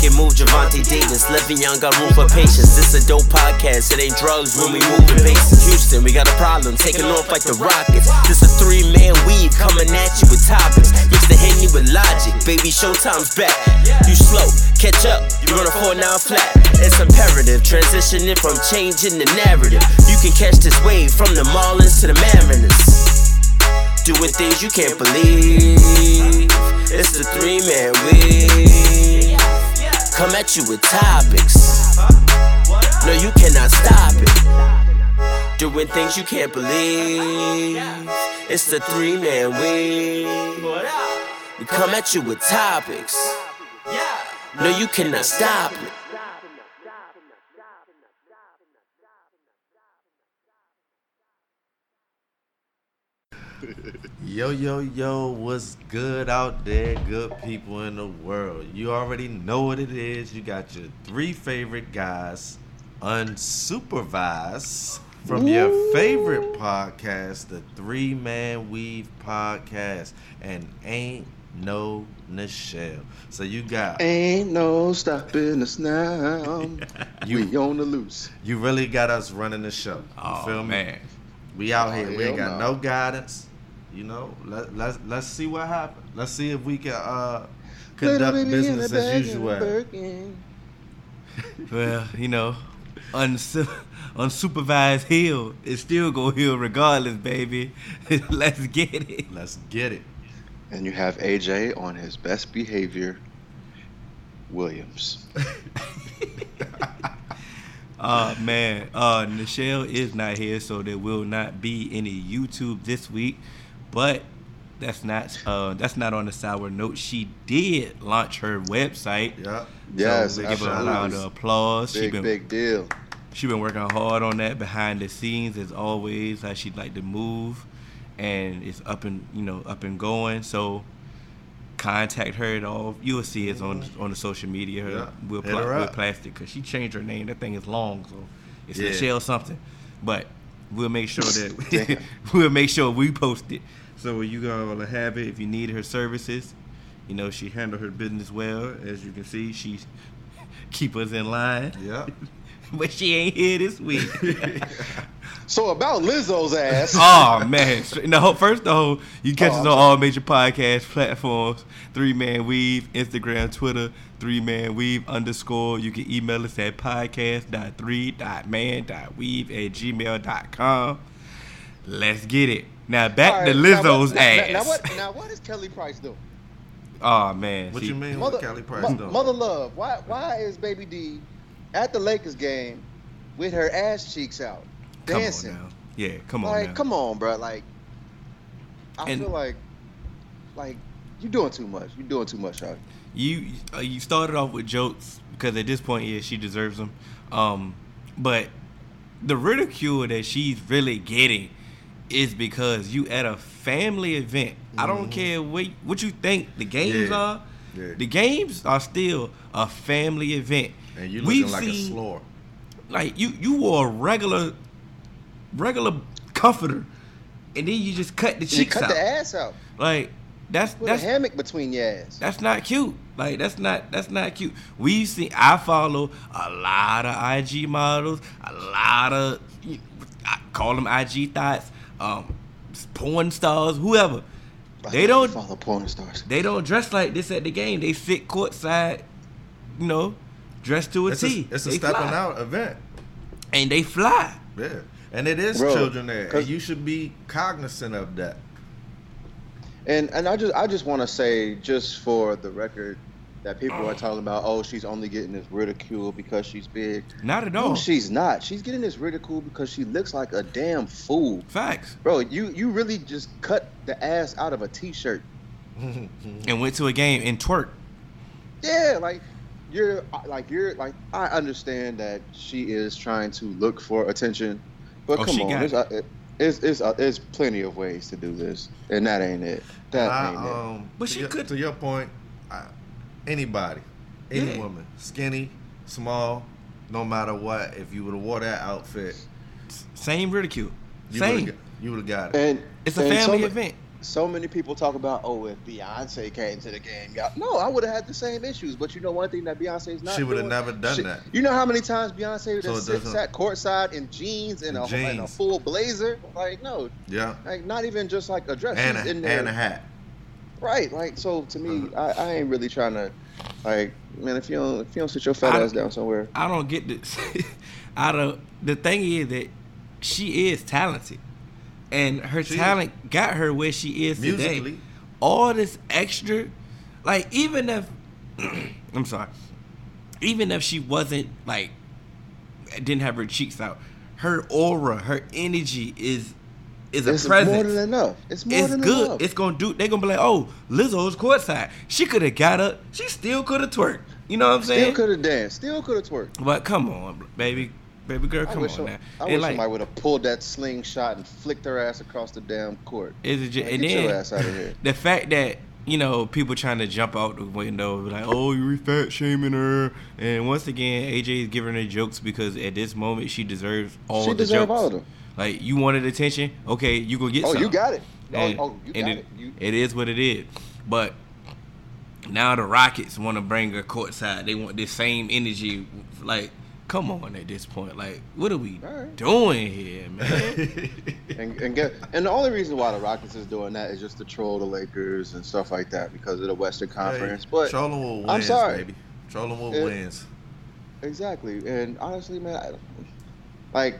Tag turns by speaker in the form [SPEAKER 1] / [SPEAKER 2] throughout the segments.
[SPEAKER 1] can move Javante Davis. Living young got room for patience. This a dope podcast. It ain't drugs when we moving bases. Houston, we got a problem. Taking off like the Rockets. This a three man weave coming at you with topics. Mix the Henny with logic. Baby, showtime's back. You slow, catch up. You're on a 4 9 flat. It's imperative. Transitioning from changing the narrative. You can catch this wave from the Marlins to the Mariners doing things you can't believe. It's the three man week. Come at you with topics. No, you cannot stop it. Doing things you can't believe. It's the three man week. We come at you with topics. No, you cannot stop it.
[SPEAKER 2] Yo, yo, yo, what's good out there, good people in the world? You already know what it is. You got your three favorite guys unsupervised from your favorite podcast, the Three Man Weave Podcast, and Ain't No Nichelle. So you got.
[SPEAKER 3] Ain't no stopping us now. we on the loose.
[SPEAKER 2] You really got us running the show. You
[SPEAKER 4] Oh
[SPEAKER 2] feel me?
[SPEAKER 4] man,
[SPEAKER 2] We out here. we
[SPEAKER 3] Oh, hell
[SPEAKER 2] ain't got
[SPEAKER 3] no.
[SPEAKER 2] no guidance. You know, let let's let's see what happens. Let's see if we can uh conduct
[SPEAKER 3] Little baby in the
[SPEAKER 2] business
[SPEAKER 3] bag
[SPEAKER 2] as
[SPEAKER 3] and a
[SPEAKER 2] usual.
[SPEAKER 3] Birkin.
[SPEAKER 4] well you know, unsu- unsupervised heal is still gonna heal regardless, baby. Let's get it.
[SPEAKER 2] Let's get it.
[SPEAKER 3] And you have AJ on his best behavior. Williams.
[SPEAKER 4] Oh man, uh, Nichelle is not here, so there will not be any YouTube this week. But that's not uh, that's not on the sour note. She did launch her website.
[SPEAKER 2] Yep.
[SPEAKER 3] Yes,
[SPEAKER 4] so we give her a
[SPEAKER 2] absolutely.
[SPEAKER 4] round of applause. she
[SPEAKER 3] Big,
[SPEAKER 4] been
[SPEAKER 3] big deal.
[SPEAKER 4] She been working hard on that behind the scenes as always, how she'd like to move and it's up and you know, up and going. So contact her at all. You'll see it's on on the social media. Her
[SPEAKER 2] Yeah,
[SPEAKER 4] will
[SPEAKER 2] hit her
[SPEAKER 4] will
[SPEAKER 2] up.
[SPEAKER 4] plastic because she changed her name. That thing is long, so it's
[SPEAKER 2] Yeah.
[SPEAKER 4] Michelle something. But we'll make sure that
[SPEAKER 3] Damn.
[SPEAKER 4] we'll make sure we post it. So you gonna have it if you need her services. You know, she handled her business well. As you can see, she keep us in line
[SPEAKER 2] Yep.
[SPEAKER 4] but she ain't here this week.
[SPEAKER 3] So about Lizzo's ass.
[SPEAKER 4] oh man! No, first though, you catch us
[SPEAKER 3] Oh, I'm
[SPEAKER 4] on all major podcast platforms: Three Man Weave, Instagram, Twitter, Three Man Weave underscore. You can email us at podcast.3.man.weave at gmail.com. Let's get it. Now back
[SPEAKER 3] All
[SPEAKER 4] to
[SPEAKER 3] right,
[SPEAKER 4] Lizzo's
[SPEAKER 3] now what,
[SPEAKER 4] ass.
[SPEAKER 3] Now, now what, now what is Kelly Price doing?
[SPEAKER 4] Oh man!
[SPEAKER 2] What
[SPEAKER 4] see-
[SPEAKER 2] you mean
[SPEAKER 3] Mother,
[SPEAKER 2] what Kelly Price
[SPEAKER 3] mo-
[SPEAKER 2] doing?
[SPEAKER 3] mother love. Why why is Baby D at the Lakers game with her ass cheeks out
[SPEAKER 4] Come
[SPEAKER 3] dancing?
[SPEAKER 4] on now. Yeah, come on
[SPEAKER 3] like
[SPEAKER 4] now.
[SPEAKER 3] come on, bro. Like I
[SPEAKER 4] And-
[SPEAKER 3] feel like like you doing too much. You doing too much, Charlie.
[SPEAKER 4] you uh, you started off with jokes because at this point, yeah, she deserves them. Um, but the ridicule that she's really getting is because you at a family event. I don't care what what you think the games
[SPEAKER 2] Mm-hmm. Yeah.
[SPEAKER 4] are.
[SPEAKER 2] Yeah.
[SPEAKER 4] The games are still a family event.
[SPEAKER 2] And you
[SPEAKER 4] We've
[SPEAKER 2] looking like
[SPEAKER 4] seen-
[SPEAKER 2] a slore.
[SPEAKER 4] like you you wore a regular regular comforter, and then you just cut the
[SPEAKER 3] You
[SPEAKER 4] cheeks
[SPEAKER 3] cut
[SPEAKER 4] out.
[SPEAKER 3] the ass out.
[SPEAKER 4] Like that's
[SPEAKER 3] Put
[SPEAKER 4] that's
[SPEAKER 3] a hammock between your ass.
[SPEAKER 4] that's not cute. Like that's not that's not cute. We see I follow a lot of IG models, a lot of I call them IG thoughts, um, porn stars, whoever. They
[SPEAKER 3] I thought you
[SPEAKER 4] don't
[SPEAKER 3] follow porn stars.
[SPEAKER 4] they don't dress like this at the game. They sit courtside, you know, dressed to a
[SPEAKER 2] It's a,
[SPEAKER 4] T.
[SPEAKER 2] it's a
[SPEAKER 4] They
[SPEAKER 2] stepping
[SPEAKER 4] fly.
[SPEAKER 2] out event.
[SPEAKER 4] and they fly.
[SPEAKER 2] Yeah. And it is
[SPEAKER 3] Bro,
[SPEAKER 2] children there. And
[SPEAKER 3] 'cause-
[SPEAKER 2] you should be cognizant of that.
[SPEAKER 3] And and I just I just want to say just for the record that people are talking about oh she's only getting this ridicule because she's big.
[SPEAKER 4] Not at
[SPEAKER 3] No,
[SPEAKER 4] all.
[SPEAKER 3] she's not. She's getting this ridicule because she looks like a damn fool.
[SPEAKER 4] Facts.
[SPEAKER 3] Bro, you you really just cut the ass out of a t-shirt.
[SPEAKER 4] And went to a game and twerk.
[SPEAKER 3] Yeah, like you're like you're like I understand that she is trying to look for attention, but
[SPEAKER 4] Oh,
[SPEAKER 3] come
[SPEAKER 4] she
[SPEAKER 3] on,
[SPEAKER 4] got
[SPEAKER 3] there's, uh, it's it's uh, there's plenty of ways to do this, and that ain't it. That
[SPEAKER 2] I,
[SPEAKER 3] ain't it.
[SPEAKER 2] um,
[SPEAKER 4] But
[SPEAKER 2] to
[SPEAKER 4] she
[SPEAKER 2] your-
[SPEAKER 4] could-
[SPEAKER 2] To your point, I, anybody, any
[SPEAKER 4] Yeah.
[SPEAKER 2] woman, skinny, small, no matter what, if you would have wore that outfit,
[SPEAKER 4] Same ridicule.
[SPEAKER 2] you
[SPEAKER 4] Same.
[SPEAKER 2] would have got it.
[SPEAKER 3] And
[SPEAKER 4] It's a
[SPEAKER 3] and
[SPEAKER 4] family
[SPEAKER 3] some-
[SPEAKER 4] event.
[SPEAKER 3] so many people talk about, oh, if Beyonce came to the game, y'all. No, I would have had the same issues. But you know one thing that Beyonce's not.
[SPEAKER 2] She would have
[SPEAKER 3] doing?
[SPEAKER 2] never done
[SPEAKER 3] She-
[SPEAKER 2] that.
[SPEAKER 3] You know how many times Beyonce
[SPEAKER 2] So it
[SPEAKER 3] just sits
[SPEAKER 2] doesn't-
[SPEAKER 3] sat courtside in jeans and a, and a
[SPEAKER 2] Jeans.
[SPEAKER 3] full blazer? Like no,
[SPEAKER 2] Yeah.
[SPEAKER 3] like not even just like a dress.
[SPEAKER 2] And a,
[SPEAKER 3] She's in
[SPEAKER 2] and
[SPEAKER 3] there,
[SPEAKER 2] a hat.
[SPEAKER 3] right? Like so, to me, I,
[SPEAKER 4] Uh-huh.
[SPEAKER 3] I ain't really trying to, like, man, if you don't if you don't sit your fat
[SPEAKER 4] I-
[SPEAKER 3] ass down somewhere,
[SPEAKER 4] I don't get this. I don't. The thing is that she is talented, and her
[SPEAKER 2] She is.
[SPEAKER 4] talent got her where she is
[SPEAKER 2] Musically.
[SPEAKER 4] today. All this extra, like even if I'm sorry, even if she wasn't like didn't have her cheeks out, her aura, her energy is is a
[SPEAKER 3] it's
[SPEAKER 4] presence.
[SPEAKER 3] more than enough. It's more
[SPEAKER 4] It's
[SPEAKER 3] than
[SPEAKER 4] good.
[SPEAKER 3] enough.
[SPEAKER 4] It's gonna do. They're gonna be like, oh, Lizzo's courtside. She could have got up. She still could have twerked. You know what I'm
[SPEAKER 3] still
[SPEAKER 4] saying?
[SPEAKER 3] could have danced. Still could have twerked.
[SPEAKER 4] But come on, baby, baby girl,
[SPEAKER 3] I
[SPEAKER 4] come
[SPEAKER 3] wish,
[SPEAKER 4] on
[SPEAKER 3] some-
[SPEAKER 4] now.
[SPEAKER 3] I
[SPEAKER 4] And
[SPEAKER 3] wish
[SPEAKER 4] like,
[SPEAKER 3] somebody would have pulled that slingshot and flicked her ass across the damn court.
[SPEAKER 4] is it just,
[SPEAKER 3] Man,
[SPEAKER 4] and
[SPEAKER 3] get
[SPEAKER 4] then
[SPEAKER 3] your ass out of here.
[SPEAKER 4] the fact that you know people trying to jump out the window, be like, oh, you fat shaming her, and once again, AJ is giving her jokes because at this moment she deserves all
[SPEAKER 3] She
[SPEAKER 4] the
[SPEAKER 3] deserve
[SPEAKER 4] jokes.
[SPEAKER 3] all of them.
[SPEAKER 4] Like you wanted attention, okay, you gonna get.
[SPEAKER 3] Oh,
[SPEAKER 4] some.
[SPEAKER 3] you got it. Oh,
[SPEAKER 4] And,
[SPEAKER 3] oh, you
[SPEAKER 4] and
[SPEAKER 3] got
[SPEAKER 4] it-
[SPEAKER 3] it. You-
[SPEAKER 4] it is what it is. But now the Rockets want to bring her courtside. They want this same energy. Like, come on at this point. Like, what are we
[SPEAKER 3] All right.
[SPEAKER 4] doing here, man?
[SPEAKER 3] and, and get and the only reason why the Rockets is doing that is just to troll the Lakers and stuff like that because of the Western Conference. but
[SPEAKER 2] Trolling will wins,
[SPEAKER 3] I'm sorry.
[SPEAKER 2] baby. Trolling will
[SPEAKER 3] It-
[SPEAKER 2] wins.
[SPEAKER 3] exactly, and honestly, man, I, like,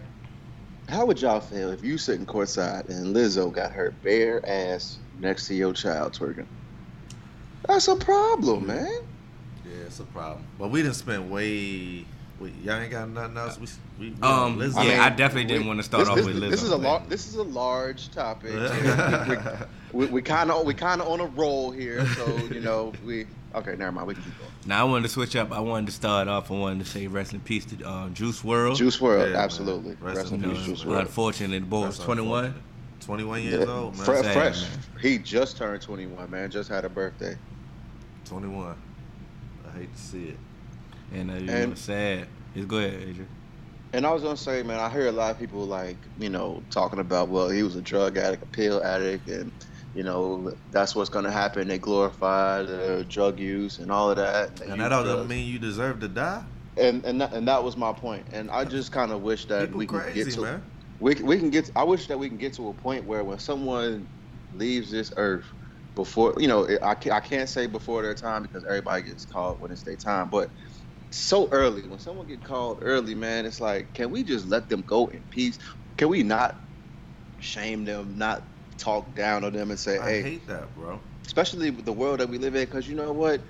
[SPEAKER 3] how would y'all feel if you sitting courtside and Lizzo got her bare ass next to your child twerking? That's a problem, man.
[SPEAKER 2] Yeah, it's a problem. But we didn't spend way. We, y'all ain't got nothing else. We, we, we
[SPEAKER 4] Um,
[SPEAKER 2] Lizzo.
[SPEAKER 4] Yeah, I definitely didn't
[SPEAKER 3] we-
[SPEAKER 4] wanna start
[SPEAKER 3] this-
[SPEAKER 4] off
[SPEAKER 3] this-
[SPEAKER 4] with
[SPEAKER 3] This
[SPEAKER 4] Lizzo,
[SPEAKER 3] is a
[SPEAKER 4] man.
[SPEAKER 3] lar- This is a large topic. we we kind of we kind of on a roll here, so you know we okay. Never mind, we can keep going.
[SPEAKER 4] now I wanted to switch up. I wanted to start off. I wanted to say rest in peace to uh, Juice World.
[SPEAKER 3] Juice World,
[SPEAKER 2] Yeah, man.
[SPEAKER 3] absolutely.
[SPEAKER 2] Rest
[SPEAKER 3] Rest
[SPEAKER 2] in
[SPEAKER 3] in
[SPEAKER 2] peace,
[SPEAKER 3] peace, Juice World.
[SPEAKER 4] Unfortunately, the boy was
[SPEAKER 2] That's
[SPEAKER 4] 21.
[SPEAKER 2] unfortunate. 21
[SPEAKER 3] Yeah.
[SPEAKER 2] years old, man.
[SPEAKER 3] Fre-
[SPEAKER 4] Sad,
[SPEAKER 3] fresh.
[SPEAKER 4] man.
[SPEAKER 3] He just turned 21, man. Just had a birthday.
[SPEAKER 2] 21. I hate to see it.
[SPEAKER 4] And uh, you
[SPEAKER 3] And-
[SPEAKER 4] know, sad. It's go ahead, Adrian.
[SPEAKER 3] And I was gonna say, man, I hear a lot of people like, you know, talking about, well, he was a drug addict, a pill addict, and you know, that's what's gonna happen. They glorify the drug use and all of that. And, they
[SPEAKER 2] And
[SPEAKER 3] use
[SPEAKER 2] that doesn't
[SPEAKER 3] drugs.
[SPEAKER 2] mean you deserve to die.
[SPEAKER 3] and and that, and that was my point. And I just kind of wish that
[SPEAKER 2] People
[SPEAKER 3] we can
[SPEAKER 2] crazy,
[SPEAKER 3] get to
[SPEAKER 2] man.
[SPEAKER 3] we we can get. I wish that we can get to a point where when someone leaves this earth before you know, I can't, I can't say before their time because everybody gets called when it's their time, but so early when someone get called early, man, it's like can we just let them go in peace? Can we not shame them, not talk down on them, and say,
[SPEAKER 2] I
[SPEAKER 3] hey,
[SPEAKER 2] hate that, bro.
[SPEAKER 3] especially with the world that we live in because you know what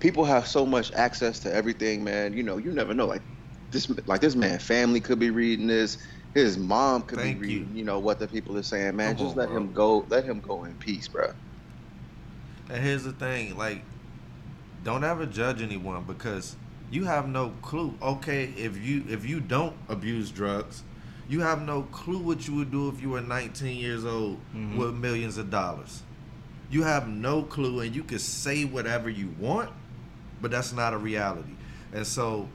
[SPEAKER 3] people have so much access to everything man you know you never know like this like this man family could be reading this his mom could
[SPEAKER 2] Thank
[SPEAKER 3] be
[SPEAKER 2] you.
[SPEAKER 3] reading you. know what the people are saying man
[SPEAKER 2] Come
[SPEAKER 3] just
[SPEAKER 2] on,
[SPEAKER 3] let
[SPEAKER 2] bro.
[SPEAKER 3] him go let him go in peace bro
[SPEAKER 2] And here's the thing, like, don't ever judge anyone because you have no clue. Okay, if you if you don't abuse drugs, you have no clue what you would do if you were 19 years old
[SPEAKER 4] Mhm.
[SPEAKER 2] with millions of dollars. You have no clue, and you can say whatever you want, but that's not a reality. And so,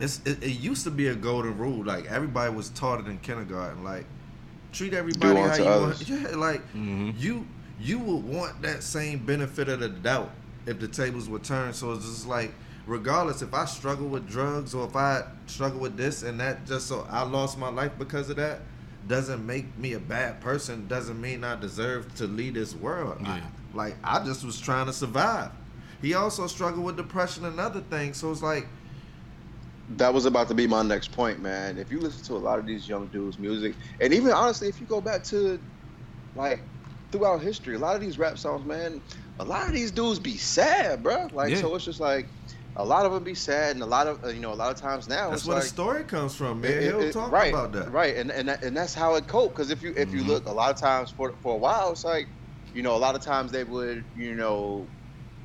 [SPEAKER 2] it's it, it used to be a golden rule. Like everybody was taught it in kindergarten. Like treat everybody how
[SPEAKER 3] unto
[SPEAKER 2] you want.
[SPEAKER 3] others.
[SPEAKER 2] Yeah, like
[SPEAKER 4] Mhm.
[SPEAKER 2] you you would want that same benefit of the doubt if the tables were turned. So it's just like regardless if I struggle with drugs or if I struggle with this and that just so I lost my life because of that doesn't make me a bad person doesn't mean I deserve to lead this world. I-
[SPEAKER 4] Yeah.
[SPEAKER 2] like I just was trying to survive. He also struggled with depression and other things. So it's like
[SPEAKER 3] that was about to be my next point man if you listen to a lot of these young dudes music and even honestly if you go back to like throughout history a lot of these rap songs man a lot of these dudes be sad bro like
[SPEAKER 4] Yeah.
[SPEAKER 3] so it's just like a lot of them be sad and a lot of uh, you know a lot of times now
[SPEAKER 2] that's
[SPEAKER 3] it's
[SPEAKER 2] where
[SPEAKER 3] like,
[SPEAKER 2] the story comes from, man.
[SPEAKER 3] It- it-
[SPEAKER 2] He'll
[SPEAKER 3] it-
[SPEAKER 2] talk
[SPEAKER 3] right,
[SPEAKER 2] about that. Mm-hmm.
[SPEAKER 3] Right, and and, that, and that's how it coped. Because if you if you
[SPEAKER 4] Mhm.
[SPEAKER 3] look a lot of times for for a while, it's like you know a lot of times they would you know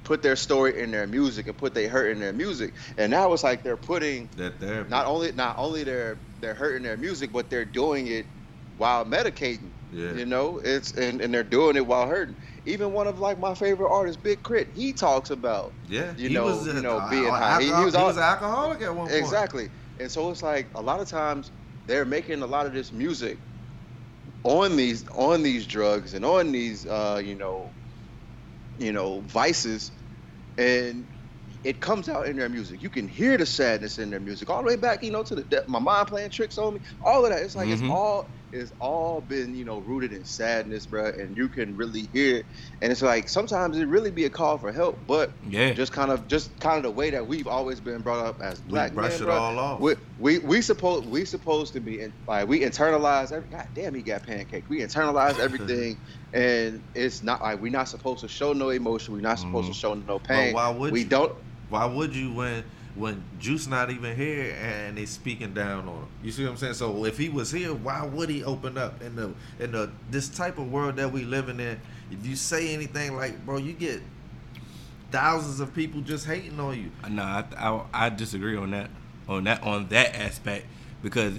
[SPEAKER 3] put their story in their music and put their hurt in their music, and now it's like they're putting
[SPEAKER 2] That therapy.
[SPEAKER 3] not only not only they're they're hurting their music, but they're doing it while medicating.
[SPEAKER 2] Yeah.
[SPEAKER 3] You know, it's and, and they're doing it while hurting. Even one of like my favorite artists, Big Crit, he talks about
[SPEAKER 2] Yeah,
[SPEAKER 3] you know,
[SPEAKER 2] was,
[SPEAKER 3] you know,
[SPEAKER 2] uh,
[SPEAKER 3] being
[SPEAKER 2] uh,
[SPEAKER 3] high. He- he
[SPEAKER 2] alcohol-
[SPEAKER 3] was
[SPEAKER 2] he
[SPEAKER 3] al-
[SPEAKER 2] was an alcoholic at one point.
[SPEAKER 3] Exactly. And so it's like a lot of times they're making a lot of this music on these on these drugs and on these uh, you know you know vices and it comes out in their music you can hear the sadness in their music all the way back you know to the de- my mom playing tricks on me all of that it's like
[SPEAKER 4] Mhm.
[SPEAKER 2] Mm-hmm.
[SPEAKER 3] it's all it's all been you know rooted in sadness bruh. and you can really hear it and it's like sometimes it really be a call for help but
[SPEAKER 4] Yeah.
[SPEAKER 3] just kind of just kind of the way that we've always been brought up as black
[SPEAKER 2] brush
[SPEAKER 3] men,
[SPEAKER 2] it
[SPEAKER 3] bruh.
[SPEAKER 2] all off.
[SPEAKER 3] We we, we supposed we supposed to be in, like we internalize every god damn he got pancake. We internalize everything, and it's not like we're not supposed to show no emotion. We're not supposed
[SPEAKER 4] Mhm.
[SPEAKER 3] to show no
[SPEAKER 2] Mm-hmm.
[SPEAKER 3] pain.
[SPEAKER 2] why would
[SPEAKER 3] we
[SPEAKER 2] you?
[SPEAKER 3] don't?
[SPEAKER 2] Why would you when when Juice not even here and they speaking down on him? You see what I'm saying? So if he was here, why would he open up in the in the this type of world that we living in? If you say anything like, bro, you get thousands of people just hating on you.
[SPEAKER 4] No, I, I I disagree on that on that on that aspect because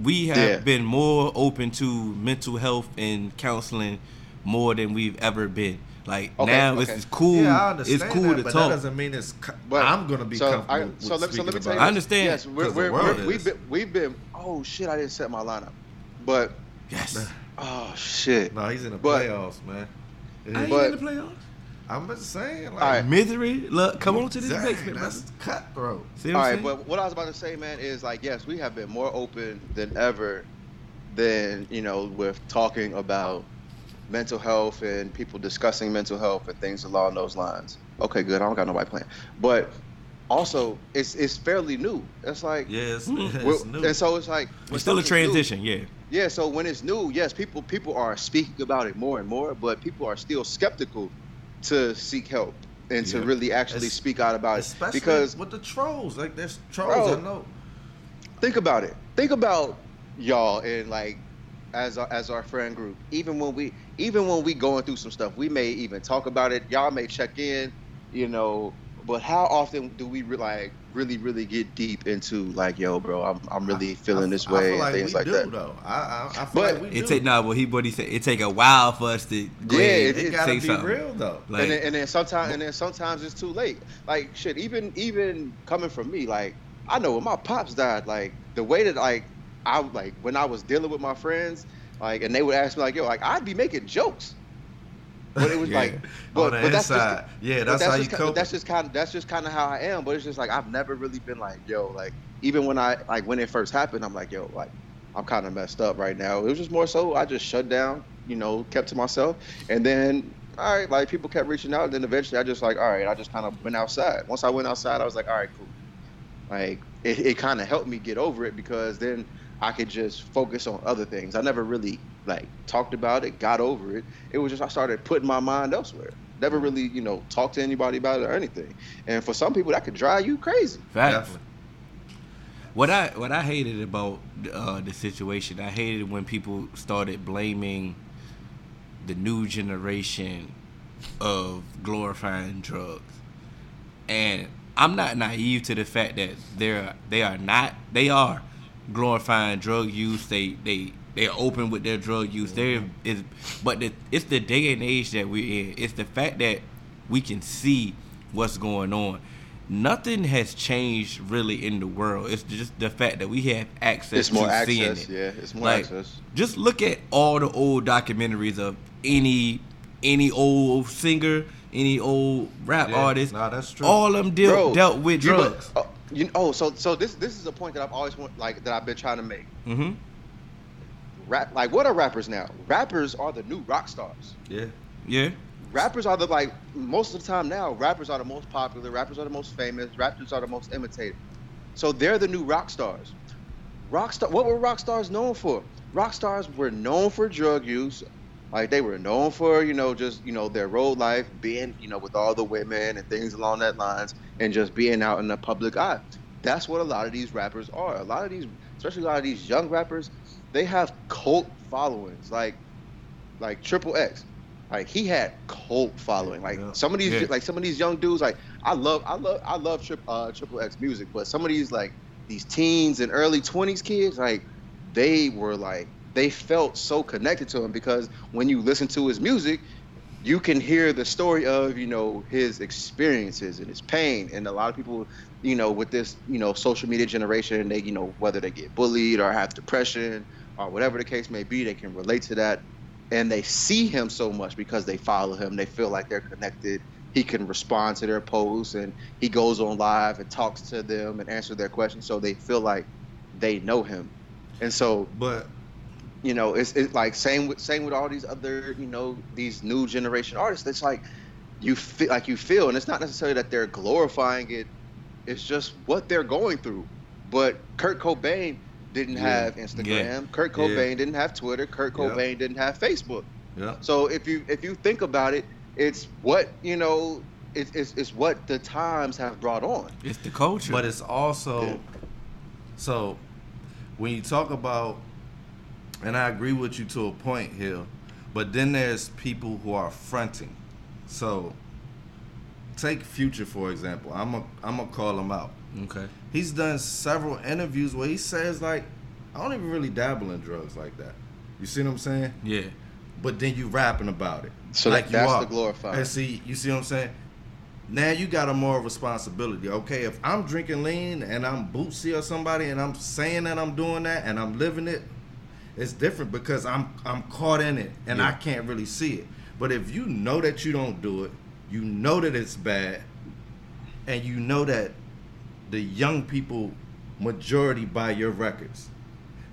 [SPEAKER 4] we have
[SPEAKER 3] Yeah.
[SPEAKER 4] been more open to mental health and counseling more than we've ever been. Like
[SPEAKER 3] Okay,
[SPEAKER 4] now,
[SPEAKER 3] okay.
[SPEAKER 4] it's cool.
[SPEAKER 2] yeah, I understand
[SPEAKER 4] it's cool
[SPEAKER 2] that,
[SPEAKER 4] to
[SPEAKER 2] but
[SPEAKER 4] talk.
[SPEAKER 2] that doesn't mean it's. co-
[SPEAKER 3] But
[SPEAKER 2] I'm gonna be
[SPEAKER 3] so
[SPEAKER 2] comfortable.
[SPEAKER 3] I, so,
[SPEAKER 2] with
[SPEAKER 3] let, so let me
[SPEAKER 2] speaking
[SPEAKER 3] tell
[SPEAKER 2] about
[SPEAKER 3] you.
[SPEAKER 2] it.
[SPEAKER 4] I understand,
[SPEAKER 3] Yes, we're,
[SPEAKER 2] 'cause the
[SPEAKER 3] we're,
[SPEAKER 2] world
[SPEAKER 3] we're, we've
[SPEAKER 2] is.
[SPEAKER 3] been we've been. Oh shit! I didn't set my lineup, but
[SPEAKER 4] yes,
[SPEAKER 3] oh shit.
[SPEAKER 2] No, he's in the
[SPEAKER 3] But-
[SPEAKER 2] playoffs, man.
[SPEAKER 4] I ain't
[SPEAKER 3] But-
[SPEAKER 4] in the playoffs.
[SPEAKER 2] I'm just saying, like,
[SPEAKER 3] Alright,
[SPEAKER 4] Misery, look, come on to this
[SPEAKER 2] dang,
[SPEAKER 4] basement, brother.
[SPEAKER 2] that's cutthroat.
[SPEAKER 4] See what
[SPEAKER 3] All
[SPEAKER 4] I'm saying?
[SPEAKER 3] right, but what I was about to say, man, is like, yes, we have been more open than ever than, you know, with talking about mental health and people discussing mental health and things along those lines. Okay, good. I don't got nobody playing. But also, it's it's fairly new. It's like,
[SPEAKER 2] Yeah, it's,
[SPEAKER 4] Mm.
[SPEAKER 2] it's
[SPEAKER 3] we're-
[SPEAKER 2] new.
[SPEAKER 3] Hmm. and so it's like, when
[SPEAKER 4] it's still a
[SPEAKER 3] something's new-
[SPEAKER 4] transition. Yeah,
[SPEAKER 3] yeah, so when it's new, yes, people people are speaking about it more and more, but people are still skeptical to seek help and to
[SPEAKER 4] Yeah.
[SPEAKER 3] really actually
[SPEAKER 2] Es-
[SPEAKER 3] speak out about it
[SPEAKER 2] Especially
[SPEAKER 3] because
[SPEAKER 2] with the trolls, like there's trolls.
[SPEAKER 3] Bro.
[SPEAKER 2] I know.
[SPEAKER 3] think about it. Think about y'all and like as our, as our friend group. Even when we even when we going through some stuff, we may even talk about it. Y'all may check in, you know. But how often do we re- like really really get deep into like yo, bro? I'm I'm really feeling this
[SPEAKER 2] I
[SPEAKER 3] way
[SPEAKER 2] feel like
[SPEAKER 3] and things
[SPEAKER 2] we
[SPEAKER 3] like
[SPEAKER 2] do,
[SPEAKER 3] that.
[SPEAKER 2] Though I, I, I feel
[SPEAKER 3] But
[SPEAKER 2] like we
[SPEAKER 4] it
[SPEAKER 2] do.
[SPEAKER 4] take nah, what he what he said. It take a while for us to go
[SPEAKER 3] Yeah,
[SPEAKER 4] ahead
[SPEAKER 2] it,
[SPEAKER 4] and
[SPEAKER 2] gotta
[SPEAKER 4] say
[SPEAKER 2] be
[SPEAKER 4] something.
[SPEAKER 2] real though.
[SPEAKER 4] Like,
[SPEAKER 3] and then, and then sometimes and then sometimes it's too late. Like shit, even even coming from me, like I know when my pops died, like the way that like I like when I was dealing with my friends, like and they would ask me like, yo, like I'd be making jokes. But it was
[SPEAKER 4] Yeah.
[SPEAKER 3] like
[SPEAKER 2] On the
[SPEAKER 3] but, but that's just
[SPEAKER 2] inside, yeah,
[SPEAKER 3] but
[SPEAKER 2] that's, how you
[SPEAKER 3] just, ki- but
[SPEAKER 2] cope.
[SPEAKER 3] That's just kind of that's just kind of how I am. But it's just like I've never really been like, yo, like even when I like when it first happened, I'm like, yo, like I'm kind of messed up right now. It was just more so I just shut down, you know, kept to myself, and then all right, like people kept reaching out. And then eventually, I just like, all right, I just kind of went outside. Once I went outside, I was like, all right, cool. Like it, it kind of helped me get over it because then I could just focus on other things. I never really like talked about it, got over it. It was just I started putting my mind elsewhere. Never really, you know, talked to anybody about it or anything. And for some people, that could drive you crazy.
[SPEAKER 4] facts.
[SPEAKER 2] Definitely.
[SPEAKER 4] What I what I hated about uh, the situation, I hated when people started blaming the new generation of glorifying drugs, and I'm not naive to the fact that they're they are not they are glorifying drug use. They they they're open with their drug use. There
[SPEAKER 3] Mm-hmm.
[SPEAKER 4] is, but the, it's the day and age that we're in. It's the fact that we can see what's going on. Nothing has changed really in the world. It's just the fact that we have access
[SPEAKER 3] It's more
[SPEAKER 4] to seeing
[SPEAKER 3] access.
[SPEAKER 4] it
[SPEAKER 3] Yeah, it's more
[SPEAKER 4] like
[SPEAKER 3] access.
[SPEAKER 4] just look at all the old documentaries of any any old singer any old rap
[SPEAKER 2] Yeah,
[SPEAKER 4] artist
[SPEAKER 2] nah, that's true.
[SPEAKER 4] all of them deal,
[SPEAKER 3] Bro,
[SPEAKER 4] dealt with
[SPEAKER 3] you know-
[SPEAKER 4] drugs
[SPEAKER 3] oh, you, oh, so so this this is a point that I've always want, like that I've been trying to make.
[SPEAKER 4] mm-hmm.
[SPEAKER 3] Rap, like what are rappers now? Rappers are the new rock stars.
[SPEAKER 2] Yeah,
[SPEAKER 4] yeah
[SPEAKER 3] rappers are the like most of the time now rappers are the most popular rappers are the most famous rappers are the most imitated so they're the new rock stars rock star what were rock stars known for rock stars were known for drug use like they were known for you know just you know their road life being you know with all the women and things along that lines and just being out in the public eye that's what a lot of these rappers are a lot of these especially a lot of these young rappers they have cult followings like like triple x like he had cult following like
[SPEAKER 2] Yeah.
[SPEAKER 3] some of these
[SPEAKER 4] Yeah.
[SPEAKER 3] like some of these young dudes like i love i love i love Trip, uh, triple x music but some of these like these teens and early 20s kids like they were like they felt so connected to him because when you listen to his music you can hear the story of you know his experiences and his pain and a lot of people you know with this you know social media generation they you know whether they get bullied or have depression or whatever the case may be, they can relate to that. And they see him so much because they follow him. They feel like they're connected. He can respond to their posts and he goes on live and talks to them and answers their questions. So they feel like they know him. And so
[SPEAKER 2] But
[SPEAKER 3] you know it's, it's like same with same with all these other you know these new generation artists it's like you feel like you feel and it's not necessarily that they're glorifying it it's just what they're going through but kurt cobain didn't
[SPEAKER 2] Yeah.
[SPEAKER 3] have instagram kurt
[SPEAKER 2] Yeah.
[SPEAKER 3] cobain didn't have twitter kurt
[SPEAKER 2] Yeah.
[SPEAKER 3] cobain didn't have facebook
[SPEAKER 2] yeah,
[SPEAKER 3] so if you if you think about it it's what you know it's, it's, it's what the times have brought on
[SPEAKER 4] It's the culture.
[SPEAKER 2] but it's also
[SPEAKER 3] Yeah.
[SPEAKER 2] so when you talk about, and I agree with you to a point here, but then there's people who are fronting. So take Future for example. I'm a I'm gonna call him out.
[SPEAKER 4] okay.
[SPEAKER 2] he's done several interviews where he says like i don't even really dabble in drugs like that you see what i'm saying
[SPEAKER 4] Yeah.
[SPEAKER 2] but then you rapping about it
[SPEAKER 3] So
[SPEAKER 2] like
[SPEAKER 3] that-
[SPEAKER 2] you
[SPEAKER 3] that's
[SPEAKER 2] are.
[SPEAKER 3] the glorifier.
[SPEAKER 2] and see you see what i'm saying now you got a moral responsibility okay if i'm drinking lean and i'm bootsy or somebody and i'm saying that i'm doing that and i'm living it it's different because i'm i'm caught in it and
[SPEAKER 4] Yeah.
[SPEAKER 2] i can't really see it but if you know that you don't do it you know that it's bad and you know that the young people majority buy your records.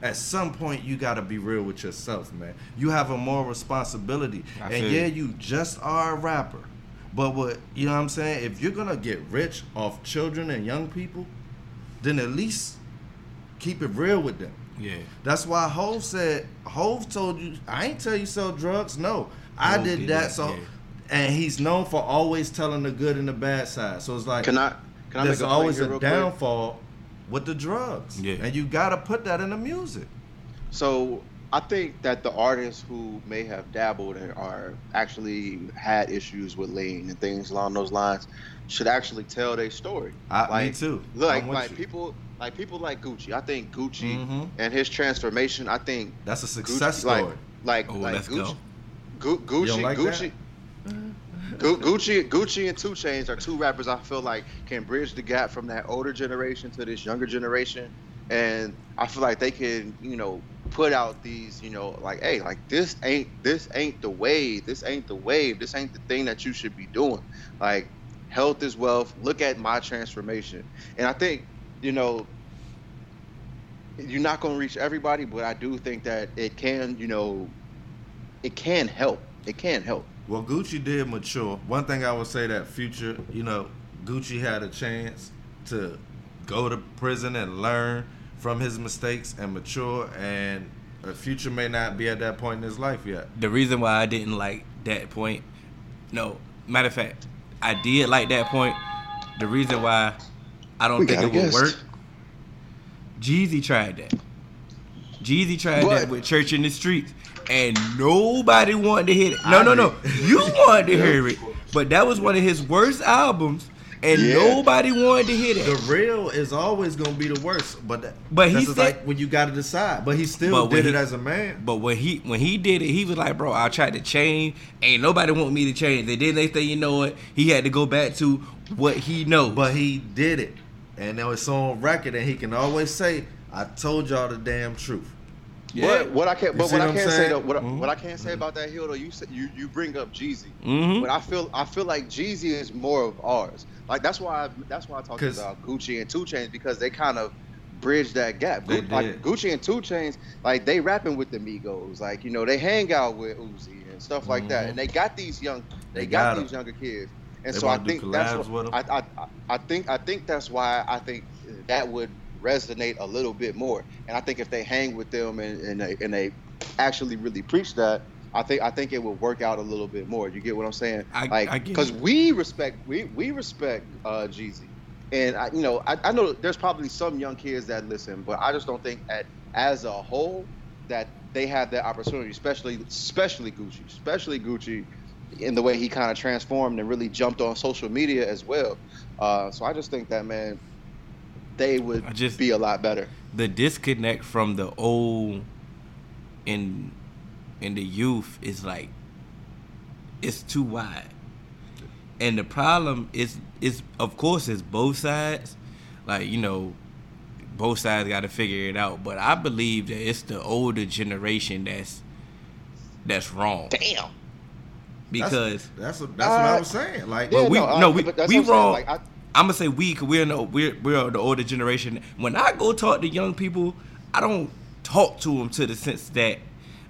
[SPEAKER 2] At some point, you gotta be real with yourself, man. You have a moral responsibility,
[SPEAKER 4] I
[SPEAKER 2] and
[SPEAKER 4] feel
[SPEAKER 2] yeah,
[SPEAKER 4] you.
[SPEAKER 2] you just are a rapper. But what you know, what I'm saying, if you're gonna get rich off children and young people, then at least keep it real with them.
[SPEAKER 4] Yeah.
[SPEAKER 2] That's why Hove said Hove told you I ain't tell you sell drugs. No, I
[SPEAKER 4] Hov
[SPEAKER 2] did
[SPEAKER 4] did
[SPEAKER 2] that.
[SPEAKER 4] that,
[SPEAKER 2] So,
[SPEAKER 4] yeah.
[SPEAKER 2] and he's known for always telling the good and the bad side. So it's like
[SPEAKER 3] can i can i
[SPEAKER 2] there's
[SPEAKER 3] make a
[SPEAKER 2] always
[SPEAKER 3] point here
[SPEAKER 2] a
[SPEAKER 3] real quick?
[SPEAKER 2] downfall with the drugs.
[SPEAKER 4] Yeah.
[SPEAKER 2] And you gotta put that in the music.
[SPEAKER 3] So I think that the artists who may have dabbled and are actually had issues with lean and things along those lines should actually tell their story.
[SPEAKER 2] I,
[SPEAKER 3] like,
[SPEAKER 2] me too.
[SPEAKER 3] Like
[SPEAKER 2] I'm with
[SPEAKER 3] like
[SPEAKER 2] you.
[SPEAKER 3] people like people like Gucci. I think Gucci
[SPEAKER 2] Mhm.
[SPEAKER 3] and his transformation. I think
[SPEAKER 2] That's a
[SPEAKER 3] Gucci
[SPEAKER 2] success
[SPEAKER 3] like
[SPEAKER 2] story.
[SPEAKER 3] like
[SPEAKER 4] Oh,
[SPEAKER 3] like
[SPEAKER 4] let's go.
[SPEAKER 3] Gucci. Gu-
[SPEAKER 2] You
[SPEAKER 3] Gucci,
[SPEAKER 2] don't like
[SPEAKER 3] Gucci, Gu- Gucci, Gucci, and Two Chains are two rappers I feel like can bridge the gap from that older generation to this younger generation, and I feel like they can, you know, put out these, you know, like, hey, like this ain't this ain't the wave, this ain't the wave, this ain't the thing that you should be doing. Like, health is wealth. Look at my transformation, and I think, you know, you're not gonna reach everybody, but I do think that it can, you know, it can help. It can help.
[SPEAKER 2] Well, Gucci did mature. One thing I would say that future, you know, Gucci had a chance to go to prison and learn from his mistakes and mature. And a future may not be at that point in his life yet.
[SPEAKER 4] The reason why I didn't like that point, no, matter of fact, I did like that point. The reason why I don't
[SPEAKER 3] We
[SPEAKER 4] think
[SPEAKER 3] got
[SPEAKER 4] it
[SPEAKER 3] a
[SPEAKER 4] would
[SPEAKER 3] guest.
[SPEAKER 4] work, Jeezy tried that. Jeezy tried
[SPEAKER 3] What?
[SPEAKER 4] that with Church in the Streets, and nobody wanted to hear it. No,
[SPEAKER 2] I
[SPEAKER 4] no, no, you wanted to
[SPEAKER 3] Yeah.
[SPEAKER 4] hear it, but that was one of his worst albums, and
[SPEAKER 3] Yeah.
[SPEAKER 4] nobody wanted to hear that.
[SPEAKER 2] The real is always gonna be the worst, but that,
[SPEAKER 4] But he
[SPEAKER 2] this is
[SPEAKER 4] said-
[SPEAKER 2] like when you gotta decide. But he still
[SPEAKER 4] But when
[SPEAKER 2] did it
[SPEAKER 4] he-
[SPEAKER 2] as a man.
[SPEAKER 4] But when he when he did it, he was like, "Bro, I tried to change. Ain't nobody want me to change." And then next thing you know it, he had to go back to what he knows.
[SPEAKER 2] But he did it, and now it's on record, and he can always say, "I told y'all the damn truth."
[SPEAKER 4] Yeah.
[SPEAKER 3] But what I can't,
[SPEAKER 2] You
[SPEAKER 3] but
[SPEAKER 2] see
[SPEAKER 3] what I
[SPEAKER 2] what I'm
[SPEAKER 3] can't say
[SPEAKER 2] saying? Mm-hmm.
[SPEAKER 3] though, what, I-
[SPEAKER 4] Mhm.
[SPEAKER 3] what I can't say about that hill though, you said you you bring up Jeezy,
[SPEAKER 2] Mm-hmm.
[SPEAKER 4] Mhm.
[SPEAKER 3] but I feel I feel like Jeezy is more of ours. Like that's why I, that's why I talked
[SPEAKER 2] 'Cause-
[SPEAKER 3] about Gucci and Two Chains because they kind of bridge that gap.
[SPEAKER 2] They
[SPEAKER 3] Gu- like
[SPEAKER 2] did.
[SPEAKER 3] Gucci and Two Chains, like they rapping with the Migos, like you know they hang out with Uzi and stuff like that,
[SPEAKER 2] Mhm.
[SPEAKER 3] and they got these young, they,
[SPEAKER 2] They
[SPEAKER 3] got,
[SPEAKER 2] got 'em.
[SPEAKER 3] these younger kids, and
[SPEAKER 2] They
[SPEAKER 3] so I
[SPEAKER 2] wanna do
[SPEAKER 3] think that's
[SPEAKER 2] collabs with
[SPEAKER 3] what
[SPEAKER 2] 'em.
[SPEAKER 3] I, I, I- I think I think that's why I think that would resonate a little bit more. And I think if they hang with them and, and they and they actually really preach that, I think I think it would work out a little bit more. You get what I'm saying?
[SPEAKER 4] I- I
[SPEAKER 3] like
[SPEAKER 4] get
[SPEAKER 3] because
[SPEAKER 4] it.
[SPEAKER 3] we respect we we respect uh, Jeezy, and I you know I, I know there's probably some young kids that listen, but I just don't think at as a whole that they have that opportunity, especially especially Gucci, especially Gucci, in the way he kind of transformed and really jumped on social media as well. Uh, so I just think that man, they
[SPEAKER 4] I
[SPEAKER 3] would
[SPEAKER 4] just-
[SPEAKER 3] be a lot better.
[SPEAKER 4] the disconnect from the old and and the youth is like it's too wide. And the problem is is of course it's both sides. Like, you know, both sides got to figure it out. But I believe that it's the older generation that's that's wrong
[SPEAKER 3] Damn.
[SPEAKER 2] That's-
[SPEAKER 4] because
[SPEAKER 2] that's what- that's what I
[SPEAKER 3] Uh,
[SPEAKER 2] was saying. Like,
[SPEAKER 4] But we- no, we-
[SPEAKER 3] but that's
[SPEAKER 4] we
[SPEAKER 3] what I'm saying,
[SPEAKER 4] wrong.
[SPEAKER 3] Like, I,
[SPEAKER 4] I'm gonna say we, 'cause we're no, we're we're the older generation. When I go talk to young people, I don't talk to them to the sense that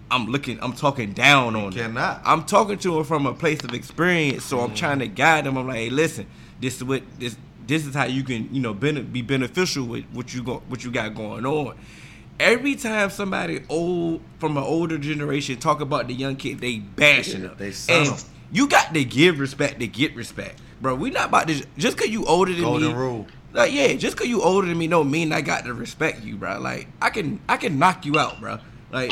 [SPEAKER 4] I'm looking, I'm talking down on them.
[SPEAKER 2] cannot.
[SPEAKER 4] I'm talking to them from a place of experience, so
[SPEAKER 3] Mm.
[SPEAKER 4] I'm trying to guide them. I'm like, hey, listen, this is what this this is how you can you know bene- be beneficial with what you go, what you got going on. Every time somebody old from an older generation talk about the young kid, they bashing
[SPEAKER 2] Yeah,
[SPEAKER 4] them.
[SPEAKER 2] they son 'em.
[SPEAKER 4] And you got to give respect to get respect, bro. We not about to just cause you older than
[SPEAKER 2] Golden
[SPEAKER 4] me.
[SPEAKER 2] rule.
[SPEAKER 4] Like yeah, just cause you older than me don't mean I got to respect you, bro. Like I can I can knock you out, bro. Like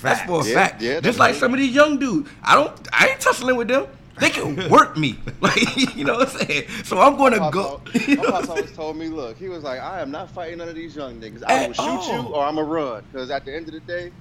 [SPEAKER 4] that's for a
[SPEAKER 3] Yeah,
[SPEAKER 4] fact.
[SPEAKER 3] yeah,
[SPEAKER 4] just
[SPEAKER 3] that's
[SPEAKER 4] like
[SPEAKER 3] right.
[SPEAKER 4] some of these young dudes, I don't I ain't tussling with them. They can work me, like you know what I'm saying. So I'm going to
[SPEAKER 3] my
[SPEAKER 4] go.
[SPEAKER 3] pops-
[SPEAKER 4] You
[SPEAKER 3] my
[SPEAKER 4] know what I'm
[SPEAKER 3] pops
[SPEAKER 4] saying?
[SPEAKER 3] always told me, look, he was like, I am not fighting none of these young niggas.
[SPEAKER 4] At
[SPEAKER 3] I will shoot
[SPEAKER 4] all.
[SPEAKER 3] you or I'm going to run. Because at the end of the day,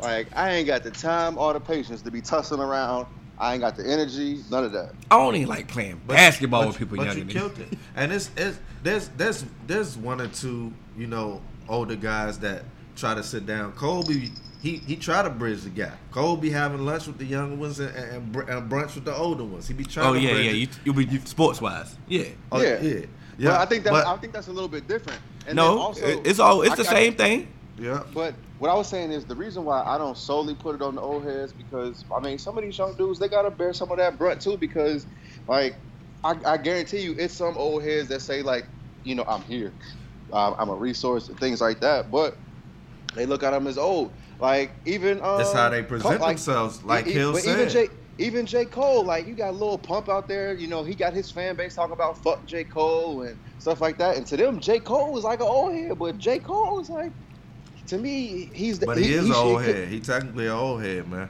[SPEAKER 3] like, I ain't got the time or the patience to be tussling around. I ain't got the energy, none of that.
[SPEAKER 4] I don't even like playing
[SPEAKER 2] But-
[SPEAKER 4] basketball
[SPEAKER 2] but-
[SPEAKER 4] with people
[SPEAKER 2] but
[SPEAKER 4] younger
[SPEAKER 2] you
[SPEAKER 4] than me.
[SPEAKER 2] killed it. And it's, it's there's there's there's one or two you know older guys that try to sit down. Kobe he he tried to bridge the gap. Kobe having lunch with the young ones and, and, br- and brunch with the older ones. He be trying.
[SPEAKER 4] Oh
[SPEAKER 2] to
[SPEAKER 4] yeah,
[SPEAKER 2] bridge
[SPEAKER 4] yeah.
[SPEAKER 2] it.
[SPEAKER 4] You, you be you, sports wise, yeah.
[SPEAKER 2] Oh,
[SPEAKER 3] Yeah.
[SPEAKER 2] yeah,
[SPEAKER 3] Yeah,
[SPEAKER 2] yeah.
[SPEAKER 3] but I think that's
[SPEAKER 2] but-
[SPEAKER 3] I think that's a little bit different. And then
[SPEAKER 4] no,
[SPEAKER 3] also,
[SPEAKER 4] it- it's all it's
[SPEAKER 3] I-
[SPEAKER 4] the
[SPEAKER 3] I-
[SPEAKER 4] same thing.
[SPEAKER 2] yeah.
[SPEAKER 3] But what I was saying is the reason why I don't solely put it on the old heads because I mean some of these young dudes they gotta bear some of that brunt too because like I, I guarantee you it's some old heads that say like you know I'm here, um, I'm a resource and things like that. But they look at them as old. Like even um,
[SPEAKER 2] That's how they present
[SPEAKER 3] Cole- like,
[SPEAKER 2] themselves. Like
[SPEAKER 3] e- e-
[SPEAKER 2] Hill
[SPEAKER 3] but
[SPEAKER 2] said.
[SPEAKER 3] even J, even J Cole, like you got Lil Pump out there. You know he got his fan base talking about fuck J Cole and stuff like that. And to them, J Cole is like an old head, but J Cole is like. To me, he's the
[SPEAKER 2] but he, is an
[SPEAKER 3] should-
[SPEAKER 2] old head. He technically an old head, man.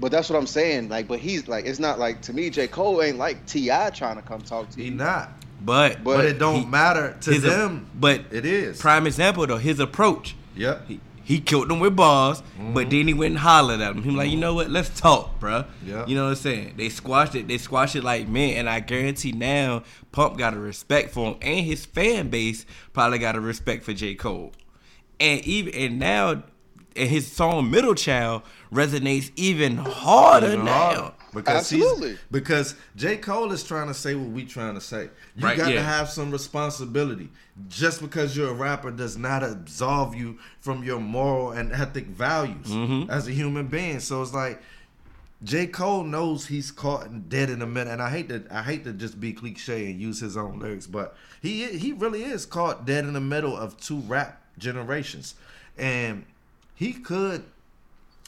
[SPEAKER 3] But that's what I'm saying. Like, but he's like, it's not like to me. J Cole ain't like Ti trying to come talk to
[SPEAKER 2] He
[SPEAKER 3] you.
[SPEAKER 2] not.
[SPEAKER 4] But
[SPEAKER 2] But,
[SPEAKER 3] But
[SPEAKER 2] it don't
[SPEAKER 4] he-
[SPEAKER 2] matter to
[SPEAKER 4] his a-
[SPEAKER 2] them.
[SPEAKER 4] but
[SPEAKER 2] it is.
[SPEAKER 4] prime example though, his approach.
[SPEAKER 2] Yep.
[SPEAKER 4] He, he killed them with bars,
[SPEAKER 2] Mm-hmm.
[SPEAKER 4] but then he went and hollered at him. He was like, you know what? Let's talk, bruh.
[SPEAKER 2] Yeah.
[SPEAKER 4] You know what I'm saying? They squashed it. They squashed it like men. And I guarantee now, Pump got a respect for him, and his fan base probably got a respect for J Cole. And even and now, and his song "Middle Child" resonates even harder
[SPEAKER 2] Even
[SPEAKER 4] now.
[SPEAKER 2] harder, Because he's
[SPEAKER 3] Absolutely.
[SPEAKER 2] because J. Cole is trying to say what we trying to say. You
[SPEAKER 4] Right,
[SPEAKER 2] got
[SPEAKER 4] yeah.
[SPEAKER 2] to have some responsibility. Just because you're a rapper does not absolve you from your moral and ethic values
[SPEAKER 4] Mm-hmm.
[SPEAKER 2] as a human being. So it's like J. Cole knows he's caught and dead in a minute. And I hate to I hate to just be cliche and use his own lyrics, but he he really is caught dead in the middle of two rap generations. And he could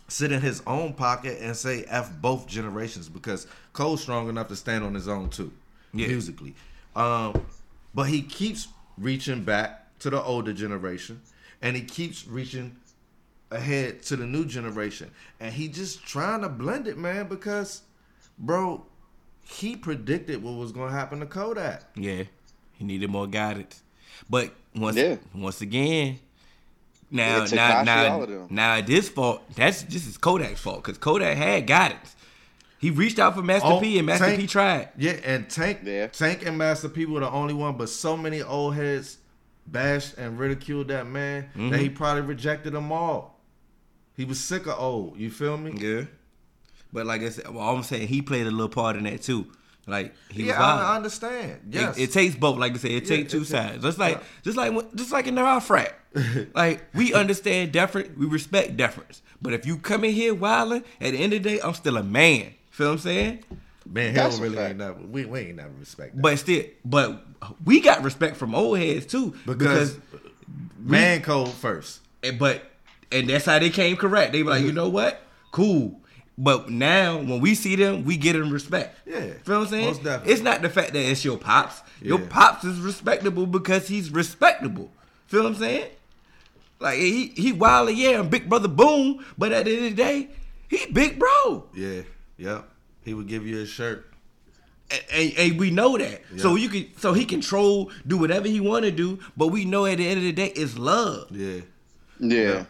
[SPEAKER 2] sit in his own pocket and say F both generations because Cole's strong enough to stand on his own too,
[SPEAKER 4] Yeah.
[SPEAKER 2] musically. Um, but he keeps reaching back to the older generation and he keeps reaching ahead to the new generation. And he just trying to blend it, man, because, bro, he predicted what was going to happen to Kodak.
[SPEAKER 4] Yeah, he needed more guidance. But once
[SPEAKER 3] Yeah.
[SPEAKER 4] once again, now
[SPEAKER 3] It took
[SPEAKER 4] now
[SPEAKER 3] Kashi out
[SPEAKER 4] now
[SPEAKER 3] of them.
[SPEAKER 4] now at this fault, that's this is Kodak's fault because Kodak had guidance. He reached out for Master
[SPEAKER 2] Oh,
[SPEAKER 4] P and Master P
[SPEAKER 2] Tank-
[SPEAKER 4] tried.
[SPEAKER 2] Yeah, and Tank,
[SPEAKER 3] Yeah.
[SPEAKER 2] Tank and Master P were the only one, but so many old heads bashed and ridiculed that man
[SPEAKER 3] Mm-hmm.
[SPEAKER 2] that he probably rejected them all. He was sick of old. You feel me?
[SPEAKER 4] Yeah, but like I said, well, I'm saying he played a little part in that too. Like he was
[SPEAKER 2] yeah,
[SPEAKER 4] violent.
[SPEAKER 2] I, I understand.
[SPEAKER 4] It-
[SPEAKER 2] Yes,
[SPEAKER 4] It, takes both, like I said, it
[SPEAKER 2] Yeah,
[SPEAKER 4] takes two
[SPEAKER 2] it- it-
[SPEAKER 4] sides. Just like,
[SPEAKER 2] yeah.
[SPEAKER 4] just like, when- just like in our frat, like we understand deference, we respect deference. But if you come in here wilding, at the end of the day, I'm still a man. Feel what I'm saying?
[SPEAKER 2] man, hell
[SPEAKER 3] That's a
[SPEAKER 2] really
[SPEAKER 3] fact.
[SPEAKER 2] ain't never. We, we ain't never respect. That.
[SPEAKER 4] But still, but we got respect from old heads too
[SPEAKER 2] because,
[SPEAKER 4] because,
[SPEAKER 2] man code first.
[SPEAKER 4] and but and that's how they came correct. They were
[SPEAKER 2] Mm-hmm.
[SPEAKER 4] like, you know what, cool. But now when we see them, we get them respect.
[SPEAKER 2] Yeah,
[SPEAKER 4] feel what I'm saying?
[SPEAKER 2] most definitely.
[SPEAKER 4] It's not the fact that it's your pops. Your
[SPEAKER 2] Yeah.
[SPEAKER 4] pops is respectable because he's respectable. Feel what I'm saying? Like he he wild yeah, and big brother boom. But at the end of the day, he big bro.
[SPEAKER 2] Yeah, yep. He would give you a shirt.
[SPEAKER 4] and, and- and we know that. So
[SPEAKER 2] Yeah.
[SPEAKER 4] you can, so he control, do whatever he want to do, but we know at the end of the day, it's love.
[SPEAKER 2] Yeah,
[SPEAKER 3] Yeah.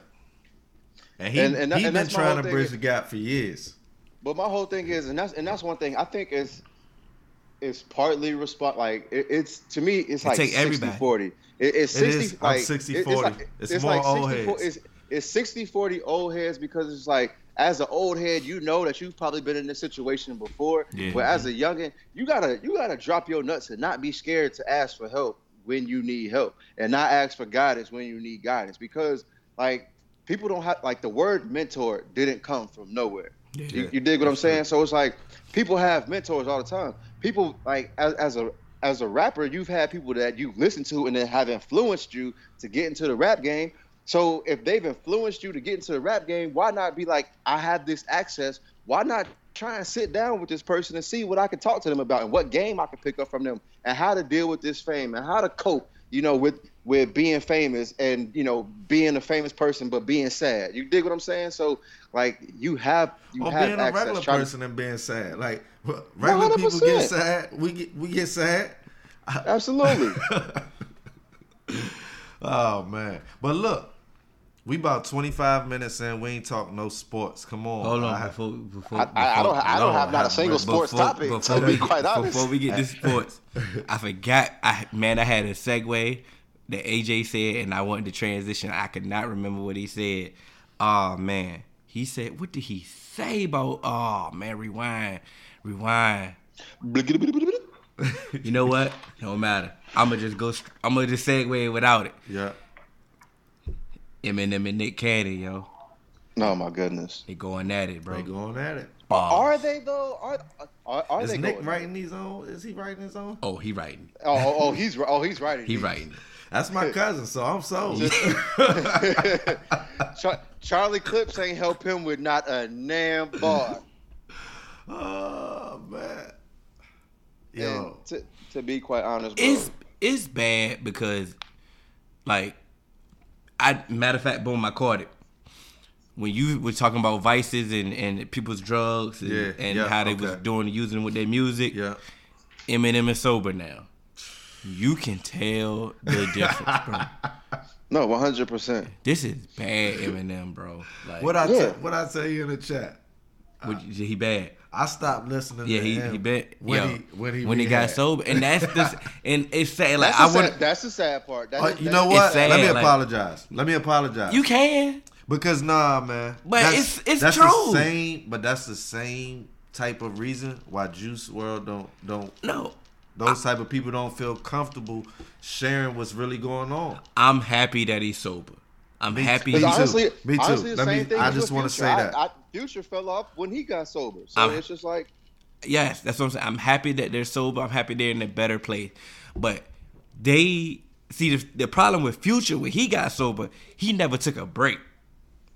[SPEAKER 2] and he
[SPEAKER 3] And- and that-
[SPEAKER 2] he been
[SPEAKER 3] and that's my
[SPEAKER 2] trying
[SPEAKER 3] whole
[SPEAKER 2] to
[SPEAKER 3] thing
[SPEAKER 2] bridge
[SPEAKER 3] is-
[SPEAKER 2] the gap for years.
[SPEAKER 3] But my whole thing is, and that's and that's one thing I think is it's partly respond like it, it's to me it's
[SPEAKER 4] It
[SPEAKER 3] like
[SPEAKER 4] take
[SPEAKER 3] 60
[SPEAKER 4] everybody.
[SPEAKER 3] 40 It- it's
[SPEAKER 2] It is.
[SPEAKER 3] 60
[SPEAKER 2] I'm
[SPEAKER 3] like, it-
[SPEAKER 2] 60-40.
[SPEAKER 3] it's, like,
[SPEAKER 2] It's more old
[SPEAKER 3] 60
[SPEAKER 2] heads.
[SPEAKER 3] it's, it's 60 40 old heads because it's like as an old head you know that you've probably been in this situation before
[SPEAKER 4] Yeah.
[SPEAKER 3] but as a youngin you gotta you gotta drop your nuts and not be scared to ask for help when you need help and not ask for guidance when you need guidance because like people don't have like the word mentor didn't come from nowhere
[SPEAKER 4] Yeah.
[SPEAKER 3] you, you dig what I'm saying? So it's like people have mentors all the time. People like as, as a as a rapper, you've had people that you listen to and then have influenced you to get into the rap game. So if they've influenced you to get into the rap game, why not be like, I have this access. Why not try and sit down with this person and see what I can talk to them about and what game I can pick up from them and how to deal with this fame and how to cope, you know, with with being famous and you know being a famous person but being sad. You dig what I'm saying? So like you have you
[SPEAKER 2] or
[SPEAKER 3] have
[SPEAKER 2] being a
[SPEAKER 3] access.
[SPEAKER 2] regular
[SPEAKER 3] Try to-
[SPEAKER 2] person and being sad. Like w- regular people get
[SPEAKER 3] 100%.
[SPEAKER 2] sad. We get we get sad.
[SPEAKER 3] Absolutely.
[SPEAKER 2] Oh man. But look, we about twenty five minutes in. We ain't talk no sports. Come on.
[SPEAKER 4] Hold on,
[SPEAKER 2] I-
[SPEAKER 4] before, before,
[SPEAKER 3] I- I don't- I don't
[SPEAKER 4] Lord,
[SPEAKER 3] have not a
[SPEAKER 4] I-
[SPEAKER 3] single sports topic, to be
[SPEAKER 4] we,
[SPEAKER 3] quite honest.
[SPEAKER 4] Before we get to sports, I forgot. I man, I had a segue that AJ said, and I wanted to transition. I could not remember what he said. Oh man, he said, what did he say about? Oh man, rewind, rewind. You know what? No matter. I'ma just go. I'ma just segue without it.
[SPEAKER 2] Yeah.
[SPEAKER 4] Eminem and Nick Cannon, yo,
[SPEAKER 3] oh my goodness.
[SPEAKER 4] they going at it,
[SPEAKER 2] They
[SPEAKER 4] bro.
[SPEAKER 2] going at it.
[SPEAKER 4] Bars.
[SPEAKER 3] Are they though? Are are, are
[SPEAKER 2] Is
[SPEAKER 3] they
[SPEAKER 2] Nick
[SPEAKER 3] going?
[SPEAKER 2] writing his own? Is he writing his own?
[SPEAKER 4] Oh, he writing.
[SPEAKER 3] Oh, oh, oh, he's oh he's writing.
[SPEAKER 4] He writing.
[SPEAKER 2] That's my cousin, so I'm sold.
[SPEAKER 3] Char- Charlie Clips ain't help him with not a damn bar.
[SPEAKER 2] oh man.
[SPEAKER 3] And
[SPEAKER 2] Yo.
[SPEAKER 3] to, to be quite honest, bro,
[SPEAKER 4] it's it's bad because like I matter of fact, boom, I caught it. When you were talking about vices and, and people's drugs and,
[SPEAKER 2] Yeah,
[SPEAKER 4] and
[SPEAKER 2] yeah,
[SPEAKER 4] how they was
[SPEAKER 2] okay.
[SPEAKER 4] doing using with their music,
[SPEAKER 2] Yeah.
[SPEAKER 4] Eminem is sober now. You can tell the difference, bro.
[SPEAKER 3] no, one hundred percent.
[SPEAKER 4] This is bad Eminem, bro. Like
[SPEAKER 2] What I t-
[SPEAKER 3] Yeah.
[SPEAKER 2] what I tell you in the chat.
[SPEAKER 4] what- he bad.
[SPEAKER 2] I stopped listening.
[SPEAKER 4] Yeah,
[SPEAKER 2] to
[SPEAKER 4] he,
[SPEAKER 2] him
[SPEAKER 4] he bet
[SPEAKER 2] when
[SPEAKER 4] yo,
[SPEAKER 2] he when he
[SPEAKER 4] got
[SPEAKER 2] rehabbed.
[SPEAKER 4] sober, and that's this, and it's sad. Like
[SPEAKER 3] That's,
[SPEAKER 4] I
[SPEAKER 3] the
[SPEAKER 4] want
[SPEAKER 3] sad, that's the sad part. That's,
[SPEAKER 2] Uh, you know
[SPEAKER 3] that's-
[SPEAKER 2] what?
[SPEAKER 4] sad,
[SPEAKER 2] Let me
[SPEAKER 4] like-
[SPEAKER 2] apologize. Let me apologize.
[SPEAKER 4] you can.
[SPEAKER 2] Because nah, man.
[SPEAKER 4] But it's- it's
[SPEAKER 2] that's
[SPEAKER 4] true.
[SPEAKER 2] The same, but that's the same type of reason why Juice World don't don't
[SPEAKER 4] No,
[SPEAKER 2] those type of people don't feel comfortable sharing what's really going on.
[SPEAKER 4] I'm happy that he's sober. I'm happy.
[SPEAKER 2] me
[SPEAKER 3] Because
[SPEAKER 2] too.
[SPEAKER 3] honestly,
[SPEAKER 2] Me too.
[SPEAKER 3] honestly, the
[SPEAKER 2] Let
[SPEAKER 3] same
[SPEAKER 2] me-
[SPEAKER 3] thing.
[SPEAKER 2] I
[SPEAKER 3] is
[SPEAKER 2] just
[SPEAKER 3] with
[SPEAKER 2] wanna
[SPEAKER 3] Future.
[SPEAKER 2] say
[SPEAKER 3] I-
[SPEAKER 2] that.
[SPEAKER 3] I- Future fell off when he got sober, so
[SPEAKER 4] I'm-
[SPEAKER 3] it's just like
[SPEAKER 4] Yes, that's what I'm saying. I'm happy that they're sober. I'm happy they're in a better place. But they see the, the problem with Future when he got sober, he never took a break.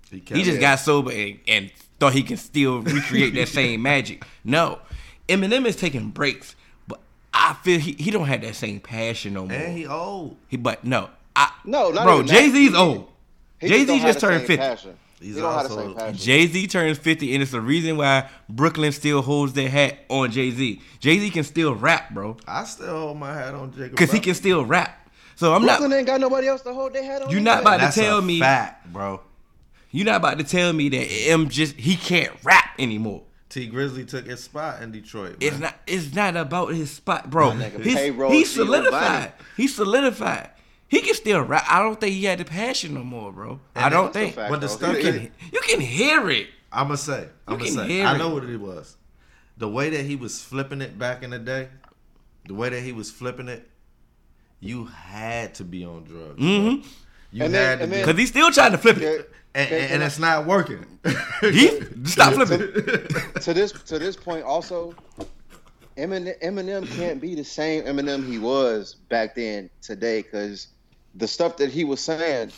[SPEAKER 2] can't-
[SPEAKER 4] he just got sober and, and thought he can still recreate that same magic. No, Eminem is taking breaks, but I feel he, he don't have that same passion no more.
[SPEAKER 2] and he old.
[SPEAKER 4] He- but no, I
[SPEAKER 3] No, not
[SPEAKER 4] bro.
[SPEAKER 3] even that.
[SPEAKER 4] Jay Z's old.
[SPEAKER 3] he
[SPEAKER 4] Jay Z
[SPEAKER 3] don't have
[SPEAKER 4] just
[SPEAKER 3] the
[SPEAKER 4] turned
[SPEAKER 3] same
[SPEAKER 4] fifty.
[SPEAKER 3] Passion. He
[SPEAKER 2] He's
[SPEAKER 3] don't have the
[SPEAKER 2] also-
[SPEAKER 3] same passion.
[SPEAKER 4] Jay Z turns 50, and it's the reason why Brooklyn still holds their hat on Jay Z. Jay Z can still rap, bro,
[SPEAKER 2] I still hold my hat on Jacob.
[SPEAKER 4] because he
[SPEAKER 2] Butler.
[SPEAKER 4] can still rap. So I'm
[SPEAKER 3] Brooklyn
[SPEAKER 4] not.
[SPEAKER 3] ain't got nobody else to hold their head on.
[SPEAKER 4] You're not
[SPEAKER 3] anyway.
[SPEAKER 4] about to
[SPEAKER 2] That's
[SPEAKER 4] tell
[SPEAKER 2] a
[SPEAKER 4] me
[SPEAKER 2] fact, bro.
[SPEAKER 4] you're not about to tell me that M just he can't rap anymore.
[SPEAKER 2] T Grizzly took his spot in Detroit.
[SPEAKER 4] It's
[SPEAKER 2] man.
[SPEAKER 4] not. It's not about his spot, bro.
[SPEAKER 3] My nigga,
[SPEAKER 4] He's,
[SPEAKER 3] payroll
[SPEAKER 4] he's
[SPEAKER 3] G.
[SPEAKER 4] solidified.
[SPEAKER 3] Lombardi.
[SPEAKER 4] He's solidified. He can still rap. I don't think he had the passion no more, bro. I
[SPEAKER 2] And
[SPEAKER 4] don't
[SPEAKER 3] That's a
[SPEAKER 4] think.
[SPEAKER 3] fact,
[SPEAKER 2] But the
[SPEAKER 3] though.
[SPEAKER 2] stuff
[SPEAKER 3] It-
[SPEAKER 4] You
[SPEAKER 2] that-
[SPEAKER 3] it-
[SPEAKER 4] can, you can hear it.
[SPEAKER 2] I'ma say. I'ma
[SPEAKER 4] can
[SPEAKER 2] say.
[SPEAKER 4] hear
[SPEAKER 2] I know
[SPEAKER 4] it.
[SPEAKER 2] what it was. The way that he was flipping it back in the day, the way that he was flipping it, you had to be on drugs. bro.
[SPEAKER 4] Mm-hmm.
[SPEAKER 2] You
[SPEAKER 3] And then-
[SPEAKER 2] had
[SPEAKER 3] and
[SPEAKER 2] to be
[SPEAKER 3] then-
[SPEAKER 4] Cause he's still trying to flip it.
[SPEAKER 2] and, and, and it's not working.
[SPEAKER 4] He stop flipping.
[SPEAKER 3] to this to this point also Eminem, Eminem can't be the same Eminem he was back then today cuz the stuff that he was saying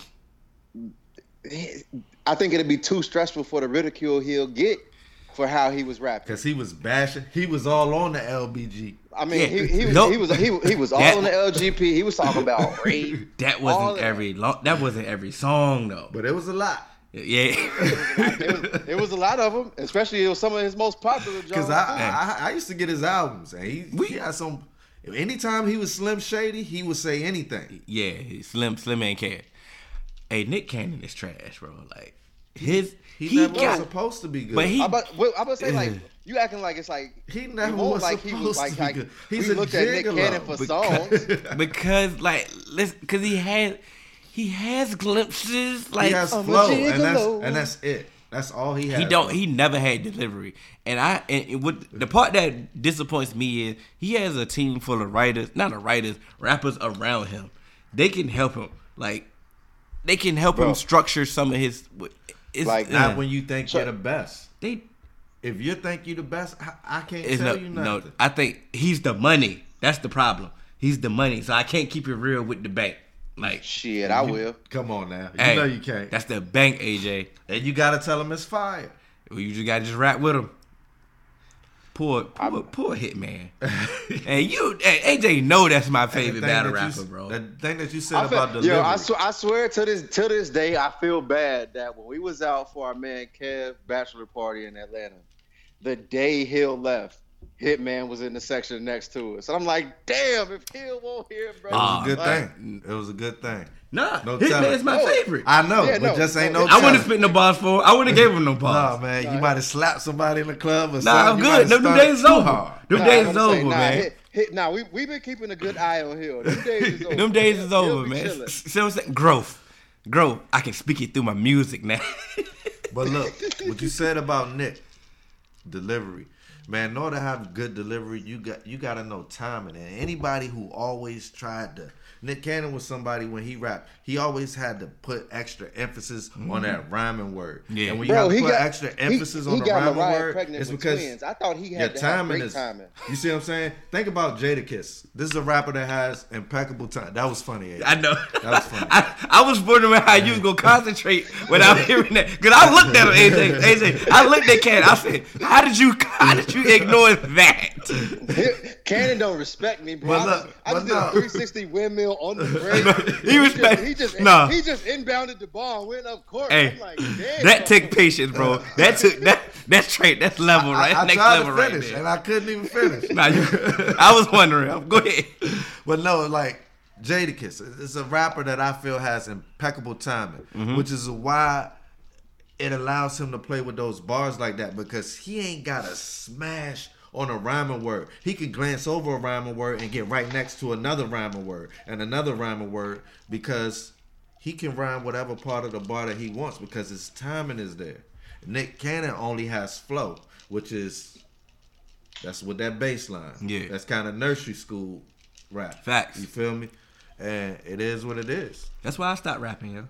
[SPEAKER 3] I think it'd be too stressful for the ridicule he'll get for how he was rapping.
[SPEAKER 2] Cause he was bashing. He was all on the LBG.
[SPEAKER 3] I mean,
[SPEAKER 4] Yeah.
[SPEAKER 3] he, he, was,
[SPEAKER 4] Nope.
[SPEAKER 3] he was he was he was all
[SPEAKER 4] That-
[SPEAKER 3] on the LGP. He was talking about rape.
[SPEAKER 4] That
[SPEAKER 3] All
[SPEAKER 4] wasn't
[SPEAKER 3] that.
[SPEAKER 4] every lo- that wasn't every song though.
[SPEAKER 2] But it was a lot.
[SPEAKER 4] Yeah.
[SPEAKER 3] It was, it was a lot of them, especially it was some of his most popular.
[SPEAKER 2] Cause
[SPEAKER 3] genres.
[SPEAKER 2] I, I I used to get his albums and he,
[SPEAKER 4] We-
[SPEAKER 2] he had some. Anytime he was Slim Shady, he would say anything.
[SPEAKER 4] yeah, Slim Slim ain't care. Hey, Nick Cannon is trash, bro. Like his
[SPEAKER 2] He,
[SPEAKER 4] he,
[SPEAKER 2] never was
[SPEAKER 4] got
[SPEAKER 2] supposed to be good.
[SPEAKER 4] but he
[SPEAKER 3] I'm about, well, I'm about to say like You acting like it's like
[SPEAKER 2] He never
[SPEAKER 3] won't
[SPEAKER 2] was
[SPEAKER 3] like he was
[SPEAKER 2] supposed
[SPEAKER 3] like,
[SPEAKER 2] to be
[SPEAKER 3] like
[SPEAKER 2] good. He's
[SPEAKER 3] we
[SPEAKER 2] a
[SPEAKER 3] looked at Nick
[SPEAKER 2] gigolo
[SPEAKER 3] Cannon for
[SPEAKER 2] because-
[SPEAKER 3] songs.
[SPEAKER 4] because like let's because he had he has glimpses like um,
[SPEAKER 2] he has
[SPEAKER 3] I'm a
[SPEAKER 2] flow, and that's
[SPEAKER 3] gigolo.
[SPEAKER 2] and that's it. That's all he has.
[SPEAKER 4] He don't. He never had delivery, and I and it would the part that disappoints me is he has a team full of writers, not a writers, rappers around him. They can help him, like they can help
[SPEAKER 3] Bro.
[SPEAKER 4] him structure some of his. It's,
[SPEAKER 3] Like,
[SPEAKER 2] Not
[SPEAKER 4] yeah.
[SPEAKER 2] when you think
[SPEAKER 3] So-
[SPEAKER 2] you're the best.
[SPEAKER 4] they.
[SPEAKER 2] If you think you're the best, I, I can't
[SPEAKER 4] It's
[SPEAKER 2] tell
[SPEAKER 4] no,
[SPEAKER 2] you
[SPEAKER 4] no.
[SPEAKER 2] nothing.
[SPEAKER 4] I think he's the money. That's the problem. He's the money, so I can't keep it real with the bank. Like,
[SPEAKER 3] Shit, I will.
[SPEAKER 2] Come on now, you
[SPEAKER 4] hey,
[SPEAKER 2] know you can't.
[SPEAKER 4] That's the bank, AJ.
[SPEAKER 2] And you gotta tell him it's fire.
[SPEAKER 4] You just gotta just rap with him. Poor, poor,
[SPEAKER 3] I'm-
[SPEAKER 4] poor hitman. and you, hey, AJ, know that's my favorite
[SPEAKER 2] The thing
[SPEAKER 4] battle
[SPEAKER 2] that you-
[SPEAKER 4] rapper, bro.
[SPEAKER 2] The thing that you said
[SPEAKER 3] I feel-
[SPEAKER 2] about delivery.
[SPEAKER 3] yo, I, sw- I swear to this to this day, I feel bad that when we was out for our man Kev bachelor party in Atlanta, the day Hill left, Hitman was in the section next to us, and I'm like, damn, if Hill won't hear, bro,
[SPEAKER 2] it
[SPEAKER 4] Ah,
[SPEAKER 2] was a good
[SPEAKER 3] like,
[SPEAKER 2] thing. It was a good thing.
[SPEAKER 4] nah,
[SPEAKER 2] No telling.
[SPEAKER 4] hitman's my
[SPEAKER 3] Oh,
[SPEAKER 4] favorite. I,
[SPEAKER 2] I know,
[SPEAKER 3] Yeah,
[SPEAKER 2] but
[SPEAKER 3] no,
[SPEAKER 2] just ain't
[SPEAKER 3] no,
[SPEAKER 2] no.
[SPEAKER 3] it's- I
[SPEAKER 4] wouldn't
[SPEAKER 2] telling.
[SPEAKER 4] have spit no bars for. Him. I wouldn't have gave him no
[SPEAKER 2] Nah,
[SPEAKER 4] bars.
[SPEAKER 2] man, you
[SPEAKER 3] Nah.
[SPEAKER 2] might have slapped somebody in the club or something.
[SPEAKER 4] nah, I'm
[SPEAKER 2] You
[SPEAKER 4] good.
[SPEAKER 2] might
[SPEAKER 4] Them
[SPEAKER 2] have
[SPEAKER 4] them
[SPEAKER 2] started
[SPEAKER 4] days
[SPEAKER 2] too
[SPEAKER 4] over.
[SPEAKER 2] hard.
[SPEAKER 4] Them
[SPEAKER 3] Nah,
[SPEAKER 4] days
[SPEAKER 3] I'm
[SPEAKER 4] is
[SPEAKER 3] saying,
[SPEAKER 4] over,
[SPEAKER 3] nah,
[SPEAKER 4] man.
[SPEAKER 3] Hit, hit, nah, we we been keeping a good eye on Hill. Them days is over.
[SPEAKER 4] Them days
[SPEAKER 3] Hill-
[SPEAKER 4] is
[SPEAKER 3] Hill
[SPEAKER 4] over,
[SPEAKER 3] be
[SPEAKER 4] man.
[SPEAKER 3] chilling.
[SPEAKER 4] See what I'm saying? Growth, growth. I can speak it through my music now.
[SPEAKER 2] But look, what you said about Nick delivery, man. In order to have good delivery, you got you got to know timing. And anybody who always tried to Nick Cannon was somebody when he rapped, he always had to put extra emphasis on that rhyming word.
[SPEAKER 4] Mm-hmm. Yeah.
[SPEAKER 2] and when you
[SPEAKER 3] Bro,
[SPEAKER 2] have to
[SPEAKER 3] he
[SPEAKER 2] put
[SPEAKER 3] got
[SPEAKER 2] extra
[SPEAKER 3] he-
[SPEAKER 2] emphasis
[SPEAKER 3] he
[SPEAKER 2] on the
[SPEAKER 3] got
[SPEAKER 2] rhyming
[SPEAKER 3] Mariah
[SPEAKER 2] word,
[SPEAKER 3] pregnant
[SPEAKER 2] it's
[SPEAKER 3] with
[SPEAKER 2] because
[SPEAKER 3] twins. I thought he
[SPEAKER 2] your
[SPEAKER 3] had to have
[SPEAKER 2] timing
[SPEAKER 3] great
[SPEAKER 2] is.
[SPEAKER 3] timing.
[SPEAKER 2] You see what I'm saying? Think about Jadakiss. This is a rapper that has impeccable time. That was funny. Abe.
[SPEAKER 4] I know.
[SPEAKER 2] That was funny.
[SPEAKER 4] I, I was wondering how you was gonna concentrate without hearing that. Cause I looked at him, AJ. AJ, I looked at Ken. I said, "How did you? How did you ignore that?"
[SPEAKER 3] Hit- Cannon don't respect me, bro.
[SPEAKER 2] But
[SPEAKER 3] I
[SPEAKER 2] look,
[SPEAKER 3] just, I just
[SPEAKER 2] but
[SPEAKER 3] did a
[SPEAKER 2] no.
[SPEAKER 3] 360 windmill on the break.
[SPEAKER 4] he respect-
[SPEAKER 3] He just,
[SPEAKER 4] nah.
[SPEAKER 3] he just inbounded the ball, and went up court.
[SPEAKER 4] Hey,
[SPEAKER 3] I'm like, damn,
[SPEAKER 4] that took patience, bro. That took that. That's trait. That's level, right?
[SPEAKER 2] I, I
[SPEAKER 4] Next
[SPEAKER 2] tried
[SPEAKER 4] level,
[SPEAKER 2] to
[SPEAKER 4] right
[SPEAKER 2] finish,
[SPEAKER 4] there.
[SPEAKER 2] and I couldn't even finish.
[SPEAKER 4] Nah, you, I was wondering. Go ahead.
[SPEAKER 2] But no, like Jadakiss is a rapper that I feel has impeccable timing, which is why it allows him to play with those bars like that because he ain't got to smash on a rhyming word. He can glance over a rhyming word and get right next to another rhyming word and another rhyming word because he can rhyme whatever part of the bar that he wants because his timing is there. Nick Cannon only has flow, which is that's what that bass line.
[SPEAKER 4] Yeah.
[SPEAKER 2] That's kind of nursery school rap.
[SPEAKER 4] Facts.
[SPEAKER 2] You feel me? And it is what it is.
[SPEAKER 4] That's why I stopped rapping, yo.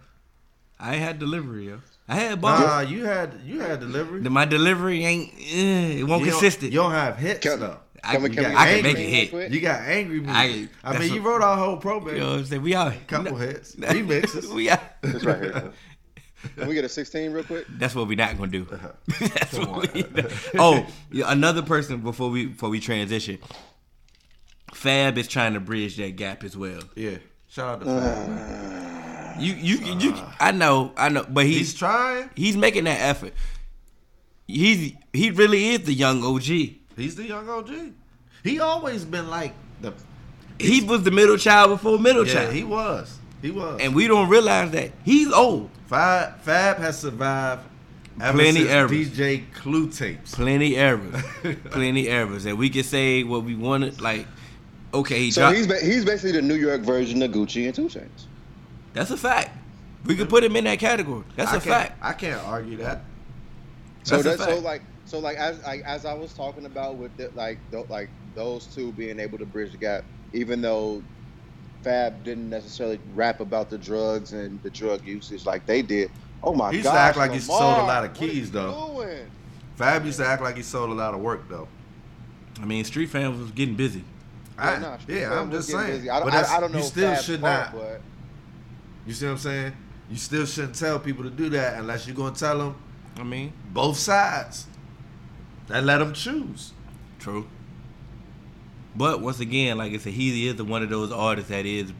[SPEAKER 4] I ain't had delivery, yo. I had bars.
[SPEAKER 2] Nah, you had you had delivery.
[SPEAKER 4] Then my delivery ain't. eh, it won't
[SPEAKER 2] You don't-
[SPEAKER 4] consistent.
[SPEAKER 2] You don't have hits
[SPEAKER 3] Can-
[SPEAKER 2] though.
[SPEAKER 4] I,
[SPEAKER 3] Can we-
[SPEAKER 4] you
[SPEAKER 3] can
[SPEAKER 4] got-
[SPEAKER 3] we-
[SPEAKER 4] I can
[SPEAKER 2] angry.
[SPEAKER 4] make it hit.
[SPEAKER 3] Quick.
[SPEAKER 2] You got angry music. I,
[SPEAKER 4] I- that's
[SPEAKER 2] mean, you
[SPEAKER 4] what-
[SPEAKER 2] wrote our whole program.
[SPEAKER 4] You know what I'm saying? We out. here.
[SPEAKER 2] Couple hits, remixes.
[SPEAKER 4] we out.
[SPEAKER 3] It's right here. Can we get a 16 real quick?
[SPEAKER 4] That's what we're not gonna do.
[SPEAKER 2] Uh-huh.
[SPEAKER 4] That's what we, oh, yeah, another person before we before we transition. Fab is trying to bridge that gap as well.
[SPEAKER 2] Yeah. Shout out to
[SPEAKER 3] Uh,
[SPEAKER 2] Fab. man.
[SPEAKER 4] You you you. I know I know, but
[SPEAKER 2] Uh. He's
[SPEAKER 4] he's
[SPEAKER 2] trying.
[SPEAKER 4] he's making that effort. He's he really is the young OG.
[SPEAKER 2] He's the young OG. He always been like the.
[SPEAKER 4] He was the middle child before middle
[SPEAKER 2] Yeah,
[SPEAKER 4] child,
[SPEAKER 2] he was. He was.
[SPEAKER 4] and we don't realize that he's old.
[SPEAKER 2] Fab, Fab has survived ever
[SPEAKER 4] Plenty
[SPEAKER 2] since
[SPEAKER 4] eras.
[SPEAKER 2] DJ Clue tapes.
[SPEAKER 4] Plenty errors, plenty errors, and we can say what we wanted. Like, okay, he
[SPEAKER 3] So
[SPEAKER 4] dropped-
[SPEAKER 3] he's ba- he's basically the New York version of Gucci and Two Chains.
[SPEAKER 4] That's a fact. We could put him in that category. That's
[SPEAKER 2] I
[SPEAKER 4] a
[SPEAKER 2] can't-
[SPEAKER 4] fact.
[SPEAKER 2] I can't argue that.
[SPEAKER 3] So
[SPEAKER 4] That's a
[SPEAKER 3] that's so
[SPEAKER 4] fact.
[SPEAKER 3] like so like as like as I was talking about with the, like the, like those two being able to bridge the gap, even though Fab didn't necessarily rap about the drugs and the drug usage like they did. Oh my god!
[SPEAKER 2] He used to act like he sold a lot of keys, though.
[SPEAKER 3] Doing?
[SPEAKER 2] Fab used to act like he sold a lot of work though.
[SPEAKER 4] I mean, Street fans was getting busy.
[SPEAKER 2] I,
[SPEAKER 3] nah, Street
[SPEAKER 2] yeah,
[SPEAKER 3] Fam
[SPEAKER 2] I'm
[SPEAKER 3] was
[SPEAKER 2] just
[SPEAKER 3] getting
[SPEAKER 2] saying.
[SPEAKER 3] busy. I,
[SPEAKER 2] But
[SPEAKER 3] don't-
[SPEAKER 2] that's-
[SPEAKER 3] I, I don't know.
[SPEAKER 2] You still
[SPEAKER 3] Fab's
[SPEAKER 2] should
[SPEAKER 3] part,
[SPEAKER 2] not.
[SPEAKER 3] But
[SPEAKER 2] You see what I'm saying? You still shouldn't tell people to do that unless you're gonna tell them
[SPEAKER 4] I mean,
[SPEAKER 2] both sides. And let them choose.
[SPEAKER 4] true. But once again, like I said, he is the one of those artists that is,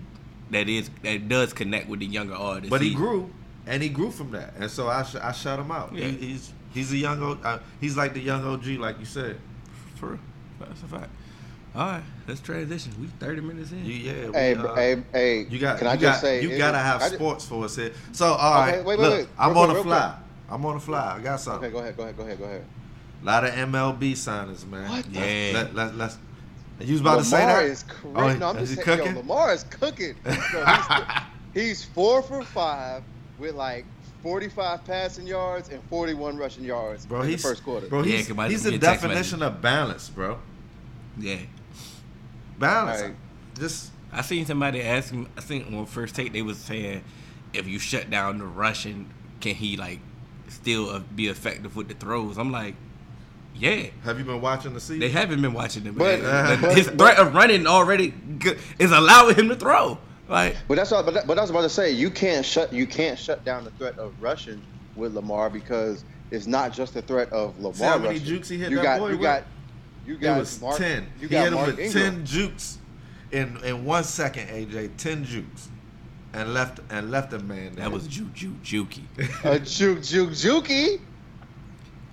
[SPEAKER 4] that is, that does connect with the younger artists.
[SPEAKER 2] But he grew, and he grew from that, and so I sh- I shut him out.
[SPEAKER 4] Yeah.
[SPEAKER 2] He, he's he's a young o- uh, he's like the young OG, like you said.
[SPEAKER 4] For real. That's a fact. All right, let's transition. We 30 minutes in.
[SPEAKER 2] You, yeah, we,
[SPEAKER 3] hey,
[SPEAKER 2] uh,
[SPEAKER 3] hey, hey,
[SPEAKER 2] you got.
[SPEAKER 3] Can
[SPEAKER 2] you
[SPEAKER 3] I
[SPEAKER 2] got,
[SPEAKER 3] just say
[SPEAKER 2] you
[SPEAKER 3] it-
[SPEAKER 2] gotta have
[SPEAKER 3] I ju-
[SPEAKER 2] sports for us here? So all right,
[SPEAKER 3] Okay, wait, wait,
[SPEAKER 2] look,
[SPEAKER 3] wait.
[SPEAKER 2] I'm
[SPEAKER 3] Real
[SPEAKER 2] on
[SPEAKER 3] quick,
[SPEAKER 2] the
[SPEAKER 3] real
[SPEAKER 2] fly. I'm on the fly. I got something.
[SPEAKER 3] Okay, go ahead, go ahead, go ahead, go ahead.
[SPEAKER 2] A lot of MLB signings, man.
[SPEAKER 3] What the-
[SPEAKER 2] Let's-
[SPEAKER 4] Yeah.
[SPEAKER 2] Let, let, let's. You was about
[SPEAKER 3] Lamar
[SPEAKER 2] to
[SPEAKER 3] is
[SPEAKER 2] say
[SPEAKER 3] cra-
[SPEAKER 2] Oh,
[SPEAKER 3] no, I'm
[SPEAKER 2] is
[SPEAKER 3] just
[SPEAKER 2] he
[SPEAKER 3] saying,
[SPEAKER 2] cooking?
[SPEAKER 3] Yo, Lamar is cooking. Yo, he's,
[SPEAKER 2] that?
[SPEAKER 3] he's four for five with like 45 passing yards and 41 rushing yards
[SPEAKER 2] bro,
[SPEAKER 3] in the
[SPEAKER 2] he's
[SPEAKER 3] first quarter.
[SPEAKER 2] Bro,
[SPEAKER 4] Yeah,
[SPEAKER 2] he's,
[SPEAKER 4] come out
[SPEAKER 2] he's
[SPEAKER 4] and
[SPEAKER 2] the
[SPEAKER 4] get text
[SPEAKER 2] definition of balance, bro.
[SPEAKER 4] Yeah.
[SPEAKER 2] Balance.
[SPEAKER 3] Right.
[SPEAKER 2] Just
[SPEAKER 4] I seen somebody ask him. I think on first take they was saying, if you shut down the Russian, can he like still uh, be effective with the throws? I'm like, yeah.
[SPEAKER 2] have you been watching the season?
[SPEAKER 4] They haven't been watching him.
[SPEAKER 3] But- uh,
[SPEAKER 4] Like,
[SPEAKER 3] but-
[SPEAKER 4] his threat of running already go- is allowing him to throw. Like,
[SPEAKER 3] But that's all. But, that, but I was about to say you can't shut you can't shut down the threat of rushing with Lamar because it's not just the threat of Lamar.
[SPEAKER 2] See how many
[SPEAKER 3] rushing.
[SPEAKER 2] jukes he hit
[SPEAKER 3] You
[SPEAKER 2] that
[SPEAKER 3] got
[SPEAKER 2] boy
[SPEAKER 3] you
[SPEAKER 2] with?
[SPEAKER 3] got you got
[SPEAKER 2] it was
[SPEAKER 3] Mark,
[SPEAKER 2] ten. he
[SPEAKER 3] You got
[SPEAKER 2] hit him
[SPEAKER 3] Mark
[SPEAKER 2] with
[SPEAKER 3] Ingram.
[SPEAKER 2] ten jukes in in one second. AJ, ten jukes, and left and left a man. there.
[SPEAKER 4] that was juke, juke, jukey.
[SPEAKER 3] A juke juke jukey.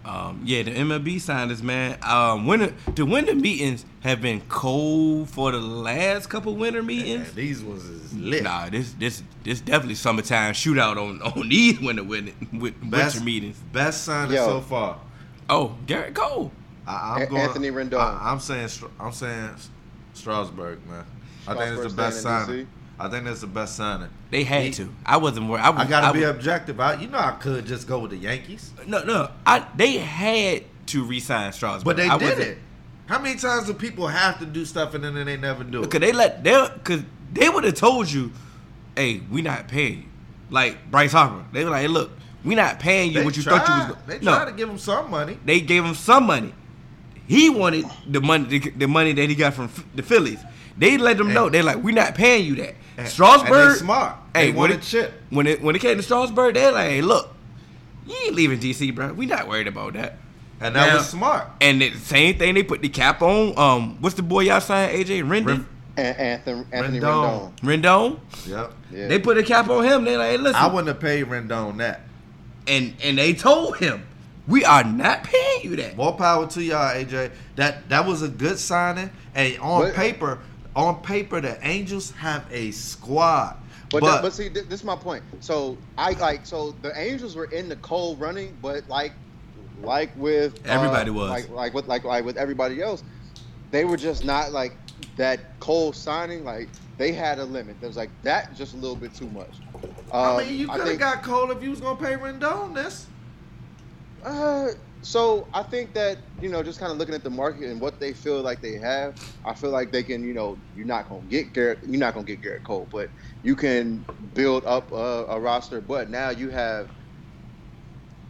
[SPEAKER 4] Um, yeah, the MLB signings, man. Um, winter, the winter meetings have been cold for the last couple winter
[SPEAKER 2] Man,
[SPEAKER 4] meetings.
[SPEAKER 2] these ones is lit.
[SPEAKER 4] Nah, this this this definitely summertime shootout on on these winter winter, winter,
[SPEAKER 2] best
[SPEAKER 4] winter meetings.
[SPEAKER 2] Best signing
[SPEAKER 3] Yo.
[SPEAKER 2] so far.
[SPEAKER 4] Oh, Garrett Cole.
[SPEAKER 2] I, I'm
[SPEAKER 3] A-
[SPEAKER 2] going,
[SPEAKER 3] Anthony Rendon.
[SPEAKER 2] I, am saying Stra- I'm saying S- Strasburg, man. I think it's the
[SPEAKER 3] Strasburg
[SPEAKER 2] best
[SPEAKER 3] staying in
[SPEAKER 2] signing.
[SPEAKER 3] DC?
[SPEAKER 2] I think that's the best signing.
[SPEAKER 4] They had
[SPEAKER 2] He-
[SPEAKER 4] to. I wasn't worried. I, was,
[SPEAKER 2] I gotta be
[SPEAKER 4] was-
[SPEAKER 2] objective. I, you know, I could just go with the Yankees,
[SPEAKER 4] No, no. I they had to resign Strasburg,
[SPEAKER 2] but they
[SPEAKER 4] I
[SPEAKER 2] did
[SPEAKER 4] wasn't-
[SPEAKER 2] it. How many times do people have to do stuff and then they never do it?
[SPEAKER 4] Cause they let they cause they would have told you, hey, we not paying you. Like Bryce Harper, they were like, hey, look, we not paying you
[SPEAKER 2] They
[SPEAKER 4] what you
[SPEAKER 2] tried,
[SPEAKER 4] thought you was.
[SPEAKER 2] They
[SPEAKER 4] no,
[SPEAKER 2] tried to give him some money.
[SPEAKER 4] they gave him some money. He wanted the money, the, the money that he got from Ph- the Phillies. They let them know.
[SPEAKER 2] And-
[SPEAKER 4] They're like, we not paying you that.
[SPEAKER 2] and-
[SPEAKER 4] Strasburg,
[SPEAKER 2] and they smart. They
[SPEAKER 4] when
[SPEAKER 2] wanted
[SPEAKER 4] it-
[SPEAKER 2] chip.
[SPEAKER 4] When it when it came to Strasburg, they're like, hey, look, you ain't leaving DC, bro. We not worried about that.
[SPEAKER 2] And that
[SPEAKER 4] Now-
[SPEAKER 2] was smart.
[SPEAKER 4] And the same thing, they put the cap on. Um, what's the boy y'all signed? AJ Rendon.
[SPEAKER 2] Ren-
[SPEAKER 3] And Anthony Anthony
[SPEAKER 2] Rendon.
[SPEAKER 3] Rendon.
[SPEAKER 4] Rendon.
[SPEAKER 2] Yep.
[SPEAKER 3] Yeah.
[SPEAKER 4] They put a cap on him. They like, hey, listen,
[SPEAKER 2] I wouldn't have paid Rendon that.
[SPEAKER 4] and and they told him, we are not paying you that.
[SPEAKER 2] More power to y'all, AJ. That that was a good signing. And on
[SPEAKER 3] But-
[SPEAKER 2] paper, on paper, the Angels have a squad.
[SPEAKER 3] But, that- but see, th- this is my point. So I like so the Angels were in the cold running, but like like with uh,
[SPEAKER 4] Everybody was.
[SPEAKER 3] like like with like like with everybody else, they were just not like that cold signing. Like they had a limit. That was like that just a little bit too much. Um,
[SPEAKER 2] I mean, you
[SPEAKER 3] I
[SPEAKER 2] could have
[SPEAKER 3] think-
[SPEAKER 2] got Cole if you was gonna pay Rendon this.
[SPEAKER 3] Uh, so I think that you know, just kind of looking at the market and what they feel like they have, I feel like they can, you know, you're not gonna get Garrett, you're not gonna get Garrett Cole, but you can build up a, a roster. But now you have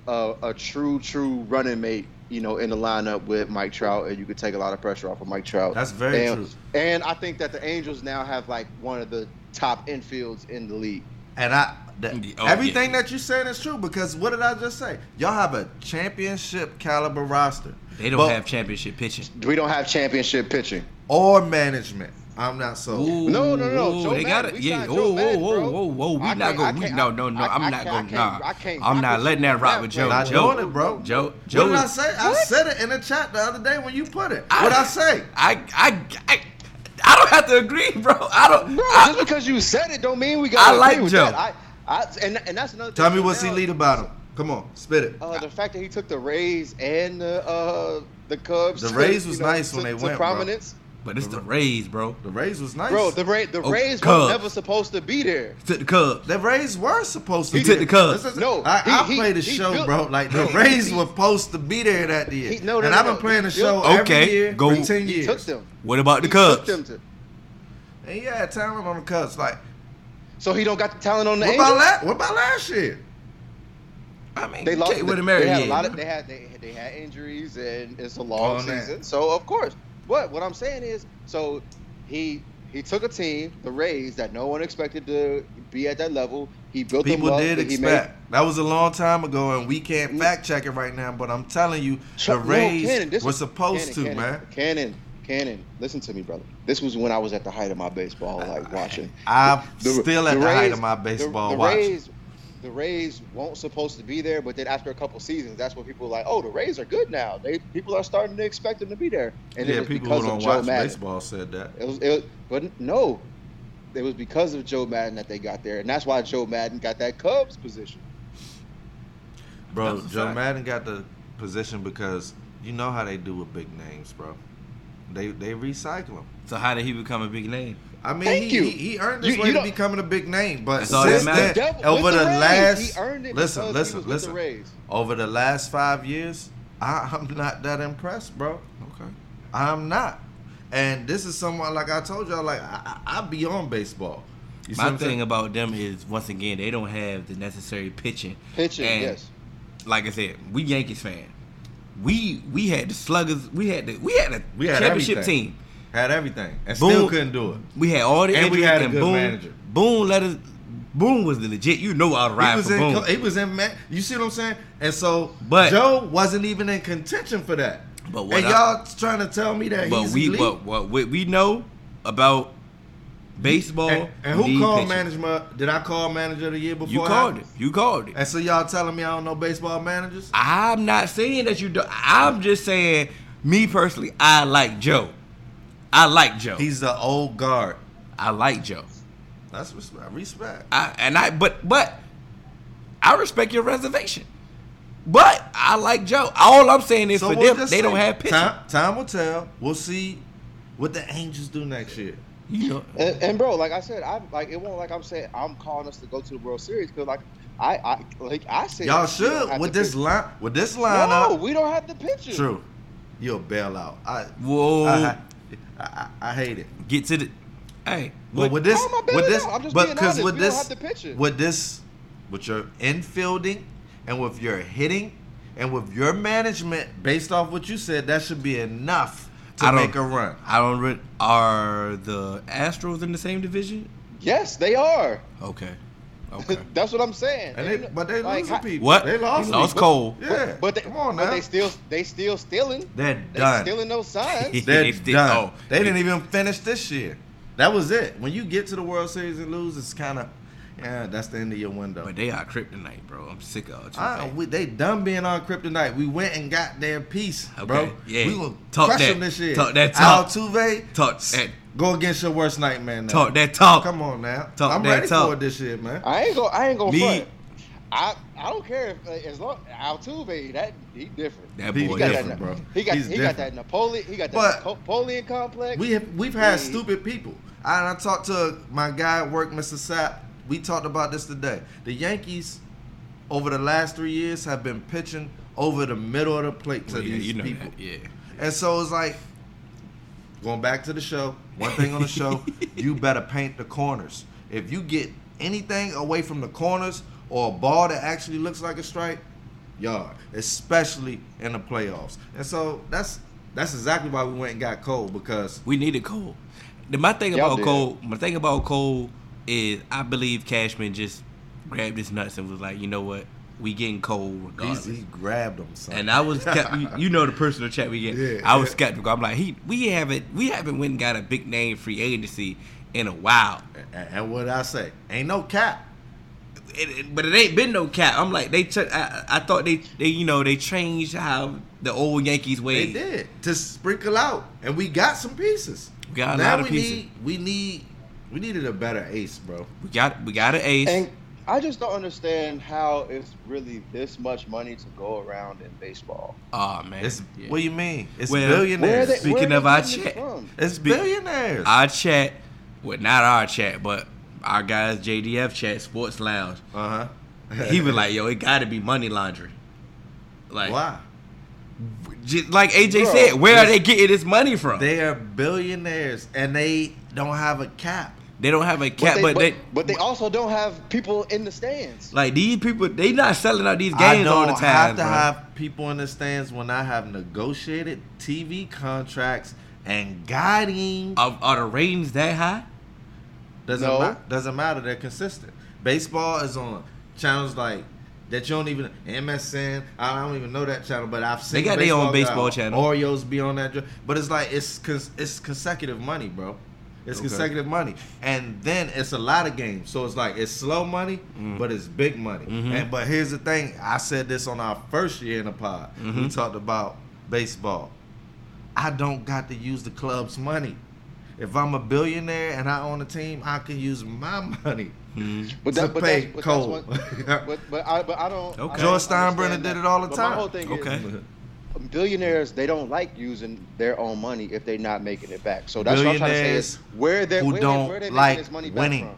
[SPEAKER 3] a, a true, true running mate, you know, in the lineup with Mike Trout, and you could take a lot of pressure off of Mike Trout.
[SPEAKER 2] That's very
[SPEAKER 3] and,
[SPEAKER 2] true.
[SPEAKER 3] And I think that the Angels now have like one of the top infields in the league.
[SPEAKER 2] And I, the,
[SPEAKER 4] Yeah, oh,
[SPEAKER 2] everything
[SPEAKER 4] yeah.
[SPEAKER 2] that you saying is true because what did I just say? Y'all have a championship caliber roster.
[SPEAKER 4] They don't
[SPEAKER 2] But-
[SPEAKER 4] have championship pitching.
[SPEAKER 3] We don't have championship pitching.
[SPEAKER 2] or management. I'm not so.
[SPEAKER 3] No, no, no, Joe
[SPEAKER 4] they got
[SPEAKER 3] Madden,
[SPEAKER 4] it.
[SPEAKER 3] we
[SPEAKER 4] Yeah.
[SPEAKER 3] signed
[SPEAKER 4] Oh,
[SPEAKER 3] Joe
[SPEAKER 4] whoa,
[SPEAKER 3] Madden,
[SPEAKER 4] whoa,
[SPEAKER 3] bro.
[SPEAKER 4] whoa, whoa. We
[SPEAKER 3] I
[SPEAKER 4] not
[SPEAKER 3] can't-
[SPEAKER 4] gonna.
[SPEAKER 3] I
[SPEAKER 4] We,
[SPEAKER 3] can't-
[SPEAKER 4] no, no, no.
[SPEAKER 3] I-
[SPEAKER 4] I'm
[SPEAKER 3] I
[SPEAKER 4] not
[SPEAKER 3] can't-
[SPEAKER 4] gonna.
[SPEAKER 3] I
[SPEAKER 4] Nah.
[SPEAKER 3] can't- I can't
[SPEAKER 4] I'm
[SPEAKER 3] rock
[SPEAKER 4] not
[SPEAKER 3] with
[SPEAKER 4] letting
[SPEAKER 3] you
[SPEAKER 4] that
[SPEAKER 3] on
[SPEAKER 4] rock
[SPEAKER 3] that
[SPEAKER 4] with
[SPEAKER 3] one.
[SPEAKER 4] Joe.
[SPEAKER 2] Not
[SPEAKER 4] Joe.
[SPEAKER 2] doing it, bro.
[SPEAKER 4] Joe.
[SPEAKER 2] What
[SPEAKER 4] Joe.
[SPEAKER 2] did I
[SPEAKER 4] is-
[SPEAKER 2] say? I said it in the chat the other day when you put it. What I say?
[SPEAKER 4] I, I, I, I don't have to agree, bro. I don't.
[SPEAKER 3] Bro,
[SPEAKER 4] I,
[SPEAKER 3] just because you said it don't mean we got.
[SPEAKER 4] I like
[SPEAKER 3] with
[SPEAKER 4] Joe.
[SPEAKER 3] That. I, I, and, and that's another.
[SPEAKER 2] Tell
[SPEAKER 3] thing
[SPEAKER 2] me
[SPEAKER 3] right
[SPEAKER 2] what's
[SPEAKER 3] now.
[SPEAKER 2] elite about him. Come on, spit it.
[SPEAKER 3] Uh, the fact that he took the Rays and the uh, the Cubs.
[SPEAKER 2] The
[SPEAKER 3] to,
[SPEAKER 2] Rays was
[SPEAKER 3] you know,
[SPEAKER 2] nice
[SPEAKER 3] to-
[SPEAKER 2] when they
[SPEAKER 3] to
[SPEAKER 2] went, bro.
[SPEAKER 3] prominence.
[SPEAKER 4] but it's the Rays, bro.
[SPEAKER 2] The Rays was nice.
[SPEAKER 3] Bro, the Ra- the
[SPEAKER 4] Oh,
[SPEAKER 3] Rays
[SPEAKER 4] Cubs.
[SPEAKER 3] were never supposed to be there.
[SPEAKER 4] Took the Cubs.
[SPEAKER 2] the Rays were supposed to.
[SPEAKER 4] He
[SPEAKER 2] be
[SPEAKER 4] took the Cubs.
[SPEAKER 2] This is-
[SPEAKER 3] No,
[SPEAKER 2] I,
[SPEAKER 3] he-
[SPEAKER 2] I
[SPEAKER 3] he-
[SPEAKER 2] play the
[SPEAKER 3] he
[SPEAKER 2] show,
[SPEAKER 3] built-
[SPEAKER 2] bro. Like the
[SPEAKER 3] he-
[SPEAKER 2] Rays
[SPEAKER 3] he-
[SPEAKER 2] were supposed to be there that year,
[SPEAKER 3] He- no, no,
[SPEAKER 2] and
[SPEAKER 3] no,
[SPEAKER 2] I've been
[SPEAKER 3] no.
[SPEAKER 2] playing the
[SPEAKER 3] He
[SPEAKER 2] show
[SPEAKER 3] built-
[SPEAKER 4] Okay,
[SPEAKER 2] every year
[SPEAKER 4] go-
[SPEAKER 2] for ten
[SPEAKER 3] He
[SPEAKER 2] years.
[SPEAKER 3] took them.
[SPEAKER 4] What about the
[SPEAKER 3] He
[SPEAKER 4] Cubs?
[SPEAKER 3] took them to.
[SPEAKER 2] And yeah, talent on the Cubs. Like
[SPEAKER 3] So he don't got the talent on the
[SPEAKER 2] what
[SPEAKER 3] Angels.
[SPEAKER 2] about last? What about last year?
[SPEAKER 4] I mean,
[SPEAKER 3] They lost.
[SPEAKER 4] Jay
[SPEAKER 3] They,
[SPEAKER 4] would've
[SPEAKER 3] they had a
[SPEAKER 4] yet.
[SPEAKER 3] lot of. They had. They, they had injuries, and it's a
[SPEAKER 2] Oh,
[SPEAKER 3] long
[SPEAKER 2] man.
[SPEAKER 3] season. So of course. But what I'm saying is, so he he took a team, the Rays, that no one expected to be at that level. He built them
[SPEAKER 2] People
[SPEAKER 3] up.
[SPEAKER 2] did
[SPEAKER 3] and he
[SPEAKER 2] expect. that was a long time ago, and we can't fact check it right now. But I'm telling you, the
[SPEAKER 3] No,
[SPEAKER 2] Rays
[SPEAKER 3] Cannon, this
[SPEAKER 2] were
[SPEAKER 3] is-
[SPEAKER 2] supposed
[SPEAKER 3] Cannon,
[SPEAKER 2] to,
[SPEAKER 3] Cannon,
[SPEAKER 2] man.
[SPEAKER 3] Cannon, Cannon, listen to me, brother. This was when I was at the height of my baseball, like watching.
[SPEAKER 2] I'm
[SPEAKER 3] The-
[SPEAKER 2] still at the,
[SPEAKER 3] the
[SPEAKER 2] height
[SPEAKER 3] Rays-
[SPEAKER 2] of my
[SPEAKER 3] the-
[SPEAKER 2] baseball
[SPEAKER 3] the,
[SPEAKER 2] watching.
[SPEAKER 3] Rays, the Rays weren't supposed to be there, but then after a couple seasons, that's when people were like, "Oh, the Rays are good now. They people are starting to expect them to be there." And it
[SPEAKER 2] yeah,
[SPEAKER 3] was
[SPEAKER 2] people
[SPEAKER 3] because
[SPEAKER 2] who don't
[SPEAKER 3] of Joe
[SPEAKER 2] watch
[SPEAKER 3] Madden.
[SPEAKER 2] baseball said that.
[SPEAKER 3] It was, it was, but no, it was because of Joe Madden that they got there, and that's why Joe Madden got that Cubs position.
[SPEAKER 2] Bro,
[SPEAKER 4] That's a
[SPEAKER 2] Joe
[SPEAKER 4] fact.
[SPEAKER 2] Madden got the position because You know how they do with big names, bro. They they recycle them.
[SPEAKER 4] So how did he become a big name?
[SPEAKER 2] I mean,
[SPEAKER 3] Thank
[SPEAKER 2] he,
[SPEAKER 3] you.
[SPEAKER 2] he he earned his
[SPEAKER 3] You-
[SPEAKER 2] way
[SPEAKER 3] you
[SPEAKER 2] to
[SPEAKER 3] don't-
[SPEAKER 2] becoming a big name, but
[SPEAKER 4] That's all that
[SPEAKER 2] since
[SPEAKER 4] matters.
[SPEAKER 2] then,
[SPEAKER 3] The devil-
[SPEAKER 2] over
[SPEAKER 3] with
[SPEAKER 2] the,
[SPEAKER 3] the Rays,
[SPEAKER 2] last
[SPEAKER 3] he earned it because
[SPEAKER 2] listen,
[SPEAKER 3] he
[SPEAKER 2] listen,
[SPEAKER 3] was with
[SPEAKER 2] listen.
[SPEAKER 3] the Rays.
[SPEAKER 2] over the last five years, I, I'm not that impressed, bro.
[SPEAKER 4] Okay.
[SPEAKER 2] I'm not. And this is someone like I told y'all, like I, I, I be on baseball. You see what
[SPEAKER 4] My
[SPEAKER 2] I'm
[SPEAKER 4] thing
[SPEAKER 2] saying?
[SPEAKER 4] about them is once again they don't have the necessary pitching.
[SPEAKER 3] Pitching,
[SPEAKER 4] And
[SPEAKER 3] yes.
[SPEAKER 4] Like I said, we Yankees fan. We we had the sluggers. We had the we had a
[SPEAKER 2] We had
[SPEAKER 4] championship
[SPEAKER 2] everything.
[SPEAKER 4] team.
[SPEAKER 2] had everything and
[SPEAKER 4] Boone-
[SPEAKER 2] still couldn't do it.
[SPEAKER 4] We had all the
[SPEAKER 2] And
[SPEAKER 4] injuries,
[SPEAKER 2] we had a good
[SPEAKER 4] Boone,
[SPEAKER 2] manager.
[SPEAKER 4] Boone let us. Boone was the legit. You know I'd
[SPEAKER 2] He
[SPEAKER 4] ride
[SPEAKER 2] was
[SPEAKER 4] for
[SPEAKER 2] in.
[SPEAKER 4] Boone.
[SPEAKER 2] co- He was in. Man, you see what I'm saying? And so,
[SPEAKER 4] But-
[SPEAKER 2] Joe wasn't even in contention for that.
[SPEAKER 4] But what
[SPEAKER 2] and
[SPEAKER 4] I-
[SPEAKER 2] y'all trying to tell me that
[SPEAKER 4] but
[SPEAKER 2] he's
[SPEAKER 4] we
[SPEAKER 2] elite?
[SPEAKER 4] but what we, we know about baseball.
[SPEAKER 2] and, and who
[SPEAKER 4] need
[SPEAKER 2] called
[SPEAKER 4] pitching.
[SPEAKER 2] management? Did I call manager the year before?
[SPEAKER 4] You
[SPEAKER 2] I-
[SPEAKER 4] called it. You called it.
[SPEAKER 2] And so y'all telling me I don't know baseball managers?
[SPEAKER 4] I'm not saying that you do. I'm just saying, me personally, I like Joe. I like Joe.
[SPEAKER 2] He's the old guard.
[SPEAKER 4] I like Joe.
[SPEAKER 2] That's respect. Respect.
[SPEAKER 4] I and I but but I respect your reservation. But I like Joe. All I'm saying is for
[SPEAKER 2] we'll
[SPEAKER 4] them, they
[SPEAKER 2] just see.
[SPEAKER 4] don't have pitching.
[SPEAKER 2] Time, time will tell. We'll see what the Angels do next year.
[SPEAKER 4] You know,
[SPEAKER 3] And, and bro, like I said, I like it won't like I'm saying I'm calling us to go to the World Series because like I, I like I said
[SPEAKER 2] Y'all
[SPEAKER 3] we don't
[SPEAKER 2] should
[SPEAKER 3] have
[SPEAKER 2] with
[SPEAKER 3] to
[SPEAKER 2] this
[SPEAKER 3] pitch.
[SPEAKER 2] line with this lineup.
[SPEAKER 3] No, we don't have the pitcher.
[SPEAKER 2] True. You'll bail out. I,
[SPEAKER 4] whoa,
[SPEAKER 2] I, I, I, I hate it.
[SPEAKER 4] get to the. Hey,
[SPEAKER 2] But
[SPEAKER 4] what,
[SPEAKER 2] with this,
[SPEAKER 3] How am I bailing
[SPEAKER 2] with this,
[SPEAKER 3] out? I'm just
[SPEAKER 2] but
[SPEAKER 3] being
[SPEAKER 2] because
[SPEAKER 3] honest.
[SPEAKER 2] with
[SPEAKER 3] We don't
[SPEAKER 2] this,
[SPEAKER 3] have the pitcher.
[SPEAKER 2] with this, with your infielding and with your hitting and with your management, based off what you said, that should be enough to
[SPEAKER 4] I don't-
[SPEAKER 2] make a run.
[SPEAKER 4] I don't. Re- are the Astros in the same division?
[SPEAKER 3] Yes, they are.
[SPEAKER 4] Okay, okay.
[SPEAKER 3] That's what I'm saying.
[SPEAKER 2] And they, but they
[SPEAKER 3] like,
[SPEAKER 2] losing
[SPEAKER 3] how-
[SPEAKER 2] people.
[SPEAKER 4] What
[SPEAKER 2] They lost.
[SPEAKER 4] They lost
[SPEAKER 2] people.
[SPEAKER 4] Cole.
[SPEAKER 2] Yeah.
[SPEAKER 3] But they,
[SPEAKER 2] come on
[SPEAKER 3] but
[SPEAKER 2] now.
[SPEAKER 3] they still they still stealing.
[SPEAKER 2] They're
[SPEAKER 3] They
[SPEAKER 2] done.
[SPEAKER 3] stealing those signs.
[SPEAKER 2] They're
[SPEAKER 4] They still-
[SPEAKER 2] done.
[SPEAKER 4] oh.
[SPEAKER 2] they didn't even finish this year. That was it. When you get to the World Series and lose, it's kind of yeah. That's the end of your window.
[SPEAKER 4] But they are kryptonite, bro. I'm sick of it.
[SPEAKER 2] Ah, we, they done being on kryptonite. We went and got their piece, bro.
[SPEAKER 4] Okay, yeah.
[SPEAKER 2] We gonna
[SPEAKER 4] Talk
[SPEAKER 2] crush
[SPEAKER 4] that-
[SPEAKER 2] them this year.
[SPEAKER 4] talk that talk.
[SPEAKER 2] Altuve,
[SPEAKER 4] Talk that-
[SPEAKER 2] Go against your worst nightmare. Now.
[SPEAKER 4] talk that talk.
[SPEAKER 2] Come on now.
[SPEAKER 4] Talk
[SPEAKER 2] I'm
[SPEAKER 4] that
[SPEAKER 2] ready
[SPEAKER 4] talk.
[SPEAKER 2] for it this year, man.
[SPEAKER 3] I ain't go. I ain't gonna
[SPEAKER 4] Me-
[SPEAKER 3] front. I I don't care if uh, as long Altuve that he different.
[SPEAKER 4] That
[SPEAKER 2] He
[SPEAKER 4] boy
[SPEAKER 3] he got
[SPEAKER 4] different,
[SPEAKER 3] that,
[SPEAKER 2] bro.
[SPEAKER 3] He got
[SPEAKER 2] He's
[SPEAKER 3] he
[SPEAKER 2] different.
[SPEAKER 3] got that Napoleon. He got that
[SPEAKER 2] But-
[SPEAKER 3] Napoleon complex.
[SPEAKER 2] We have, we've had
[SPEAKER 3] Yeah.
[SPEAKER 2] stupid people. I, and I talked to my guy at work, Mr. Sapp. We talked about this today. The Yankees, over the last three years, have been pitching over the middle of the plate to
[SPEAKER 4] Well, yeah,
[SPEAKER 2] these
[SPEAKER 4] you know
[SPEAKER 2] people.
[SPEAKER 4] that. Yeah.
[SPEAKER 2] And so it's like going back to the show. One thing on the show, you better paint the corners. If you get anything away from the corners or a ball that actually looks like a strike, yard, especially in the playoffs. And so that's that's exactly why we went and got Cole because
[SPEAKER 4] We needed Cole. The, my thing
[SPEAKER 3] Y'all
[SPEAKER 4] about
[SPEAKER 3] did.
[SPEAKER 4] Cole, my thing about Cole is I believe Cashman just grabbed his nuts and was like, you know what, we getting Cole regardless.
[SPEAKER 2] he's, he grabbed him. Son.
[SPEAKER 4] and I was, kept, you, you know, the personal chat we get.
[SPEAKER 2] Yeah,
[SPEAKER 4] I was
[SPEAKER 2] yeah.
[SPEAKER 4] skeptical. I'm like, he, we haven't, we haven't went and got a big name free agency in a while.
[SPEAKER 2] and, and what I say, ain't no cap.
[SPEAKER 4] It, it- but it ain't been no cap. I'm like, they, took. I, I thought they, they, you know, they changed how the old Yankees way.
[SPEAKER 2] They did to sprinkle out, and we got some pieces.
[SPEAKER 4] We got a
[SPEAKER 2] now
[SPEAKER 4] lot of
[SPEAKER 2] we
[SPEAKER 4] pieces.
[SPEAKER 2] need we need we needed a better ace, bro.
[SPEAKER 4] We got, we got an ace.
[SPEAKER 3] and I just don't understand how it's really this much money to go around in baseball.
[SPEAKER 4] oh man,
[SPEAKER 2] It's
[SPEAKER 4] Yeah.
[SPEAKER 2] what do you mean? It's
[SPEAKER 4] Well,
[SPEAKER 3] Where are
[SPEAKER 2] billionaires.
[SPEAKER 3] they,
[SPEAKER 4] Speaking
[SPEAKER 3] where are
[SPEAKER 4] of
[SPEAKER 3] they
[SPEAKER 4] our
[SPEAKER 3] getting this
[SPEAKER 4] check.
[SPEAKER 3] from?
[SPEAKER 2] It's
[SPEAKER 4] Speak-
[SPEAKER 2] billionaires.
[SPEAKER 4] our chat, well, not our chat, but our guys JDF chat, Sports Lounge.
[SPEAKER 2] uh huh.
[SPEAKER 4] He was like, "Yo, it got to be money laundering." Like,
[SPEAKER 2] why?
[SPEAKER 4] just like AJ
[SPEAKER 3] Bro,
[SPEAKER 4] said, where are
[SPEAKER 2] this-
[SPEAKER 4] they getting this money from? They,
[SPEAKER 2] They are billionaires and they don't have a cap.
[SPEAKER 4] don't have a cap, but, they,
[SPEAKER 3] but they also don't have people in the stands.
[SPEAKER 4] like these people, they not selling out these games all the time.
[SPEAKER 2] have to
[SPEAKER 4] bro.
[SPEAKER 2] have people in the stands when I have negotiated TV contracts and guiding.
[SPEAKER 4] Are, are the ratings that high?
[SPEAKER 2] Doesn't
[SPEAKER 3] No.
[SPEAKER 2] ma- doesn't matter. They're consistent. Baseball is on channels like that. You don't even MSN. I don't even know that channel, but I've seen
[SPEAKER 4] got their own baseball
[SPEAKER 2] guy-
[SPEAKER 4] channel.
[SPEAKER 2] Oreos be on that. dr- But it's like it's cons- it's consecutive money, bro. It's
[SPEAKER 4] Okay.
[SPEAKER 2] consecutive money, and then it's a lot of games. So it's like it's slow money, but it's big money. And but here's the thing: I said this on our first year in the pod. We talked about baseball. I don't got to use the club's money. If I'm a billionaire and I own a team, I can use my money.
[SPEAKER 3] But
[SPEAKER 2] To
[SPEAKER 3] that, but
[SPEAKER 2] pay
[SPEAKER 3] that's, but
[SPEAKER 2] Cole.
[SPEAKER 3] That's one, but, but I but I don't.
[SPEAKER 4] Okay.
[SPEAKER 3] I don't
[SPEAKER 4] George
[SPEAKER 2] Steinbrenner
[SPEAKER 3] understand
[SPEAKER 2] did
[SPEAKER 3] that.
[SPEAKER 2] it all the
[SPEAKER 3] But
[SPEAKER 2] time.
[SPEAKER 3] My whole thing
[SPEAKER 4] Okay.
[SPEAKER 3] is billionaires they don't like using their own money if they're not making it back. So that's what I'm trying to say is where they
[SPEAKER 2] who
[SPEAKER 3] where,
[SPEAKER 2] don't
[SPEAKER 3] where they making
[SPEAKER 2] like
[SPEAKER 3] this money
[SPEAKER 2] winning.
[SPEAKER 3] back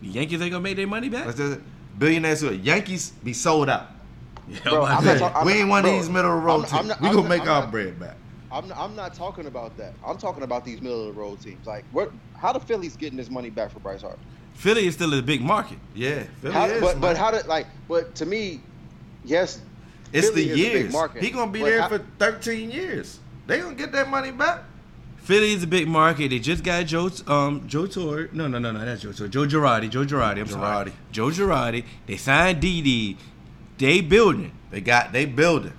[SPEAKER 3] from.
[SPEAKER 4] The Yankees ain't gonna make their money back.
[SPEAKER 2] That's just- billionaires who are Yankees be sold out.
[SPEAKER 4] Yeah,
[SPEAKER 3] Bro,
[SPEAKER 4] I'm about
[SPEAKER 3] I'm not
[SPEAKER 4] to say.
[SPEAKER 3] talk-
[SPEAKER 2] we ain't one of
[SPEAKER 3] bro,
[SPEAKER 2] these middle of the road
[SPEAKER 3] I'm- I'm
[SPEAKER 2] teams.
[SPEAKER 3] not-
[SPEAKER 2] we
[SPEAKER 3] I'm
[SPEAKER 2] gonna
[SPEAKER 3] not-
[SPEAKER 2] make
[SPEAKER 3] I'm
[SPEAKER 2] our
[SPEAKER 3] not-
[SPEAKER 2] bread back.
[SPEAKER 3] I'm not, I'm not talking about that. I'm talking about these middle of the road teams. Like, where, how the Phillies getting this money back for Bryce Harper?
[SPEAKER 4] Philly is still a big market.
[SPEAKER 2] Yeah, Philly
[SPEAKER 3] How,
[SPEAKER 2] is,
[SPEAKER 3] but
[SPEAKER 2] man.
[SPEAKER 3] but how did like? But to me, yes,
[SPEAKER 2] it's
[SPEAKER 3] Philly
[SPEAKER 2] the
[SPEAKER 3] is a big
[SPEAKER 2] years.
[SPEAKER 3] market,
[SPEAKER 2] he gonna be
[SPEAKER 3] but
[SPEAKER 2] there
[SPEAKER 3] how-
[SPEAKER 2] for 13 years. They gonna get that money back.
[SPEAKER 4] Philly is a big market. They just got Joe um Joe Torre. No, no, no, no, not Joe Torre. Joe Girardi. Joe Girardi. I'm sorry.
[SPEAKER 2] Girardi.
[SPEAKER 4] Joe Girardi. They signed DD. They building.
[SPEAKER 2] They got they building.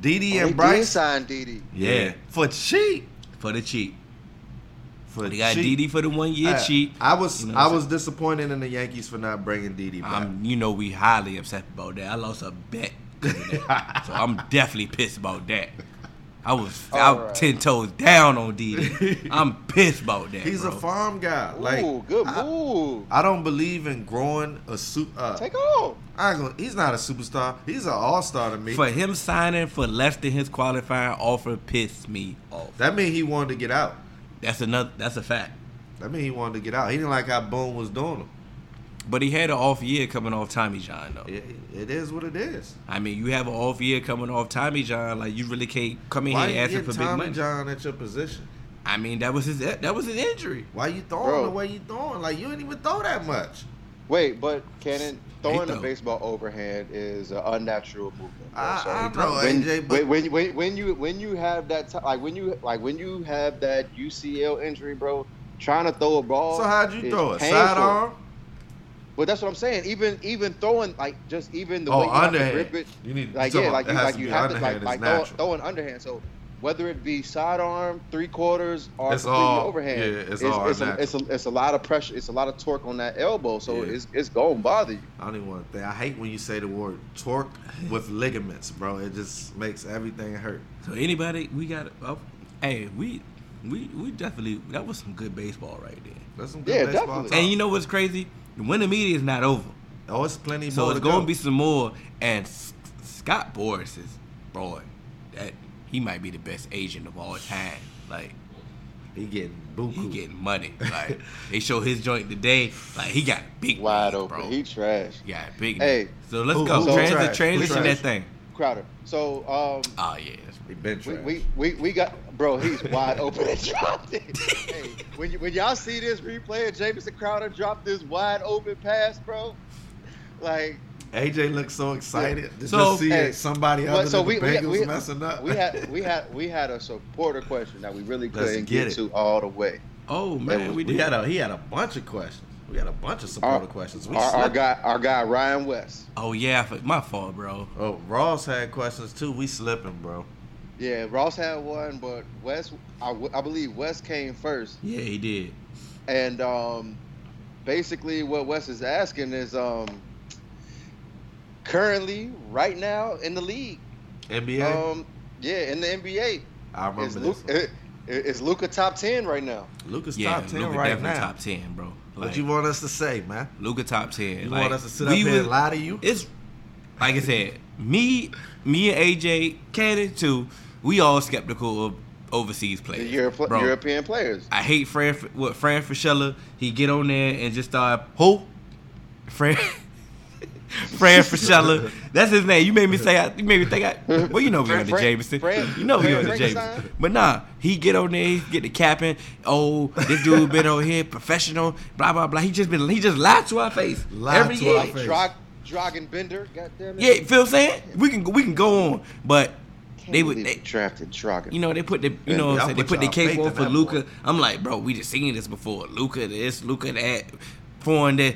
[SPEAKER 2] Didi
[SPEAKER 3] Oh, they
[SPEAKER 2] and
[SPEAKER 3] did
[SPEAKER 2] Bryce
[SPEAKER 3] sign Didi.
[SPEAKER 4] Yeah.
[SPEAKER 2] for cheap.
[SPEAKER 4] For the cheap.
[SPEAKER 2] For
[SPEAKER 4] They got
[SPEAKER 2] cheap.
[SPEAKER 4] DD for the one year
[SPEAKER 2] I-
[SPEAKER 4] cheap.
[SPEAKER 2] I was
[SPEAKER 4] You know what
[SPEAKER 2] I
[SPEAKER 4] I'm
[SPEAKER 2] was disappointed in the Yankees for not bringing Didi back.
[SPEAKER 4] I'm, you know, we highly upset about that. I lost a bet, 'cause of that. so I'm definitely pissed about that. I was
[SPEAKER 3] All
[SPEAKER 4] out
[SPEAKER 3] right.
[SPEAKER 4] ten toes down on DD. I'm pissed about that.
[SPEAKER 2] He's a
[SPEAKER 4] bro.
[SPEAKER 2] farm guy. Like
[SPEAKER 3] Ooh, good
[SPEAKER 2] I,
[SPEAKER 3] move.
[SPEAKER 2] I don't believe in growing a suit. Uh,
[SPEAKER 3] Take off.
[SPEAKER 2] I ain't gonna, he's not a superstar. He's an all star to me.
[SPEAKER 4] For him signing for less than his qualifying offer pissed me off.
[SPEAKER 2] that mean he wanted to get out.
[SPEAKER 4] That's another. That's a fact.
[SPEAKER 2] That mean he wanted to get out. He didn't like how Boone was doing him.
[SPEAKER 4] But he had an off year coming off Tommy John though.
[SPEAKER 2] It, it is what it is.
[SPEAKER 4] I mean, you have an off year coming off Tommy John. Like you really can't come in
[SPEAKER 2] Why
[SPEAKER 4] here
[SPEAKER 2] you
[SPEAKER 4] asking
[SPEAKER 2] get
[SPEAKER 4] for big
[SPEAKER 2] Tommy
[SPEAKER 4] money.
[SPEAKER 2] John at your position?
[SPEAKER 4] I mean, that was his. That was his injury.
[SPEAKER 2] Why you throwing
[SPEAKER 3] Bro.
[SPEAKER 2] the way you throwing? Like you didn't even throw that much.
[SPEAKER 3] Wait, but Cannon throwing a
[SPEAKER 4] though.
[SPEAKER 3] baseball overhand is an unnatural movement. bro.
[SPEAKER 2] I-
[SPEAKER 3] So,
[SPEAKER 2] I know,
[SPEAKER 3] when,
[SPEAKER 2] AJ,
[SPEAKER 3] when-
[SPEAKER 2] but-
[SPEAKER 3] when, when, when you when you have that ti- like when you like when you have that UCL injury, bro, trying to throw a ball.
[SPEAKER 2] So how'd you
[SPEAKER 3] is
[SPEAKER 2] throw it?
[SPEAKER 3] painful.
[SPEAKER 2] Sidearm?
[SPEAKER 3] But that's what I'm saying. Even even throwing like just even the
[SPEAKER 2] Oh,
[SPEAKER 3] way you have to
[SPEAKER 2] underhand.
[SPEAKER 3] grip it,
[SPEAKER 2] You need
[SPEAKER 3] like
[SPEAKER 2] so
[SPEAKER 3] yeah, like
[SPEAKER 2] it
[SPEAKER 3] you
[SPEAKER 2] has
[SPEAKER 3] like
[SPEAKER 2] to
[SPEAKER 3] you
[SPEAKER 2] be
[SPEAKER 3] have to
[SPEAKER 2] underhand,
[SPEAKER 3] like,
[SPEAKER 2] it's
[SPEAKER 3] like throw,
[SPEAKER 2] natural.
[SPEAKER 3] throw an underhand. So whether it be sidearm, three quarters, or
[SPEAKER 2] It's
[SPEAKER 3] completely
[SPEAKER 2] all-
[SPEAKER 3] overhand,
[SPEAKER 2] yeah, it's all
[SPEAKER 3] it's, a, it's a it's a lot of pressure. It's a lot of torque on that elbow. So
[SPEAKER 2] Yeah.
[SPEAKER 3] it's it's going to bother you.
[SPEAKER 2] I don't even want to think. I hate when you say the word torque with ligaments, bro. It just makes everything hurt.
[SPEAKER 4] So anybody, we got. Uh, hey, we, we, we definitely. That was some good baseball right there.
[SPEAKER 2] That's some good
[SPEAKER 3] Yeah,
[SPEAKER 2] baseball
[SPEAKER 3] definitely.
[SPEAKER 2] talk.
[SPEAKER 4] And you know what's crazy? The winter media is not over,
[SPEAKER 2] oh, it's plenty
[SPEAKER 4] so
[SPEAKER 2] more
[SPEAKER 4] it's
[SPEAKER 2] to
[SPEAKER 4] gonna
[SPEAKER 2] go.
[SPEAKER 4] be some more. And S- Scott Boris is, boy, that he might be the best agent of all time. Like
[SPEAKER 2] He getting
[SPEAKER 4] he
[SPEAKER 2] buku.
[SPEAKER 4] getting money. Like they show his joint today. Like he got big.
[SPEAKER 3] Wide
[SPEAKER 4] needs,
[SPEAKER 3] open.
[SPEAKER 4] bro.
[SPEAKER 3] He trash.
[SPEAKER 4] He got big.
[SPEAKER 3] Hey,
[SPEAKER 4] Hey, so let's
[SPEAKER 2] who-
[SPEAKER 4] go.
[SPEAKER 3] who
[SPEAKER 4] Transi-
[SPEAKER 2] trash? Who
[SPEAKER 4] transition
[SPEAKER 2] trash?
[SPEAKER 4] that thing.
[SPEAKER 3] Crowder. So um,
[SPEAKER 4] Oh yeah. that's-
[SPEAKER 2] he been
[SPEAKER 3] we,
[SPEAKER 2] trash.
[SPEAKER 3] we, we we got bro. He's wide open. and dropped it. hey, when you, when y'all see this replay, of Jamison Crowder dropped this wide open pass, bro. Like
[SPEAKER 2] AJ looks so excited to
[SPEAKER 4] So-
[SPEAKER 2] just see
[SPEAKER 3] Hey,
[SPEAKER 2] somebody
[SPEAKER 3] Well,
[SPEAKER 2] other
[SPEAKER 3] so
[SPEAKER 2] than
[SPEAKER 3] we,
[SPEAKER 2] the
[SPEAKER 3] we,
[SPEAKER 2] Bengals
[SPEAKER 3] we,
[SPEAKER 2] messing up.
[SPEAKER 3] we had we had we had a supporter question that we really
[SPEAKER 2] Let's
[SPEAKER 3] couldn't
[SPEAKER 2] get
[SPEAKER 3] get,
[SPEAKER 2] it.
[SPEAKER 3] to all the way.
[SPEAKER 4] Oh man,
[SPEAKER 3] was-
[SPEAKER 4] we
[SPEAKER 2] We
[SPEAKER 4] did.
[SPEAKER 2] had a he had a bunch of questions. We had a bunch of
[SPEAKER 3] Our,
[SPEAKER 2] supporter questions. We
[SPEAKER 3] our, our
[SPEAKER 2] slipped.
[SPEAKER 3] guy our guy Ryan West.
[SPEAKER 4] Oh yeah, I for- my fault, bro.
[SPEAKER 2] oh, Ross had questions too. We slipping, bro.
[SPEAKER 3] Yeah, Ross had one, but West I, w- I believe West came first,
[SPEAKER 4] Yeah, he did.
[SPEAKER 3] and um, basically what West is asking is um, currently right now in the league.
[SPEAKER 2] NBA.
[SPEAKER 3] Um, yeah, in the NBA,
[SPEAKER 2] I
[SPEAKER 3] is
[SPEAKER 2] remember
[SPEAKER 3] Luke
[SPEAKER 2] this.
[SPEAKER 3] is Luka top ten right now?
[SPEAKER 2] Lucas
[SPEAKER 4] Yeah,
[SPEAKER 2] top ten
[SPEAKER 4] Luca
[SPEAKER 2] right
[SPEAKER 4] definitely
[SPEAKER 2] now.
[SPEAKER 4] top ten, bro.
[SPEAKER 2] What
[SPEAKER 4] Like
[SPEAKER 2] you want us to say, man?
[SPEAKER 4] Luca top ten.
[SPEAKER 2] You
[SPEAKER 4] like,
[SPEAKER 2] want us to sit up
[SPEAKER 4] we
[SPEAKER 2] here
[SPEAKER 4] was-
[SPEAKER 2] and lie to you?
[SPEAKER 4] It's like I said, me, me and AJ, Cannon too. We all skeptical of overseas
[SPEAKER 3] The
[SPEAKER 4] players,
[SPEAKER 3] Europe,
[SPEAKER 4] bro.
[SPEAKER 3] European players.
[SPEAKER 4] I hate Fran. What Fran Fischella? He get on there and just start who? Fran. Fran Fischella. That's his name. You made me say. I, you made me think. I, well, you know we
[SPEAKER 3] Fran-
[SPEAKER 4] on to
[SPEAKER 3] Fran-
[SPEAKER 4] Jameson.
[SPEAKER 3] Fran-
[SPEAKER 4] you know we
[SPEAKER 3] Fran
[SPEAKER 4] on to Jameson.
[SPEAKER 3] Frankenstein?
[SPEAKER 4] But nah, he get on there, he get the capping. Oh, this dude been on here, professional. Blah blah blah. He just been. He just lied to our face
[SPEAKER 2] Lied
[SPEAKER 4] every
[SPEAKER 2] to
[SPEAKER 4] year.
[SPEAKER 2] our
[SPEAKER 3] Like
[SPEAKER 2] face.
[SPEAKER 3] Drog, Dragon Bender, goddamn it.
[SPEAKER 4] Yeah, feel what I'm saying? We can go- we can go on, but
[SPEAKER 3] Can't
[SPEAKER 4] they would.
[SPEAKER 3] believe
[SPEAKER 4] They,
[SPEAKER 3] drafted Dragon.
[SPEAKER 4] you know, they put the you know what
[SPEAKER 2] Y'all
[SPEAKER 4] I'm saying? they
[SPEAKER 2] put
[SPEAKER 4] put the
[SPEAKER 2] y'all
[SPEAKER 4] cake
[SPEAKER 2] faith
[SPEAKER 4] on
[SPEAKER 2] in
[SPEAKER 4] for
[SPEAKER 2] that
[SPEAKER 4] Luca.
[SPEAKER 2] boy.
[SPEAKER 4] I'm like, bro, we just seen this before. Luca this, Luca that, foreign that.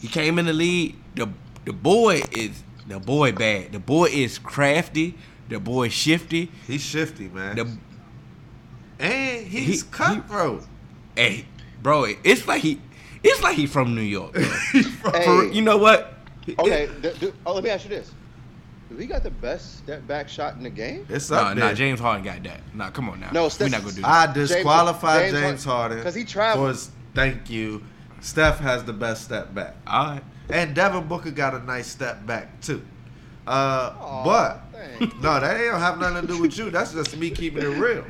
[SPEAKER 4] He came in the league. The the boy is the boy bad. The boy is crafty. The boy shifty.
[SPEAKER 2] He's shifty, man.
[SPEAKER 4] The
[SPEAKER 2] and he's
[SPEAKER 4] He-
[SPEAKER 2] cutthroat.
[SPEAKER 4] hey, bro, it's like he it's like he from New York. bro.
[SPEAKER 3] Hey.
[SPEAKER 4] For- you know what?
[SPEAKER 3] okay, th- th- oh, let me ask you this: Do he got the best step back shot in the game?
[SPEAKER 2] It's
[SPEAKER 4] Nah,
[SPEAKER 2] up
[SPEAKER 4] nah,
[SPEAKER 2] there.
[SPEAKER 4] James Harden got that. Nah, come on now.
[SPEAKER 3] No,
[SPEAKER 4] we're
[SPEAKER 3] Steph-
[SPEAKER 4] not gonna do that.
[SPEAKER 2] I disqualified
[SPEAKER 3] James-
[SPEAKER 2] James,
[SPEAKER 3] James
[SPEAKER 2] Harden
[SPEAKER 3] 'cause he traveled.
[SPEAKER 2] for his- thank you. Steph has the best step back,
[SPEAKER 4] All right.
[SPEAKER 2] and Devin Booker got a nice step back too. Uh,
[SPEAKER 3] Aw,
[SPEAKER 2] but
[SPEAKER 3] thanks.
[SPEAKER 2] no, that ain't have nothing to do with you. That's just me keeping it real.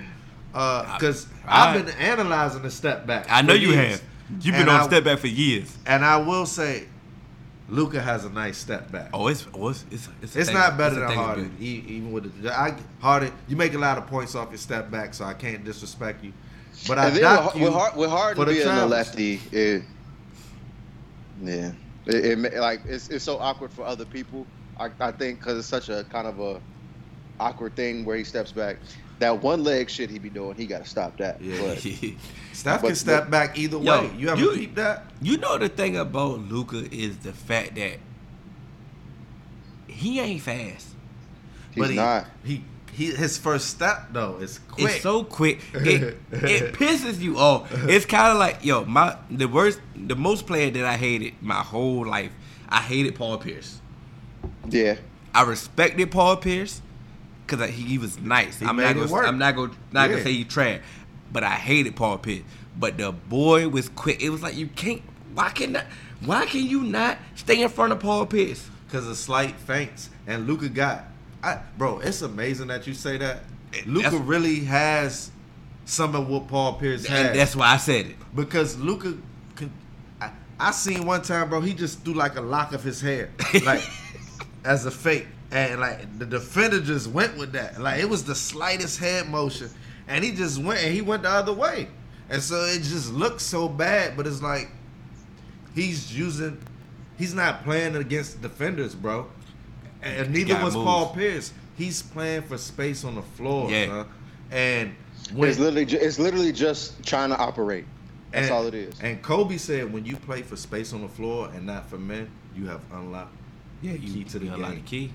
[SPEAKER 2] Because I've
[SPEAKER 4] I-
[SPEAKER 2] been analyzing the step back.
[SPEAKER 4] I know
[SPEAKER 2] for
[SPEAKER 4] you
[SPEAKER 2] years.
[SPEAKER 4] have. You've been
[SPEAKER 2] And
[SPEAKER 4] on
[SPEAKER 2] I-
[SPEAKER 4] step back for years.
[SPEAKER 2] And I will say, Luca has a nice step back.
[SPEAKER 4] Oh, it's oh, it's it's it's, a
[SPEAKER 2] It's
[SPEAKER 4] thing-
[SPEAKER 2] not better
[SPEAKER 4] a
[SPEAKER 2] than
[SPEAKER 4] thing of
[SPEAKER 2] Harden,
[SPEAKER 4] beauty.
[SPEAKER 2] e- even with the, I Harden. You make a lot of points off your step back, so I can't disrespect you. But I
[SPEAKER 3] And then
[SPEAKER 2] doubt
[SPEAKER 3] with,
[SPEAKER 2] you.
[SPEAKER 3] with, hard, with
[SPEAKER 2] for
[SPEAKER 3] Harden
[SPEAKER 2] the
[SPEAKER 3] being a
[SPEAKER 2] travels.
[SPEAKER 3] lefty, it, yeah, it, it ma- like it's, it's so awkward for other people. I, I think because it's such a kind of a awkward thing where he steps back. That one leg shit he be doing, he got to stop that.
[SPEAKER 2] Yeah.
[SPEAKER 3] But
[SPEAKER 2] Steph
[SPEAKER 3] but-
[SPEAKER 2] can step back either
[SPEAKER 4] Yo,
[SPEAKER 2] way. You haven't
[SPEAKER 4] you-
[SPEAKER 2] peeped that?
[SPEAKER 4] you know the thing about Luca is the fact that he ain't fast.
[SPEAKER 3] he's
[SPEAKER 2] he,
[SPEAKER 3] not.
[SPEAKER 2] He, he his first step though is quick.
[SPEAKER 4] It's so quick. It, it pisses you off. It's kind of like yo, my the worst, the most player that I hated my whole life. I hated Paul Pierce.
[SPEAKER 3] Yeah.
[SPEAKER 4] I respected Paul Pierce because he, he was nice.
[SPEAKER 2] He
[SPEAKER 4] I'm
[SPEAKER 2] made
[SPEAKER 4] not
[SPEAKER 2] it
[SPEAKER 4] gonna
[SPEAKER 2] work.
[SPEAKER 4] I'm not gonna not
[SPEAKER 2] Yeah.
[SPEAKER 4] gonna say he trash, but I hated Paul Pierce. But the boy was quick. It was like you can't. Why can I, Why can you not stay in front of Paul Pierce?
[SPEAKER 2] because of slight feints. And Luca got, I, bro, it's amazing that you say that.
[SPEAKER 4] And
[SPEAKER 2] Luca
[SPEAKER 4] that's-
[SPEAKER 2] really has some of what Paul Pierce
[SPEAKER 4] And
[SPEAKER 2] has
[SPEAKER 4] that's why I said it.
[SPEAKER 2] because Luca, I, I seen one time, bro, he just threw like a lock of his hair, like as a fake, and like the defender just went with that. Like it was the slightest head motion, and he just went and he went the other way, and so it just looked so bad. But it's like he's using, he's not playing against defenders, bro, and neither
[SPEAKER 4] gotta
[SPEAKER 2] was
[SPEAKER 4] move.
[SPEAKER 2] Paul Pierce. He's playing for space on the floor,
[SPEAKER 4] Yeah.
[SPEAKER 2] son. and
[SPEAKER 3] It's literally ju- it's literally just trying to operate. That's all it is.
[SPEAKER 2] and Kobe said, when you play for space on the floor and not for men, you have unlocked.
[SPEAKER 4] Yeah,
[SPEAKER 2] the key to the
[SPEAKER 4] unlock
[SPEAKER 2] game.
[SPEAKER 4] key.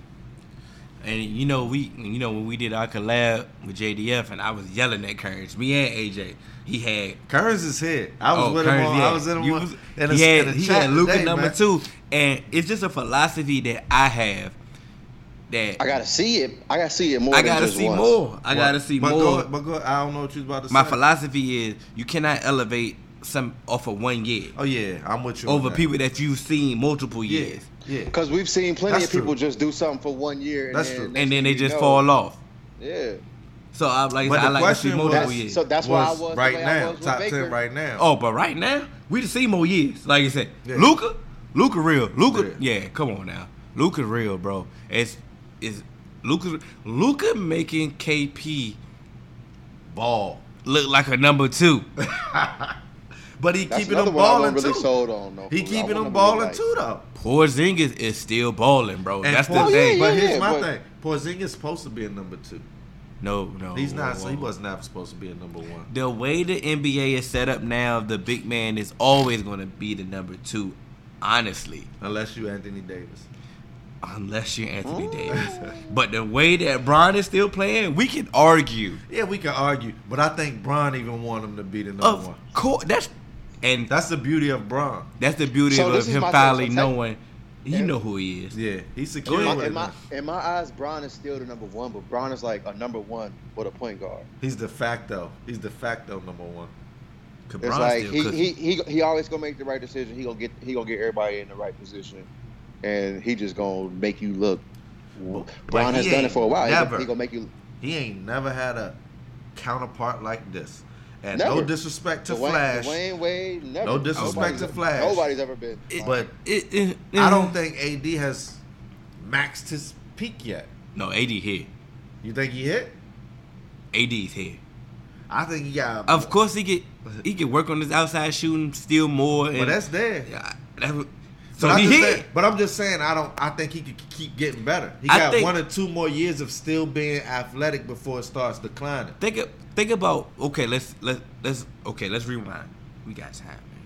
[SPEAKER 4] And you know we, you know when we did our collab with JDF, and I was yelling at Courage, me and AJ. He had
[SPEAKER 2] Kearns is here. I was
[SPEAKER 4] oh,
[SPEAKER 2] with
[SPEAKER 4] Kearns,
[SPEAKER 2] him. On,
[SPEAKER 4] yeah.
[SPEAKER 2] I was in him.
[SPEAKER 4] You
[SPEAKER 2] on-
[SPEAKER 4] was-
[SPEAKER 2] in a-
[SPEAKER 4] he had,
[SPEAKER 2] in a
[SPEAKER 4] he
[SPEAKER 2] chat
[SPEAKER 4] had Luca
[SPEAKER 2] today,
[SPEAKER 4] number
[SPEAKER 2] man.
[SPEAKER 4] two, and it's just a philosophy that I have that
[SPEAKER 3] I gotta see it. I gotta see it more.
[SPEAKER 4] I
[SPEAKER 3] than
[SPEAKER 4] gotta
[SPEAKER 3] just
[SPEAKER 4] see
[SPEAKER 3] once.
[SPEAKER 4] more. I
[SPEAKER 2] But-
[SPEAKER 4] gotta see
[SPEAKER 2] but
[SPEAKER 4] more.
[SPEAKER 2] Go, but go, I don't know what you was about to
[SPEAKER 4] My
[SPEAKER 2] say.
[SPEAKER 4] philosophy is you cannot elevate some off of one year
[SPEAKER 2] Oh yeah, I'm with you. on
[SPEAKER 4] over
[SPEAKER 2] that.
[SPEAKER 4] people that you've seen multiple
[SPEAKER 2] Yeah,
[SPEAKER 4] years,
[SPEAKER 2] yeah.
[SPEAKER 3] Because we've seen plenty
[SPEAKER 2] That's
[SPEAKER 3] of people
[SPEAKER 2] true.
[SPEAKER 3] just do something for one year and
[SPEAKER 2] That's
[SPEAKER 3] then
[SPEAKER 2] true.
[SPEAKER 3] next
[SPEAKER 4] and then
[SPEAKER 3] thing
[SPEAKER 4] they
[SPEAKER 3] you
[SPEAKER 4] just
[SPEAKER 3] know-
[SPEAKER 4] fall off.
[SPEAKER 3] Yeah.
[SPEAKER 4] So I like I like
[SPEAKER 2] But the
[SPEAKER 4] to see
[SPEAKER 2] question
[SPEAKER 4] multiple
[SPEAKER 2] was-
[SPEAKER 4] years.
[SPEAKER 3] So that's why I was the
[SPEAKER 2] right
[SPEAKER 3] way I
[SPEAKER 2] now.
[SPEAKER 3] was with
[SPEAKER 2] top
[SPEAKER 3] Baker.
[SPEAKER 2] ten right now.
[SPEAKER 4] Oh, but right now, we just see more years. Like you said,
[SPEAKER 2] Yeah.
[SPEAKER 4] Luca, Luca real. Luca,
[SPEAKER 2] Real.
[SPEAKER 4] yeah, come on now. Luca real, bro. It's is Luca Luca making KP
[SPEAKER 2] ball.
[SPEAKER 4] look like a number two.
[SPEAKER 2] But he
[SPEAKER 3] That's
[SPEAKER 2] keeping
[SPEAKER 3] another
[SPEAKER 2] them
[SPEAKER 3] one I wasn't
[SPEAKER 2] balling
[SPEAKER 3] really
[SPEAKER 2] too.
[SPEAKER 3] sold on. Though.
[SPEAKER 2] He
[SPEAKER 3] I
[SPEAKER 2] keeping
[SPEAKER 3] wanna
[SPEAKER 2] them
[SPEAKER 3] be
[SPEAKER 2] balling
[SPEAKER 3] like-
[SPEAKER 2] too though.
[SPEAKER 4] Porzingis is still balling, bro.
[SPEAKER 2] And
[SPEAKER 4] That's
[SPEAKER 2] Por-
[SPEAKER 4] the thing.
[SPEAKER 3] yeah,
[SPEAKER 2] But
[SPEAKER 3] Oh, yeah,
[SPEAKER 2] here's my
[SPEAKER 3] but-
[SPEAKER 2] thing: Porzingis supposed to be a number two.
[SPEAKER 4] No, no,
[SPEAKER 2] He's not,
[SPEAKER 4] whoa,
[SPEAKER 2] so he
[SPEAKER 4] whoa.
[SPEAKER 2] was not supposed to be a number one.
[SPEAKER 4] The way the NBA is set up now, the big man is always going to be the number two. Honestly,
[SPEAKER 2] Unless you Anthony Davis.
[SPEAKER 4] unless you're Anthony Davis, but the way that Bron is still playing, we can argue.
[SPEAKER 2] Yeah, we can argue, but I think Bron even want him to be the number
[SPEAKER 4] Of
[SPEAKER 2] one.
[SPEAKER 4] course, that's and
[SPEAKER 2] That's the beauty of Bron.
[SPEAKER 4] That's the beauty
[SPEAKER 3] So
[SPEAKER 4] of
[SPEAKER 3] this is
[SPEAKER 4] him
[SPEAKER 3] my thing.
[SPEAKER 4] finally
[SPEAKER 3] So take-
[SPEAKER 4] knowing he
[SPEAKER 3] Yeah.
[SPEAKER 4] know who he is.
[SPEAKER 2] Yeah, he's
[SPEAKER 4] Go
[SPEAKER 2] secure.
[SPEAKER 4] ahead.
[SPEAKER 2] with
[SPEAKER 3] In
[SPEAKER 2] it.
[SPEAKER 3] my in my eyes, Bron is still the number one, but Bron is like a number one with a point guard.
[SPEAKER 2] He's de facto. He's de facto number one.
[SPEAKER 4] Cause
[SPEAKER 3] It's
[SPEAKER 4] Bron's
[SPEAKER 3] like
[SPEAKER 4] still
[SPEAKER 3] he,
[SPEAKER 4] cooking.
[SPEAKER 3] he he he always gonna make the right decision. He gonna get he gonna get everybody in the right position, and he just gonna make you look. Bron
[SPEAKER 2] he
[SPEAKER 3] has done
[SPEAKER 2] ain't
[SPEAKER 3] it for a while. He gonna-
[SPEAKER 2] never.
[SPEAKER 3] He, gonna make you.
[SPEAKER 2] He ain't never had a counterpart like this. And no
[SPEAKER 3] Never.
[SPEAKER 2] disrespect to
[SPEAKER 3] Dwayne-
[SPEAKER 2] Flash,
[SPEAKER 3] Dwayne Wade. Never.
[SPEAKER 2] No disrespect
[SPEAKER 3] Nobody's
[SPEAKER 2] to
[SPEAKER 3] ever-
[SPEAKER 2] Flash.
[SPEAKER 3] Nobody's ever been.
[SPEAKER 4] It-
[SPEAKER 2] but
[SPEAKER 4] It- it-
[SPEAKER 2] I don't think AD has maxed his peak yet.
[SPEAKER 4] No, AD here.
[SPEAKER 2] You think he hit?
[SPEAKER 4] AD's here.
[SPEAKER 2] I think he got.
[SPEAKER 4] Of course he get he can work on his outside shooting still more. And,
[SPEAKER 2] but that's there.
[SPEAKER 4] Yeah, that would- so
[SPEAKER 2] but,
[SPEAKER 4] he
[SPEAKER 2] I'm just
[SPEAKER 4] hit.
[SPEAKER 2] saying, but I'm just saying, I don't. I think he could keep getting better. He
[SPEAKER 4] I
[SPEAKER 2] got
[SPEAKER 4] think-
[SPEAKER 2] one or two more years of still being athletic before it starts declining.
[SPEAKER 4] Think a- think about okay. Let's let let's okay. Let's rewind. We got time. Man.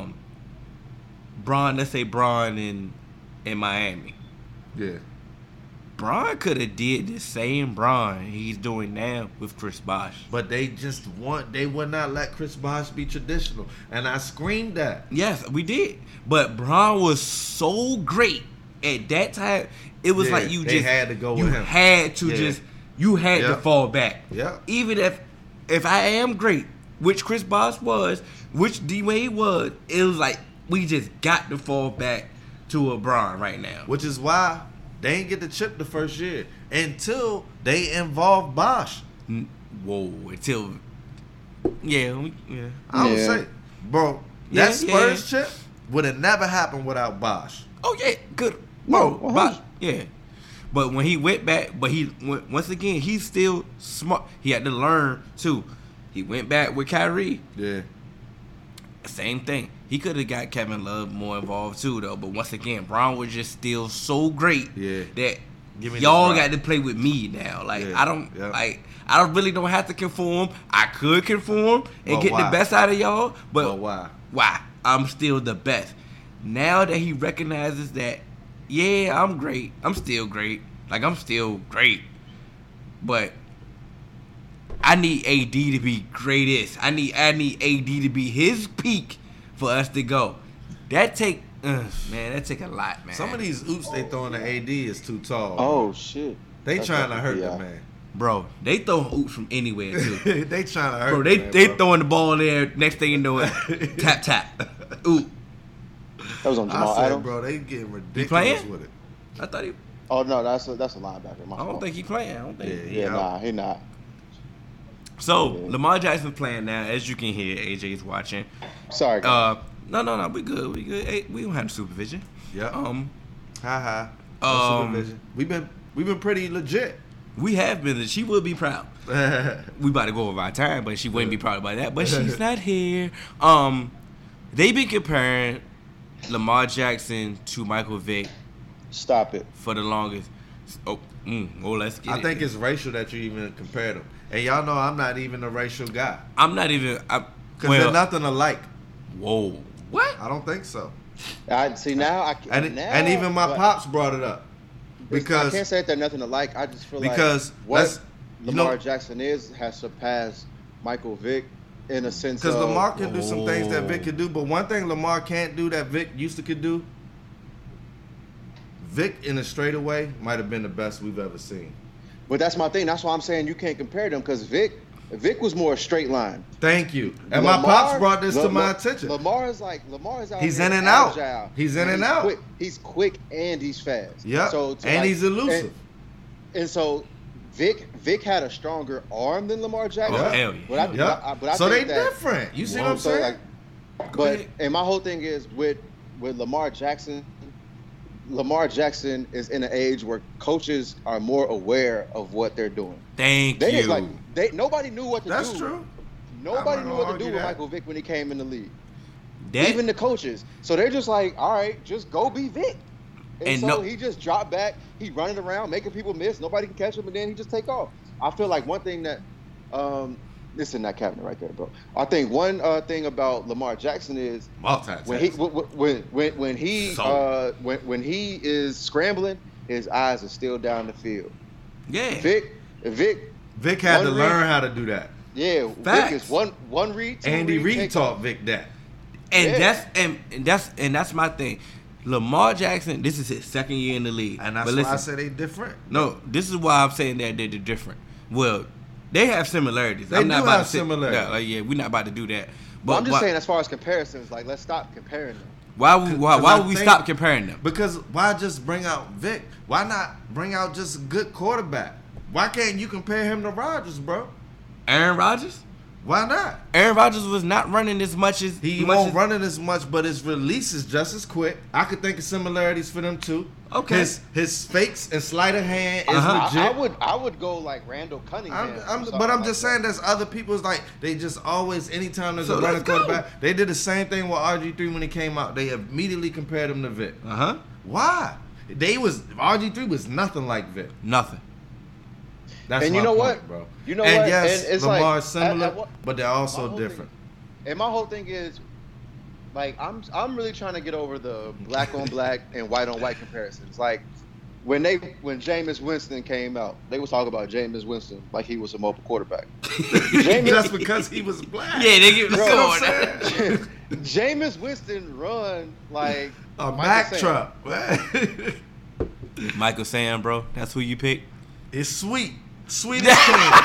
[SPEAKER 4] Um, Bron. Let's say Bron in in Miami.
[SPEAKER 2] Yeah.
[SPEAKER 4] Bron could have did the same Bron he's doing now with Chris Bosh.
[SPEAKER 2] But they just want they would not let Chris Bosh be traditional. And I screamed that.
[SPEAKER 4] Yes, we did. But Braun was so great at that time. It was
[SPEAKER 2] Yeah,
[SPEAKER 4] like you
[SPEAKER 2] they
[SPEAKER 4] just
[SPEAKER 2] had to go
[SPEAKER 4] you
[SPEAKER 2] with him.
[SPEAKER 4] had to
[SPEAKER 2] Yeah.
[SPEAKER 4] just you had to
[SPEAKER 2] Yep.
[SPEAKER 4] fall back.
[SPEAKER 2] Yep.
[SPEAKER 4] Even if if I am great, which Chris Bosh was, which D Wade was, it was like we just got to fall back to a Braun right now.
[SPEAKER 2] Which is why They ain't get the chip the first year until they involve Bosch.
[SPEAKER 4] N- Whoa, until yeah, we, yeah.
[SPEAKER 2] I would
[SPEAKER 3] Yeah.
[SPEAKER 2] say, bro,
[SPEAKER 4] Yeah,
[SPEAKER 2] that Spurs chip would have never happened without Bosch.
[SPEAKER 4] Oh yeah, good.
[SPEAKER 3] No,
[SPEAKER 4] Bro,
[SPEAKER 3] 100.
[SPEAKER 4] Bosh, yeah. But when he went back, but he went, once again he's still smart. He had to learn too. He went back with Kyrie.
[SPEAKER 2] Yeah,
[SPEAKER 4] Same thing. He could have got Kevin Love more involved too, though. But once again, Brown was just still so great
[SPEAKER 2] Yeah.
[SPEAKER 4] that
[SPEAKER 2] Give me
[SPEAKER 4] y'all
[SPEAKER 2] this
[SPEAKER 4] got
[SPEAKER 2] Bron.
[SPEAKER 4] to play with me now. Like
[SPEAKER 2] Yeah,
[SPEAKER 4] I don't
[SPEAKER 2] yeah.
[SPEAKER 4] like I don't really don't have to conform. I could conform and
[SPEAKER 2] But
[SPEAKER 4] get
[SPEAKER 2] why?
[SPEAKER 4] the best out of y'all, but
[SPEAKER 2] but why?
[SPEAKER 4] why? I'm still the best. Now that he recognizes that, yeah, I'm great. I'm still great. Like I'm still great. But I need AD to be greatest. I need I need AD to be his peak for us to go. That take ugh, man, that take a lot, man.
[SPEAKER 2] Some of these oops they throwing to AD is too tall.
[SPEAKER 3] Oh shit.
[SPEAKER 2] they
[SPEAKER 3] That's
[SPEAKER 2] trying to
[SPEAKER 3] what-
[SPEAKER 2] hurt
[SPEAKER 3] yeah.
[SPEAKER 2] the man.
[SPEAKER 4] bro, they throw oops from anywhere too.
[SPEAKER 2] they trying to hurt.
[SPEAKER 4] Bro, they
[SPEAKER 2] the man,
[SPEAKER 4] they
[SPEAKER 2] bro.
[SPEAKER 4] throwing the ball there. Next thing you know, it tap tap. Ooh,
[SPEAKER 3] That was on Jamal
[SPEAKER 2] I said,
[SPEAKER 3] Adams.
[SPEAKER 2] bro, they getting ridiculous
[SPEAKER 4] playing?
[SPEAKER 2] with it.
[SPEAKER 4] I thought he.
[SPEAKER 3] Oh no, that's a, that's a linebacker. My
[SPEAKER 4] I don't
[SPEAKER 3] fault.
[SPEAKER 4] think he playing. I don't think.
[SPEAKER 2] Oh. Yeah,
[SPEAKER 3] Yeah,
[SPEAKER 2] Yeah.
[SPEAKER 3] nah, he not.
[SPEAKER 4] So
[SPEAKER 3] Yeah.
[SPEAKER 4] Lamar Jackson's playing now, as you can hear. AJ's watching.
[SPEAKER 3] Sorry. guys.
[SPEAKER 4] Uh, no, no, no, we good, we good. Hey, we don't have supervision.
[SPEAKER 2] Yeah.
[SPEAKER 4] Um,
[SPEAKER 2] Ha ha.
[SPEAKER 4] Um,
[SPEAKER 2] we've been we've been pretty legit.
[SPEAKER 4] we have been. She would be proud. We about to go over our time, but she wouldn't be proud about that. But she's not here. Um, they been comparing Lamar Jackson to Michael Vick
[SPEAKER 3] Stop it.
[SPEAKER 4] for the longest. Oh, mm, oh, let's get.
[SPEAKER 2] I
[SPEAKER 4] it.
[SPEAKER 2] think it's racial that you even compared them. And y'all know I'm not even a racial guy.
[SPEAKER 4] I'm not even. I,
[SPEAKER 2] Because
[SPEAKER 4] well,
[SPEAKER 2] they're nothing alike.
[SPEAKER 4] whoa, what?
[SPEAKER 2] I don't think so.
[SPEAKER 3] I see now. I can
[SPEAKER 2] And,
[SPEAKER 3] now,
[SPEAKER 2] and even my
[SPEAKER 3] like,
[SPEAKER 2] pops brought it up.
[SPEAKER 3] it's-
[SPEAKER 2] Because
[SPEAKER 3] I can't say that they're nothing alike. I just feel
[SPEAKER 2] Because
[SPEAKER 3] like
[SPEAKER 2] let's-
[SPEAKER 3] what
[SPEAKER 2] you
[SPEAKER 3] Lamar
[SPEAKER 2] know-
[SPEAKER 3] Jackson is has surpassed Michael Vick in a sense.
[SPEAKER 2] Because
[SPEAKER 3] Because
[SPEAKER 2] Lamar can do some things that Vic
[SPEAKER 4] Oh.
[SPEAKER 2] could do, but one thing Lamar can't do that Vic used to could do, Vic in a straightaway might have been the best we've ever seen.
[SPEAKER 3] But that's my thing. That's why I'm saying you can't compare them because Vic, Vic was more a straight line.
[SPEAKER 2] Thank you. And my
[SPEAKER 3] Lamar-
[SPEAKER 2] pops brought this to
[SPEAKER 3] Lamar-
[SPEAKER 2] my attention.
[SPEAKER 3] Lamar is like Lamar is out.
[SPEAKER 2] He's
[SPEAKER 3] here
[SPEAKER 2] in and out.
[SPEAKER 3] agile.
[SPEAKER 2] He's in and
[SPEAKER 3] he's
[SPEAKER 2] out.
[SPEAKER 3] Quick. He's quick and he's fast.
[SPEAKER 2] yeah.
[SPEAKER 3] So to
[SPEAKER 2] and
[SPEAKER 3] like-
[SPEAKER 2] he's elusive.
[SPEAKER 3] And, and so, Vic Vic had a stronger arm than Lamar Jackson.
[SPEAKER 2] Oh,
[SPEAKER 4] hell yeah.
[SPEAKER 3] But I,
[SPEAKER 2] yeah.
[SPEAKER 3] but I, but I
[SPEAKER 2] so they
[SPEAKER 3] think that,
[SPEAKER 2] different. You see
[SPEAKER 4] Whoa.
[SPEAKER 2] what I'm
[SPEAKER 3] So
[SPEAKER 2] saying?
[SPEAKER 3] like, but and my whole thing is with with Lamar Jackson. Lamar Jackson is in an age where coaches are more aware of what they're doing.
[SPEAKER 4] Thank
[SPEAKER 3] They
[SPEAKER 4] you.
[SPEAKER 3] just like they nobody knew what to
[SPEAKER 2] That's
[SPEAKER 3] do.
[SPEAKER 2] true.
[SPEAKER 3] Nobody
[SPEAKER 2] I'm not
[SPEAKER 3] knew
[SPEAKER 2] gonna
[SPEAKER 3] what to
[SPEAKER 2] argue
[SPEAKER 3] do with
[SPEAKER 2] that.
[SPEAKER 3] Michael Vick when he came in the league.
[SPEAKER 4] that,
[SPEAKER 3] Even the coaches. So they're just like, all right, just go be Vic. And,
[SPEAKER 4] And
[SPEAKER 3] so
[SPEAKER 4] no-
[SPEAKER 3] he just dropped back. He running around, making people miss. Nobody can catch him, and then he just take off. I feel like one thing that, um, this in that cabinet right there, bro. I think one uh, thing about Lamar Jackson is
[SPEAKER 2] Multitasking.
[SPEAKER 3] when he when when when, when he
[SPEAKER 4] So-
[SPEAKER 3] uh, when when he is scrambling, his eyes are still down the field.
[SPEAKER 4] yeah.
[SPEAKER 3] Vic, Vic,
[SPEAKER 2] Vic had to
[SPEAKER 3] One
[SPEAKER 2] learn
[SPEAKER 3] read-
[SPEAKER 2] how to do that.
[SPEAKER 3] yeah, Vic
[SPEAKER 4] Facts.
[SPEAKER 3] is one one read. two
[SPEAKER 2] Andy
[SPEAKER 3] read,
[SPEAKER 2] Reid
[SPEAKER 3] take-
[SPEAKER 2] taught Vic that.
[SPEAKER 4] And
[SPEAKER 3] Yeah.
[SPEAKER 4] that's and, and that's and that's my thing. Lamar Jackson, this is his second year in the league.
[SPEAKER 2] And that's
[SPEAKER 4] But
[SPEAKER 2] why I
[SPEAKER 4] listen,
[SPEAKER 2] said they different.
[SPEAKER 4] No, this is why I'm saying that they're different. Well, they have similarities.
[SPEAKER 2] They
[SPEAKER 4] I'm not
[SPEAKER 2] do
[SPEAKER 4] about
[SPEAKER 2] have
[SPEAKER 4] to sit-
[SPEAKER 2] similarities.
[SPEAKER 4] Yeah, like, yeah, we're not about to do that. But
[SPEAKER 3] But I'm just
[SPEAKER 4] why,
[SPEAKER 3] saying, as far as comparisons, like let's stop comparing them.
[SPEAKER 4] why we, why,
[SPEAKER 2] 'Cause
[SPEAKER 4] why
[SPEAKER 2] I
[SPEAKER 4] would we
[SPEAKER 2] think-
[SPEAKER 4] stop comparing them?
[SPEAKER 2] Because why just bring out Vic? Why not bring out just a good quarterback? Why can't you compare him to Rodgers, bro?
[SPEAKER 4] Aaron Rodgers,
[SPEAKER 2] Why not?
[SPEAKER 4] Aaron Rodgers was not running as much as
[SPEAKER 2] He
[SPEAKER 4] much
[SPEAKER 2] won't
[SPEAKER 4] as-
[SPEAKER 2] run it as much, but his release is just as quick. I could think of similarities for them too.
[SPEAKER 4] Okay.
[SPEAKER 2] His his fakes and sleight of hand is
[SPEAKER 4] Uh-huh.
[SPEAKER 2] legit.
[SPEAKER 3] I, I would I would go like Randall
[SPEAKER 2] I'm,
[SPEAKER 3] Cunningham. or
[SPEAKER 2] I'm,
[SPEAKER 3] something
[SPEAKER 2] but I'm
[SPEAKER 3] like
[SPEAKER 2] just
[SPEAKER 3] that.
[SPEAKER 2] saying, there's other people's like they just always anytime there's
[SPEAKER 4] So
[SPEAKER 2] a running
[SPEAKER 4] let's go.
[SPEAKER 2] quarterback, they did the same thing with RG three when he came out. They immediately compared him to Vic.
[SPEAKER 4] Uh huh.
[SPEAKER 2] Why? They was RG three was nothing like Vic.
[SPEAKER 4] Nothing.
[SPEAKER 2] That's
[SPEAKER 3] And
[SPEAKER 2] my
[SPEAKER 3] you know
[SPEAKER 2] point,
[SPEAKER 3] what?
[SPEAKER 2] bro.
[SPEAKER 3] You know
[SPEAKER 2] and
[SPEAKER 3] what?
[SPEAKER 2] Yes,
[SPEAKER 3] And it's like,
[SPEAKER 2] Lamar's
[SPEAKER 3] at- at
[SPEAKER 2] similar,
[SPEAKER 3] what-
[SPEAKER 2] but they're
[SPEAKER 3] my
[SPEAKER 2] also
[SPEAKER 3] whole thing-
[SPEAKER 2] different.
[SPEAKER 3] and my whole thing is, like I'm I'm really trying to get over the black on black and white on white comparisons. Like when they when Jameis Winston came out, they was talking about Jameis Winston like he was a mobile quarterback.
[SPEAKER 2] Just
[SPEAKER 3] Jameis,
[SPEAKER 2] because he was black.
[SPEAKER 4] Yeah, they get
[SPEAKER 2] You see
[SPEAKER 4] come
[SPEAKER 2] what
[SPEAKER 4] on.
[SPEAKER 2] I'm saying?
[SPEAKER 3] Jameis Winston run like
[SPEAKER 2] A
[SPEAKER 3] Michael
[SPEAKER 2] back
[SPEAKER 3] Sam.
[SPEAKER 2] truck.
[SPEAKER 4] Michael Sam, bro, that's who you pick.
[SPEAKER 2] it's sweet. Sweet as can.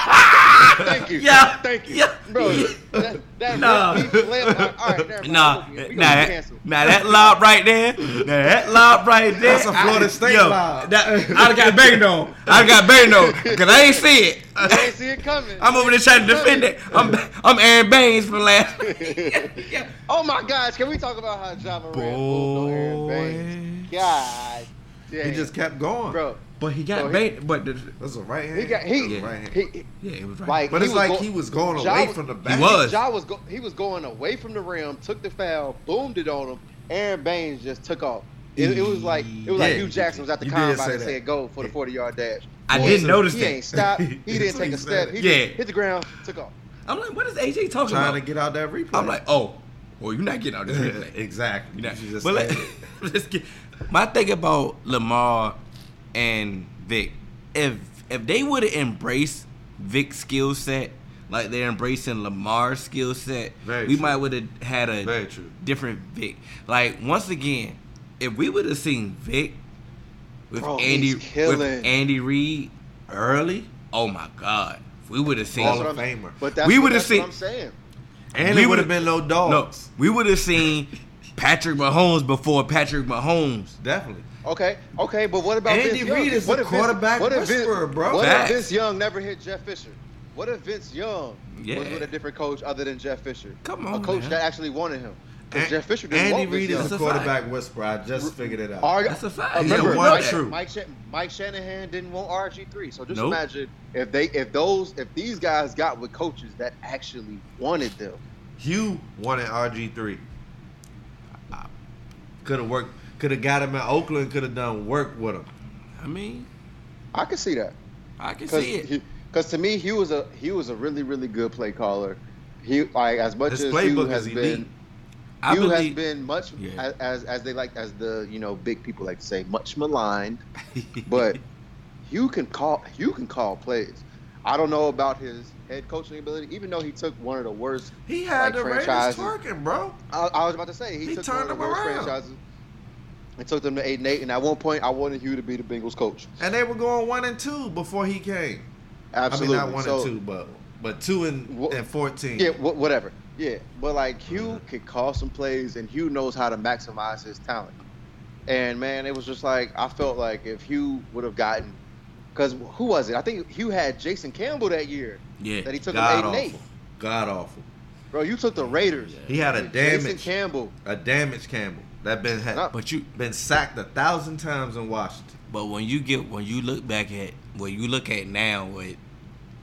[SPEAKER 3] Thank you.
[SPEAKER 4] Yeah.
[SPEAKER 3] Thank you.
[SPEAKER 4] Yeah.
[SPEAKER 3] Bro, that, that
[SPEAKER 4] Nah.
[SPEAKER 3] that deep laugh, like, all right, never mind,
[SPEAKER 4] Nah, eh, nah,
[SPEAKER 3] I'm with you. We gonna
[SPEAKER 4] that,
[SPEAKER 3] cancel.
[SPEAKER 4] nah, that lob right there, nah, that lob right there.
[SPEAKER 2] That's a Florida State lob.
[SPEAKER 4] That, I got banged on. I got banged on because I ain't see it.
[SPEAKER 3] I didn't see it coming.
[SPEAKER 4] I'm over there trying to defend it. I'm I'm Aaron Baines from last.
[SPEAKER 3] Oh my gosh, can we talk about how Java Boy. ran over Aaron Banks?
[SPEAKER 4] Boy.
[SPEAKER 3] God damn.
[SPEAKER 2] He just kept going.
[SPEAKER 3] bro.
[SPEAKER 4] But he
[SPEAKER 3] So
[SPEAKER 4] got
[SPEAKER 3] he-
[SPEAKER 4] banged. But the,
[SPEAKER 2] That's a right hand.
[SPEAKER 3] He got he,
[SPEAKER 2] That's a right hand.
[SPEAKER 3] he, he
[SPEAKER 4] yeah, it was right.
[SPEAKER 3] like
[SPEAKER 2] but
[SPEAKER 3] he
[SPEAKER 2] it's
[SPEAKER 3] was
[SPEAKER 2] like
[SPEAKER 3] go-
[SPEAKER 2] he was going
[SPEAKER 3] Ja
[SPEAKER 2] away
[SPEAKER 3] was-
[SPEAKER 2] from the back.
[SPEAKER 4] was.
[SPEAKER 3] Ja was go, he was going away from the rim, took the foul, boomed it on him. Aaron Baines just took off. It, it was like it was like
[SPEAKER 2] Yeah.
[SPEAKER 3] Hugh Jackson was at the
[SPEAKER 2] You did
[SPEAKER 3] combine
[SPEAKER 2] say
[SPEAKER 3] and
[SPEAKER 2] that.
[SPEAKER 3] said go for the 40 yard dash.
[SPEAKER 4] I
[SPEAKER 3] Boy,
[SPEAKER 4] didn't
[SPEAKER 3] he
[SPEAKER 4] notice
[SPEAKER 3] He
[SPEAKER 4] that.
[SPEAKER 3] ain't stopped. He
[SPEAKER 2] That's
[SPEAKER 3] didn't
[SPEAKER 2] what
[SPEAKER 3] take
[SPEAKER 2] he
[SPEAKER 3] a step. He
[SPEAKER 2] said.
[SPEAKER 4] Yeah.
[SPEAKER 3] just hit the ground, took off.
[SPEAKER 4] I'm like, what is AJ talking
[SPEAKER 2] trying
[SPEAKER 4] about?
[SPEAKER 2] to get out that replay.
[SPEAKER 4] I'm like, oh, well, you're not getting out of this replay.
[SPEAKER 2] exactly.
[SPEAKER 4] You know,
[SPEAKER 2] You just
[SPEAKER 4] but let,
[SPEAKER 2] said it.
[SPEAKER 4] let's get my thing about Lamar and Vic. If if they would have embraced Vic's skill set, like they're embracing Lamar's skill set,
[SPEAKER 2] Very
[SPEAKER 4] we
[SPEAKER 2] true.
[SPEAKER 4] might would have had a
[SPEAKER 2] Very true.
[SPEAKER 4] different Vic. Like once again, if we would have seen Vic with
[SPEAKER 3] Bro,
[SPEAKER 4] Andy
[SPEAKER 3] he's
[SPEAKER 4] with
[SPEAKER 3] killing.
[SPEAKER 4] Andy Reid,
[SPEAKER 2] early
[SPEAKER 4] oh my god, if we would have seen
[SPEAKER 2] Hall
[SPEAKER 3] what
[SPEAKER 2] of
[SPEAKER 3] I'm-
[SPEAKER 2] Famer.
[SPEAKER 3] But that's,
[SPEAKER 4] We
[SPEAKER 3] what,
[SPEAKER 4] would've
[SPEAKER 3] that's
[SPEAKER 4] seen-
[SPEAKER 3] what I'm saying.
[SPEAKER 2] and
[SPEAKER 4] We
[SPEAKER 2] it would
[SPEAKER 4] would've-
[SPEAKER 2] have been no
[SPEAKER 4] no,
[SPEAKER 2] dogs.
[SPEAKER 4] we would have seen Patrick Mahomes before Patrick Mahomes.
[SPEAKER 2] Definitely.
[SPEAKER 3] Okay, okay, but what about
[SPEAKER 2] Andy
[SPEAKER 3] Vince Young?
[SPEAKER 2] Reid is
[SPEAKER 3] what
[SPEAKER 2] a
[SPEAKER 3] if Vince-
[SPEAKER 2] quarterback
[SPEAKER 3] what if Vince-
[SPEAKER 2] whisperer, bro.
[SPEAKER 3] What
[SPEAKER 4] Facts.
[SPEAKER 3] if Vince Young never hit Jeff Fisher? What if Vince Young
[SPEAKER 4] Yeah.
[SPEAKER 3] was with a different coach other than Jeff Fisher?
[SPEAKER 4] Come
[SPEAKER 3] a
[SPEAKER 4] on,
[SPEAKER 3] coach
[SPEAKER 4] man.
[SPEAKER 3] that actually wanted him. 'Cause
[SPEAKER 2] An-
[SPEAKER 3] Jeff Fisher didn't
[SPEAKER 2] Andy
[SPEAKER 3] want
[SPEAKER 2] Reid
[SPEAKER 3] Vince
[SPEAKER 2] is
[SPEAKER 4] That's
[SPEAKER 2] a
[SPEAKER 4] a
[SPEAKER 3] Young.
[SPEAKER 2] quarterback whisperer. I just figured it out.
[SPEAKER 3] Ar-
[SPEAKER 4] That's a fact.
[SPEAKER 3] uh,
[SPEAKER 4] He's
[SPEAKER 3] remember,
[SPEAKER 2] a one
[SPEAKER 3] Mike,
[SPEAKER 2] true.
[SPEAKER 3] Mike, Shan- Mike Shanahan didn't want RG three. So just
[SPEAKER 4] Nope.
[SPEAKER 3] imagine if they, if those, if these guys got with coaches that actually wanted them.
[SPEAKER 2] Hugh wanted RG three. Could have worked. Could have got him in Oakland. Could have done work with him.
[SPEAKER 4] I mean,
[SPEAKER 3] I could see that.
[SPEAKER 4] I can see it.
[SPEAKER 3] Because to me, he was a he was a really really good play caller. He like as much
[SPEAKER 2] His
[SPEAKER 3] as Hugh
[SPEAKER 2] playbook
[SPEAKER 3] has
[SPEAKER 2] is
[SPEAKER 3] been,
[SPEAKER 2] elite.
[SPEAKER 4] I
[SPEAKER 3] Hugh has
[SPEAKER 4] believe.
[SPEAKER 3] been much
[SPEAKER 4] Yeah.
[SPEAKER 3] as, as as they like as the you know big people like to say much maligned, but Hugh can call Hugh can call plays. I don't know about his head coaching ability, even though he took one of the worst.
[SPEAKER 2] He had
[SPEAKER 3] Like
[SPEAKER 2] the Raiders
[SPEAKER 3] franchises.
[SPEAKER 2] twerking, bro.
[SPEAKER 3] I, I was about to say he,
[SPEAKER 2] He
[SPEAKER 3] took
[SPEAKER 2] turned
[SPEAKER 3] one of
[SPEAKER 2] them
[SPEAKER 3] the worst
[SPEAKER 2] around.
[SPEAKER 3] franchises. and took them to eight and eight, and at one point I wanted Hugh to be the Bengals coach.
[SPEAKER 2] And they were going one and two before he came.
[SPEAKER 3] Absolutely.
[SPEAKER 2] I mean, not one
[SPEAKER 3] So-
[SPEAKER 2] and two, but but two and
[SPEAKER 3] Wha-
[SPEAKER 2] and fourteen.
[SPEAKER 3] Yeah, wh- whatever. Yeah, but like
[SPEAKER 2] Mm-hmm.
[SPEAKER 3] Hugh could call some plays, and Hugh knows how to maximize his talent. And man, it was just like I felt like if Hugh would have gotten, because who was it? I think Hugh had Jason Campbell that year
[SPEAKER 4] yeah.
[SPEAKER 3] that he took him eight
[SPEAKER 2] God
[SPEAKER 3] and
[SPEAKER 2] awful.
[SPEAKER 3] eight.
[SPEAKER 2] God awful.
[SPEAKER 3] Bro, you took the Raiders.
[SPEAKER 2] He had a
[SPEAKER 3] Jason
[SPEAKER 2] damage,
[SPEAKER 3] Campbell.
[SPEAKER 2] a damage Campbell that been had,
[SPEAKER 3] Not-
[SPEAKER 4] but you,
[SPEAKER 2] been sacked a thousand times in Washington.
[SPEAKER 4] but when you get when you look back at when you look at now with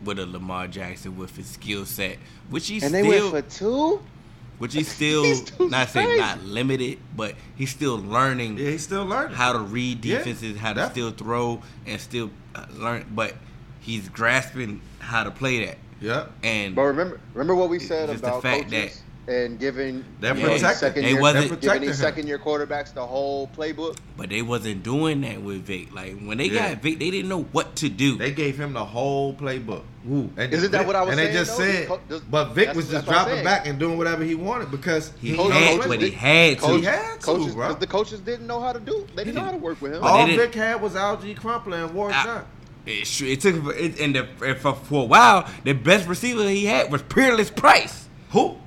[SPEAKER 4] with a Lamar Jackson with his skill set, which he
[SPEAKER 3] And they
[SPEAKER 4] still,
[SPEAKER 3] went for two.
[SPEAKER 4] which he's still
[SPEAKER 3] These dudes
[SPEAKER 4] not say
[SPEAKER 3] crazy.
[SPEAKER 4] not limited, but he's still learning
[SPEAKER 2] Yeah, he's still learning.
[SPEAKER 4] how to read
[SPEAKER 2] Yeah,
[SPEAKER 4] defenses, how to
[SPEAKER 2] definitely.
[SPEAKER 4] still throw and still uh, learn. But he's grasping how to play that.
[SPEAKER 2] Yep.
[SPEAKER 4] And
[SPEAKER 3] But remember, remember what we said
[SPEAKER 4] Just the
[SPEAKER 3] about
[SPEAKER 4] fact
[SPEAKER 3] coaches and giving
[SPEAKER 2] They're
[SPEAKER 3] you know, these
[SPEAKER 2] protecting-
[SPEAKER 3] second
[SPEAKER 4] they
[SPEAKER 3] year,
[SPEAKER 4] wasn't-
[SPEAKER 3] giving
[SPEAKER 2] protecting him.
[SPEAKER 3] these second year quarterbacks the whole playbook.
[SPEAKER 4] but they wasn't doing that with Vic. Like when they
[SPEAKER 2] Yeah.
[SPEAKER 4] got Vic, they didn't know what to do.
[SPEAKER 2] They gave him the whole playbook.
[SPEAKER 4] Ooh.
[SPEAKER 2] And
[SPEAKER 3] Isn't that what I
[SPEAKER 2] and
[SPEAKER 3] was saying,
[SPEAKER 2] they just
[SPEAKER 3] though?
[SPEAKER 2] said,
[SPEAKER 3] Co- does-
[SPEAKER 2] but Vic
[SPEAKER 3] that's-
[SPEAKER 2] was just
[SPEAKER 3] that's what I'm
[SPEAKER 2] dropping
[SPEAKER 3] saying.
[SPEAKER 2] back and doing whatever he wanted because
[SPEAKER 4] he
[SPEAKER 3] Coach-
[SPEAKER 4] had
[SPEAKER 3] Coach-
[SPEAKER 4] what he had to.
[SPEAKER 3] Coach-
[SPEAKER 2] He had to,
[SPEAKER 3] coaches,
[SPEAKER 2] bro.
[SPEAKER 3] 'cause the coaches didn't know how to do. They didn't know how to work with him.
[SPEAKER 4] But they
[SPEAKER 2] all
[SPEAKER 4] didn't-
[SPEAKER 2] Vic had was Algie Crumpler and Warren
[SPEAKER 4] I-
[SPEAKER 2] Sapp.
[SPEAKER 4] It, sh- it took it, and the, and for, for a while, the best receiver he had was Peerless Price. Who?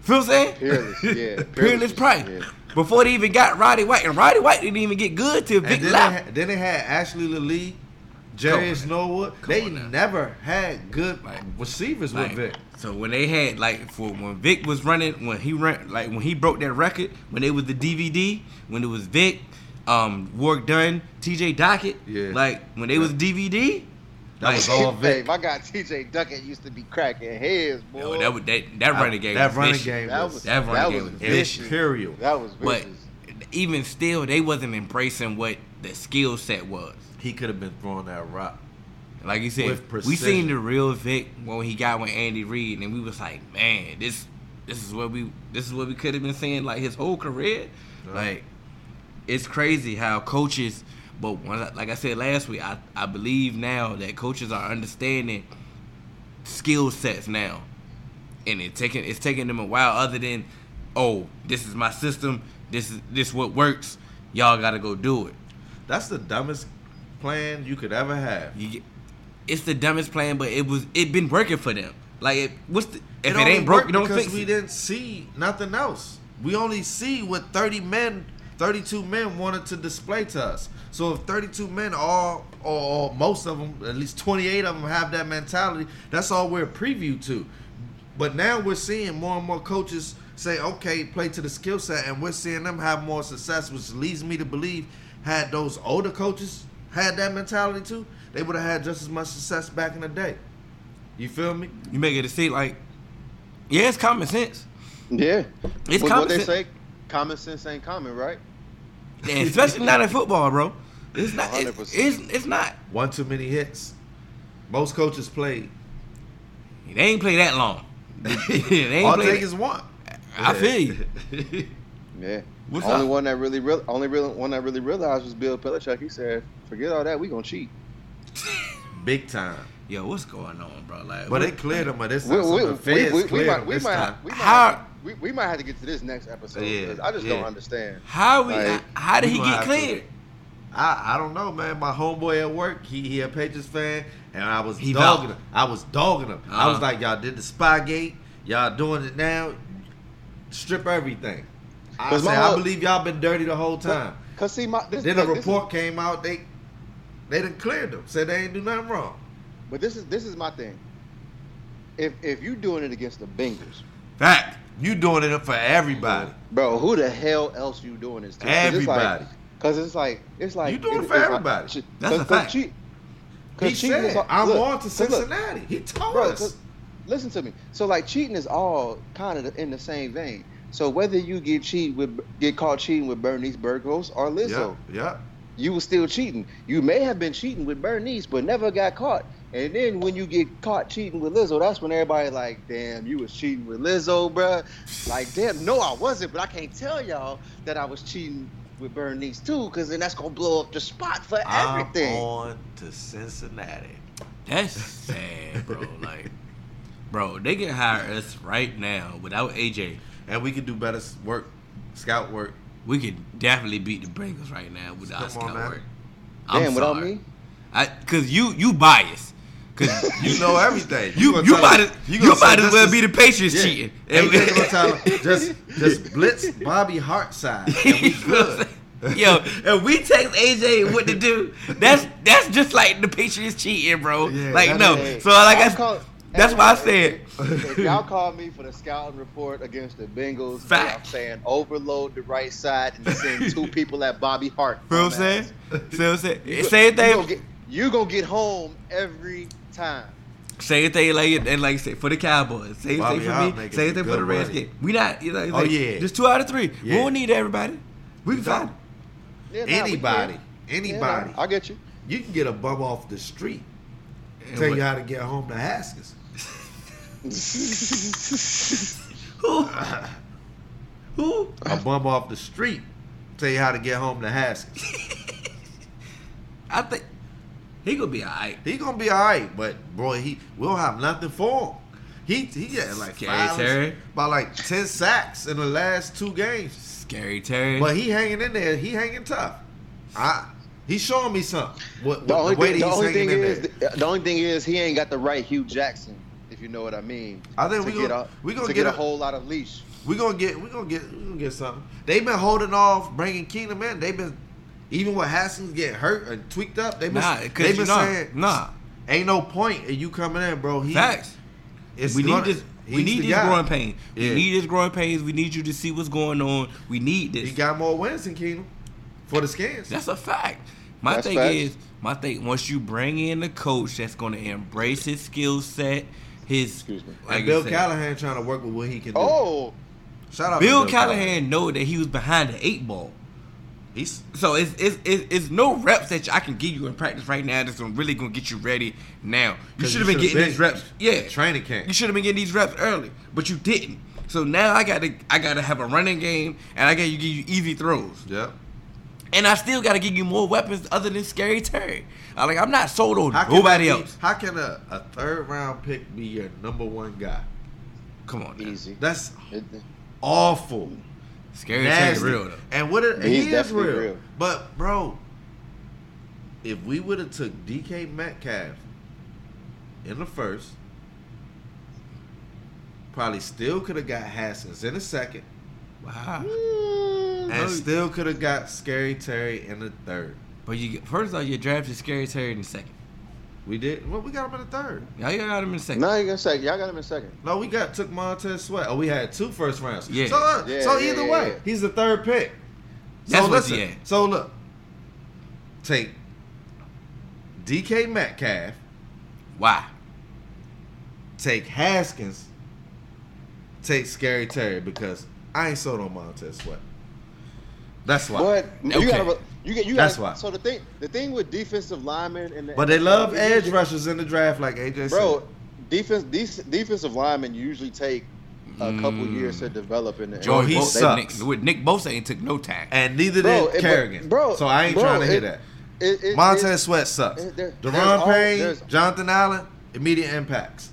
[SPEAKER 4] Feel what I'm saying?
[SPEAKER 3] Peerless, yeah.
[SPEAKER 4] Peerless,
[SPEAKER 3] Peerless,
[SPEAKER 4] Price.
[SPEAKER 3] yeah.
[SPEAKER 4] Before they even got Roddy White, and Roddy White didn't even get good till Vic
[SPEAKER 2] And then
[SPEAKER 4] left.
[SPEAKER 2] they, had, then they had Ashley Lee,
[SPEAKER 4] Come
[SPEAKER 2] Jarius
[SPEAKER 4] on.
[SPEAKER 2] Norwood.
[SPEAKER 4] Come
[SPEAKER 2] They
[SPEAKER 4] on now.
[SPEAKER 2] never had good
[SPEAKER 4] Like-
[SPEAKER 2] receivers
[SPEAKER 4] Like,
[SPEAKER 2] with Vic.
[SPEAKER 4] So when they had like for when Vic was running, when he ran like when he broke that record, when it was the DVD, when it was Vic, um, Work Done, T.J. Dockett,
[SPEAKER 2] Yeah.
[SPEAKER 4] like when they was DVD,
[SPEAKER 2] That was
[SPEAKER 4] like,
[SPEAKER 2] all
[SPEAKER 3] hey,
[SPEAKER 2] Vic.
[SPEAKER 3] my guy TJ Duckett used to be cracking heads, boy.
[SPEAKER 4] yo, that was that that running game.
[SPEAKER 2] That
[SPEAKER 4] was
[SPEAKER 2] running
[SPEAKER 4] vicious.
[SPEAKER 2] game
[SPEAKER 3] That
[SPEAKER 2] was
[SPEAKER 3] was-
[SPEAKER 4] That running
[SPEAKER 3] That
[SPEAKER 4] game was
[SPEAKER 3] was
[SPEAKER 4] vicious.
[SPEAKER 2] imperial.
[SPEAKER 3] that was
[SPEAKER 4] But
[SPEAKER 3] vicious.
[SPEAKER 4] even still, they wasn't embracing what the skill set was.
[SPEAKER 2] He could have been throwing that rock.
[SPEAKER 4] Like you said,
[SPEAKER 2] With
[SPEAKER 4] we seen
[SPEAKER 2] precision.
[SPEAKER 4] the real Vic when he got with Andy Reid, and we was like, man, this this is what we this is what we could have been saying like his whole career.
[SPEAKER 2] Right.
[SPEAKER 4] Like it's crazy how coaches, but when, like I said last week, I I believe now that coaches are understanding skill sets now, and it taking it's taking them a while. Other than, oh, this is my system. This is this what works. Y'all got to go do it.
[SPEAKER 2] That's the dumbest plan you could ever have.
[SPEAKER 4] You get, it's the dumbest plan, but it was it been working for them. Like, it, what's the, if it,
[SPEAKER 2] only
[SPEAKER 4] ain't broke,
[SPEAKER 2] worked
[SPEAKER 4] you don't
[SPEAKER 2] because
[SPEAKER 4] fix
[SPEAKER 2] we
[SPEAKER 4] it.
[SPEAKER 2] didn't see nothing else. We only see what thirty men, thirty-two men wanted to display to us. So if thirty-two men, all or, or most of them, at least twenty-eight of them, have that mentality, that's all we're preview to. But now we're seeing more and more coaches say, "Okay, play to the skill set," and we're seeing them have more success, which leads me to believe had those older coaches had that mentality too, they would have had just as much success back in the day. You feel me?
[SPEAKER 4] You make it a seat like, yeah, it's common sense.
[SPEAKER 3] Yeah.
[SPEAKER 4] It's
[SPEAKER 3] But
[SPEAKER 4] common
[SPEAKER 3] what they
[SPEAKER 4] sense.
[SPEAKER 3] say, common sense ain't common, right?
[SPEAKER 4] And especially not in football, bro. It's not. it-
[SPEAKER 3] 100%.
[SPEAKER 4] it's it's not.
[SPEAKER 2] One too many hits. Most coaches play.
[SPEAKER 4] They ain't play that long. they ain't
[SPEAKER 2] All
[SPEAKER 4] play.
[SPEAKER 2] take
[SPEAKER 4] that-
[SPEAKER 2] is one.
[SPEAKER 4] I feel you.
[SPEAKER 3] Yeah.
[SPEAKER 4] What's
[SPEAKER 3] only
[SPEAKER 4] up?
[SPEAKER 3] one that really real only real one that really realized was Bill Belichick. He said, "Forget all that. We gonna cheat."
[SPEAKER 2] Big time.
[SPEAKER 4] Yo, what's going on, bro? Like,
[SPEAKER 2] But
[SPEAKER 4] what-
[SPEAKER 2] it cleared them. But this
[SPEAKER 3] We,
[SPEAKER 2] time,
[SPEAKER 3] we,
[SPEAKER 2] the
[SPEAKER 3] we,
[SPEAKER 2] feds
[SPEAKER 3] we, we
[SPEAKER 2] cleared
[SPEAKER 3] might
[SPEAKER 2] them
[SPEAKER 3] we
[SPEAKER 2] this
[SPEAKER 3] might
[SPEAKER 2] time.
[SPEAKER 3] we might,
[SPEAKER 4] How-
[SPEAKER 3] we, we might have to get to this next episode.
[SPEAKER 2] Yeah,
[SPEAKER 3] 'cause I just
[SPEAKER 2] yeah.
[SPEAKER 3] don't understand.
[SPEAKER 4] How we?
[SPEAKER 3] Like,
[SPEAKER 4] how did
[SPEAKER 2] we
[SPEAKER 4] he
[SPEAKER 2] gonna
[SPEAKER 4] get
[SPEAKER 2] have to-
[SPEAKER 4] cleared?
[SPEAKER 2] I, I don't know, man. My homeboy at work, he, he a Patriots fan, and I was
[SPEAKER 4] He
[SPEAKER 2] dogging
[SPEAKER 4] felt-
[SPEAKER 2] him. I was dogging him. I
[SPEAKER 4] Uh-huh.
[SPEAKER 2] was like, y'all did the spy gate. Y'all doing it now. Strip everything. I
[SPEAKER 3] 'Cause my
[SPEAKER 2] said, I
[SPEAKER 3] whole-
[SPEAKER 2] believe y'all been dirty the whole time.
[SPEAKER 3] Cause see, my this,
[SPEAKER 2] Then a
[SPEAKER 3] this is-
[SPEAKER 2] report came out. They they done cleared them. Said they ain't do nothing wrong.
[SPEAKER 3] but this is this is my thing. If if you doing it against the Bengals,
[SPEAKER 2] Fact. You doing it for everybody.
[SPEAKER 3] Bro, who the hell else you doing this to? 'Cause it's like-
[SPEAKER 2] Everybody.
[SPEAKER 3] Cause it's like it's like
[SPEAKER 2] You doing it for
[SPEAKER 3] it's like-
[SPEAKER 2] everybody.
[SPEAKER 3] shit,
[SPEAKER 4] That's a
[SPEAKER 3] 'cause-
[SPEAKER 4] fact.
[SPEAKER 3] 'cause cheat- 'cause
[SPEAKER 2] He
[SPEAKER 3] cheating is
[SPEAKER 2] said,
[SPEAKER 3] all-
[SPEAKER 2] "I'm
[SPEAKER 3] look,
[SPEAKER 2] on to
[SPEAKER 3] 'cause look,
[SPEAKER 2] Cincinnati." He told
[SPEAKER 3] bro, 'cause-
[SPEAKER 2] us.
[SPEAKER 3] listen to me. So like cheating is all kind of in the same vein. So whether you get cheat with get caught cheating with Bernice Burgos or Lizzo,
[SPEAKER 2] Yeah, yeah.
[SPEAKER 3] you were still cheating. You may have been cheating with Bernice, but never got caught. And then when you get caught cheating with Lizzo, that's when everybody like, damn, you was cheating with Lizzo, bruh. Like, damn, no, I wasn't, but I can't tell y'all that I was cheating with Bernice too, because then that's gonna blow up the spot for everything.
[SPEAKER 2] I'm on to Cincinnati.
[SPEAKER 4] That's sad, bro. Like, bro, they can hire us right now without AJ.
[SPEAKER 2] And we can do better s- work, scout work.
[SPEAKER 4] We could definitely beat the Bengals right now without
[SPEAKER 2] Come on,
[SPEAKER 4] scout
[SPEAKER 2] man.
[SPEAKER 4] work. I'm
[SPEAKER 3] Damn, without
[SPEAKER 4] sorry.
[SPEAKER 3] me,
[SPEAKER 4] I, cause you you biased. Cause you
[SPEAKER 2] You know everything.
[SPEAKER 4] you
[SPEAKER 2] gonna
[SPEAKER 4] you
[SPEAKER 2] tell
[SPEAKER 4] might
[SPEAKER 2] us-
[SPEAKER 4] as,
[SPEAKER 2] you
[SPEAKER 4] you,
[SPEAKER 2] gonna say
[SPEAKER 4] might as
[SPEAKER 2] this
[SPEAKER 4] well
[SPEAKER 2] is-
[SPEAKER 4] be the Patriots
[SPEAKER 2] Yeah.
[SPEAKER 4] cheating.
[SPEAKER 2] Ain't taking no time. Just just blitz Bobby Hartside. And we good.
[SPEAKER 4] Yo, if we text AJ what to do, that's that's just like the Patriots cheating, bro.
[SPEAKER 2] Yeah,
[SPEAKER 4] like
[SPEAKER 2] that
[SPEAKER 4] no,
[SPEAKER 2] is-
[SPEAKER 4] so like I,
[SPEAKER 3] I'm call-
[SPEAKER 4] that's
[SPEAKER 3] Hey,
[SPEAKER 4] why I
[SPEAKER 3] if-
[SPEAKER 4] said
[SPEAKER 3] If, if y'all call me for the scouting report against the Bengals,
[SPEAKER 4] Fact.
[SPEAKER 3] I'm saying overload the right side and send two people at Bobby Hart.
[SPEAKER 4] You know what I'm saying? See what I'm saying? Same
[SPEAKER 3] You gonna,
[SPEAKER 4] thing.
[SPEAKER 3] get, you gonna get home every time.
[SPEAKER 4] Same thing like and like I said for the Cowboys. Same
[SPEAKER 2] Bobby
[SPEAKER 4] thing for
[SPEAKER 2] Hart
[SPEAKER 4] me.
[SPEAKER 2] making
[SPEAKER 4] Same
[SPEAKER 2] some
[SPEAKER 4] thing for
[SPEAKER 2] good
[SPEAKER 4] the
[SPEAKER 2] money.
[SPEAKER 4] Redskins. We not you know it's
[SPEAKER 2] Oh,
[SPEAKER 4] like,
[SPEAKER 2] yeah.
[SPEAKER 4] just two out of three. We
[SPEAKER 2] Yeah.
[SPEAKER 4] don't need everybody. We can find it.
[SPEAKER 3] Yeah, nah, we
[SPEAKER 2] Anybody,
[SPEAKER 3] can. Yeah,
[SPEAKER 2] anybody.
[SPEAKER 3] nah, I get you.
[SPEAKER 2] You can get a bum off the street.
[SPEAKER 4] And
[SPEAKER 2] Tell
[SPEAKER 4] what-
[SPEAKER 2] you how to get home to Haskins.
[SPEAKER 4] Who? Who?
[SPEAKER 2] A bum off the street. Tell you how to get home to Haskins.
[SPEAKER 4] I think he gonna be alright.
[SPEAKER 2] He gonna be all right, but boy, he we don't have nothing for him. He he had like
[SPEAKER 4] Scary
[SPEAKER 2] five,
[SPEAKER 4] Terry.
[SPEAKER 2] by like ten sacks in the last two games.
[SPEAKER 4] Scary Terry.
[SPEAKER 2] But he hanging in there. He hanging tough. I he's showing me something. What, what the,
[SPEAKER 3] The only
[SPEAKER 2] way
[SPEAKER 3] thing, the
[SPEAKER 2] that he's
[SPEAKER 3] only
[SPEAKER 2] hanging
[SPEAKER 3] thing
[SPEAKER 2] in
[SPEAKER 3] is,
[SPEAKER 2] there.
[SPEAKER 3] the, the only thing is, he ain't got the right Hugh Jackson, if you know what I mean.
[SPEAKER 2] I think
[SPEAKER 3] to
[SPEAKER 2] we gonna-
[SPEAKER 3] get a,
[SPEAKER 2] we gonna
[SPEAKER 3] to
[SPEAKER 2] get
[SPEAKER 3] get a
[SPEAKER 2] a-
[SPEAKER 3] whole lot of leash.
[SPEAKER 2] We gonna get we gonna get we gonna get something. They've been holding off bringing Kingdom in. They've been even with Haskins getting hurt and tweaked up. They've been
[SPEAKER 4] nah,
[SPEAKER 2] they've
[SPEAKER 4] cause
[SPEAKER 2] been
[SPEAKER 4] you know,
[SPEAKER 2] saying
[SPEAKER 4] nah.
[SPEAKER 2] ain't no point in you coming in, bro. He,
[SPEAKER 4] Facts.
[SPEAKER 2] It's
[SPEAKER 4] we need
[SPEAKER 2] gonna-
[SPEAKER 4] this. We
[SPEAKER 2] he's
[SPEAKER 4] need
[SPEAKER 2] the
[SPEAKER 4] this
[SPEAKER 2] guy.
[SPEAKER 4] growing pain.
[SPEAKER 2] Yeah.
[SPEAKER 4] We need this growing pains. We need you to see what's going on. We need this.
[SPEAKER 2] He got more wins than Kingdom for the skins.
[SPEAKER 4] That's a fact. My
[SPEAKER 3] That's
[SPEAKER 4] thing
[SPEAKER 3] facts.
[SPEAKER 4] is, my thing. Once you bring in a coach that's going to embrace his skill set, his
[SPEAKER 3] Excuse me.
[SPEAKER 2] and
[SPEAKER 4] like
[SPEAKER 2] Bill
[SPEAKER 4] Bill Callahan.
[SPEAKER 2] Callahan trying to work with what he can do.
[SPEAKER 3] Oh,
[SPEAKER 2] shout out
[SPEAKER 4] Bill
[SPEAKER 2] to
[SPEAKER 4] Callahan know that he was behind the eight ball.
[SPEAKER 2] He's
[SPEAKER 4] So it's it's, it's, it's no reps that I can give you in practice right now that's gonna really gonna get you ready now. You
[SPEAKER 2] 'Cause
[SPEAKER 4] should have
[SPEAKER 2] you
[SPEAKER 4] been
[SPEAKER 2] should've
[SPEAKER 4] getting
[SPEAKER 2] been
[SPEAKER 4] these reps. Yeah,
[SPEAKER 2] training camp.
[SPEAKER 4] You should have been getting these reps early, but you didn't. So now I gotta I gotta have a running game, and I gotta give you easy throws.
[SPEAKER 2] Yep.
[SPEAKER 4] And I still gotta give you more weapons other than Scary Terry. I, like I'm not sold on
[SPEAKER 2] How can
[SPEAKER 4] nobody
[SPEAKER 2] he be-
[SPEAKER 4] else.
[SPEAKER 2] How can a, a third round pick be your number one guy?
[SPEAKER 4] Come on, now.
[SPEAKER 3] easy.
[SPEAKER 2] That's
[SPEAKER 3] It-
[SPEAKER 2] awful.
[SPEAKER 4] Scary Terry
[SPEAKER 2] Nasty.
[SPEAKER 4] real though.
[SPEAKER 2] And what it,
[SPEAKER 3] He's
[SPEAKER 2] he is
[SPEAKER 3] definitely
[SPEAKER 2] real.
[SPEAKER 3] real.
[SPEAKER 2] But bro, if we would have took DK Metcalf in the first. Probably still could have got Haskins in the second.
[SPEAKER 4] Wow.
[SPEAKER 2] And still could have got Scary Terry in the third.
[SPEAKER 4] But you first off, you drafted Scary Terry in the second.
[SPEAKER 2] We did. Well, we got him in the third.
[SPEAKER 4] Y'all got him in the second.
[SPEAKER 3] No, you gonna say y'all got him in second.
[SPEAKER 2] No, we got took Montez Sweat. Oh, we had two first rounds.
[SPEAKER 4] Yeah.
[SPEAKER 2] So, uh,
[SPEAKER 3] Yeah,
[SPEAKER 2] so
[SPEAKER 3] yeah,
[SPEAKER 2] either
[SPEAKER 3] yeah,
[SPEAKER 2] way,
[SPEAKER 3] yeah.
[SPEAKER 2] he's the third pick.
[SPEAKER 4] That's
[SPEAKER 2] so
[SPEAKER 4] what he
[SPEAKER 2] listen.
[SPEAKER 4] had.
[SPEAKER 2] So look, take DK Metcalf,
[SPEAKER 4] Why?
[SPEAKER 2] take Haskins, take Scary Terry because I ain't sold on Montez Sweat. That's why.
[SPEAKER 3] But
[SPEAKER 4] Okay.
[SPEAKER 3] you gotta, you get, you
[SPEAKER 2] That's
[SPEAKER 3] gotta,
[SPEAKER 2] why.
[SPEAKER 3] So the thing, the thing with defensive linemen and the,
[SPEAKER 2] But they love edge rushers in the draft, like AJ
[SPEAKER 3] bro.
[SPEAKER 2] said.
[SPEAKER 3] Defense, these defensive linemen usually take a couple
[SPEAKER 4] Mm.
[SPEAKER 3] years to develop in the.
[SPEAKER 2] Joe,
[SPEAKER 4] Joey
[SPEAKER 2] he
[SPEAKER 4] Bosa-
[SPEAKER 2] sucks.
[SPEAKER 4] Nick, with Nick Bosa ain't took no time.
[SPEAKER 2] And neither
[SPEAKER 3] Bro, it-
[SPEAKER 2] did
[SPEAKER 3] but-
[SPEAKER 2] Kerrigan.
[SPEAKER 3] bro,
[SPEAKER 2] so I ain't
[SPEAKER 3] bro,
[SPEAKER 2] trying to hear
[SPEAKER 3] it-
[SPEAKER 2] that.
[SPEAKER 3] It- it-
[SPEAKER 2] Montez
[SPEAKER 3] it-
[SPEAKER 2] Sweat sucks.
[SPEAKER 3] it- there- there's
[SPEAKER 2] Deron
[SPEAKER 3] al-
[SPEAKER 2] Payne,
[SPEAKER 3] there's-
[SPEAKER 2] Jonathan Allen, immediate impacts.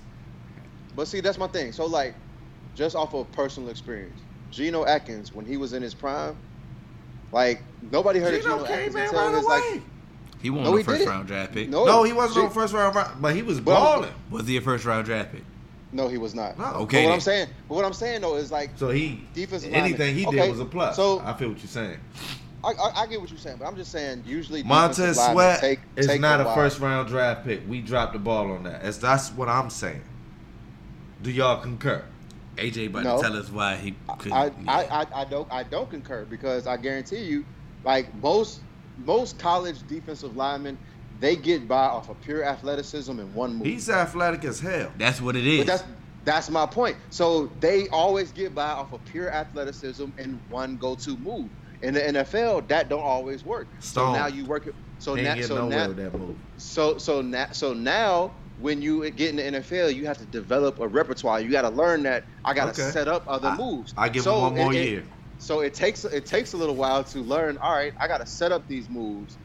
[SPEAKER 3] But see, that's my thing. So like, just off of personal experience, Geno Atkins when he was in his prime, like nobody heard
[SPEAKER 2] Geno
[SPEAKER 3] of Geno
[SPEAKER 2] came
[SPEAKER 3] Atkins
[SPEAKER 2] in
[SPEAKER 3] until
[SPEAKER 2] right
[SPEAKER 3] it was
[SPEAKER 2] away.
[SPEAKER 4] He won
[SPEAKER 3] No,
[SPEAKER 4] the
[SPEAKER 3] he
[SPEAKER 4] first
[SPEAKER 3] didn't.
[SPEAKER 4] round draft pick.
[SPEAKER 3] No,
[SPEAKER 2] no, he wasn't
[SPEAKER 3] Ge-
[SPEAKER 2] on first round, round, but he was
[SPEAKER 3] But-
[SPEAKER 2] balling.
[SPEAKER 4] Was he a first round draft pick?
[SPEAKER 3] No, he was not.
[SPEAKER 2] No.
[SPEAKER 3] But
[SPEAKER 4] Okay.
[SPEAKER 3] what
[SPEAKER 4] then.
[SPEAKER 3] I'm saying, but what I'm saying though is like,
[SPEAKER 2] So he
[SPEAKER 3] Defensive
[SPEAKER 2] anything he
[SPEAKER 3] lineman.
[SPEAKER 2] did
[SPEAKER 3] Okay,
[SPEAKER 2] was a plus.
[SPEAKER 3] so-
[SPEAKER 2] I feel what you're saying.
[SPEAKER 3] I, I, I get what you're saying, but I'm just saying usually defensive
[SPEAKER 2] Montez
[SPEAKER 3] linemen
[SPEAKER 2] Sweat
[SPEAKER 3] take,
[SPEAKER 2] is
[SPEAKER 3] take
[SPEAKER 2] not a
[SPEAKER 3] while.
[SPEAKER 2] first round draft pick. We dropped the ball on that. As that's what I'm saying. Do y'all concur?
[SPEAKER 4] AJ about
[SPEAKER 3] No.
[SPEAKER 4] to tell us why he couldn't.
[SPEAKER 3] I, I,
[SPEAKER 4] yeah.
[SPEAKER 3] I, I don't I don't concur because I guarantee you, like most most college defensive linemen, they get by off of pure athleticism in one move.
[SPEAKER 2] He's athletic as hell.
[SPEAKER 4] that's what it is.
[SPEAKER 3] But that's that's my point. So they always get by off of pure athleticism and one go-to move. In the NFL, that don't always work. So
[SPEAKER 2] Stone.
[SPEAKER 3] now you work it. So
[SPEAKER 2] Ain't
[SPEAKER 3] now,
[SPEAKER 2] get
[SPEAKER 3] so
[SPEAKER 2] nowhere
[SPEAKER 3] now,
[SPEAKER 2] with that move.
[SPEAKER 3] so so now, so now, when you get in the NFL, you have to develop a repertoire. You got to learn that I got to
[SPEAKER 2] Okay.
[SPEAKER 3] set up other
[SPEAKER 2] I-
[SPEAKER 3] moves.
[SPEAKER 2] I give
[SPEAKER 3] So
[SPEAKER 2] him one more
[SPEAKER 3] it- it-
[SPEAKER 2] year.
[SPEAKER 3] so it takes it takes a little while to learn. All right, I got to set up these moves,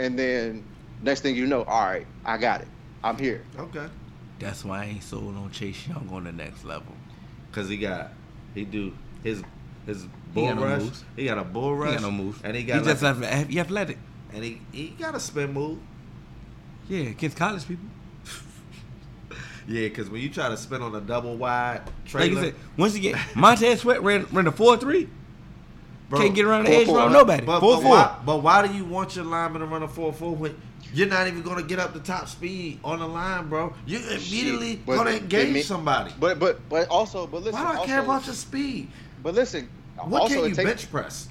[SPEAKER 3] and then next thing you know, all right, I got it. I'm here.
[SPEAKER 2] Okay.
[SPEAKER 4] That's why I ain't sold on Chase Young on the next level.
[SPEAKER 2] Cause he got he do his his
[SPEAKER 4] got
[SPEAKER 2] bull
[SPEAKER 4] no
[SPEAKER 2] rush.
[SPEAKER 4] moves.
[SPEAKER 2] He got a bull
[SPEAKER 4] He
[SPEAKER 2] rush.
[SPEAKER 4] got no move.
[SPEAKER 2] And he got
[SPEAKER 4] just
[SPEAKER 2] like-
[SPEAKER 4] ath- he athletic.
[SPEAKER 2] and he, he got a spin move.
[SPEAKER 4] Yeah, against college people.
[SPEAKER 2] Yeah, because when you try to spin on a double wide
[SPEAKER 4] Like
[SPEAKER 2] trailer,
[SPEAKER 4] you said, once again, Montez Sweat ran ran a four three.
[SPEAKER 2] bro,
[SPEAKER 4] Can't get around the
[SPEAKER 3] four,
[SPEAKER 4] edge
[SPEAKER 3] four.
[SPEAKER 4] around nobody.
[SPEAKER 2] But,
[SPEAKER 4] four
[SPEAKER 2] but
[SPEAKER 4] four.
[SPEAKER 2] Why, but why do you want your lineman to run a four four when you're not even going to get up the top speed on the line, bro? You're immediately
[SPEAKER 3] But
[SPEAKER 2] going to
[SPEAKER 3] it- it
[SPEAKER 2] engage
[SPEAKER 3] mean-
[SPEAKER 2] somebody.
[SPEAKER 3] But but but also, but listen.
[SPEAKER 2] why do I
[SPEAKER 3] also,
[SPEAKER 2] care about your speed?
[SPEAKER 3] But listen.
[SPEAKER 2] What
[SPEAKER 3] also,
[SPEAKER 2] can
[SPEAKER 3] it
[SPEAKER 2] you
[SPEAKER 3] takes-
[SPEAKER 2] bench press?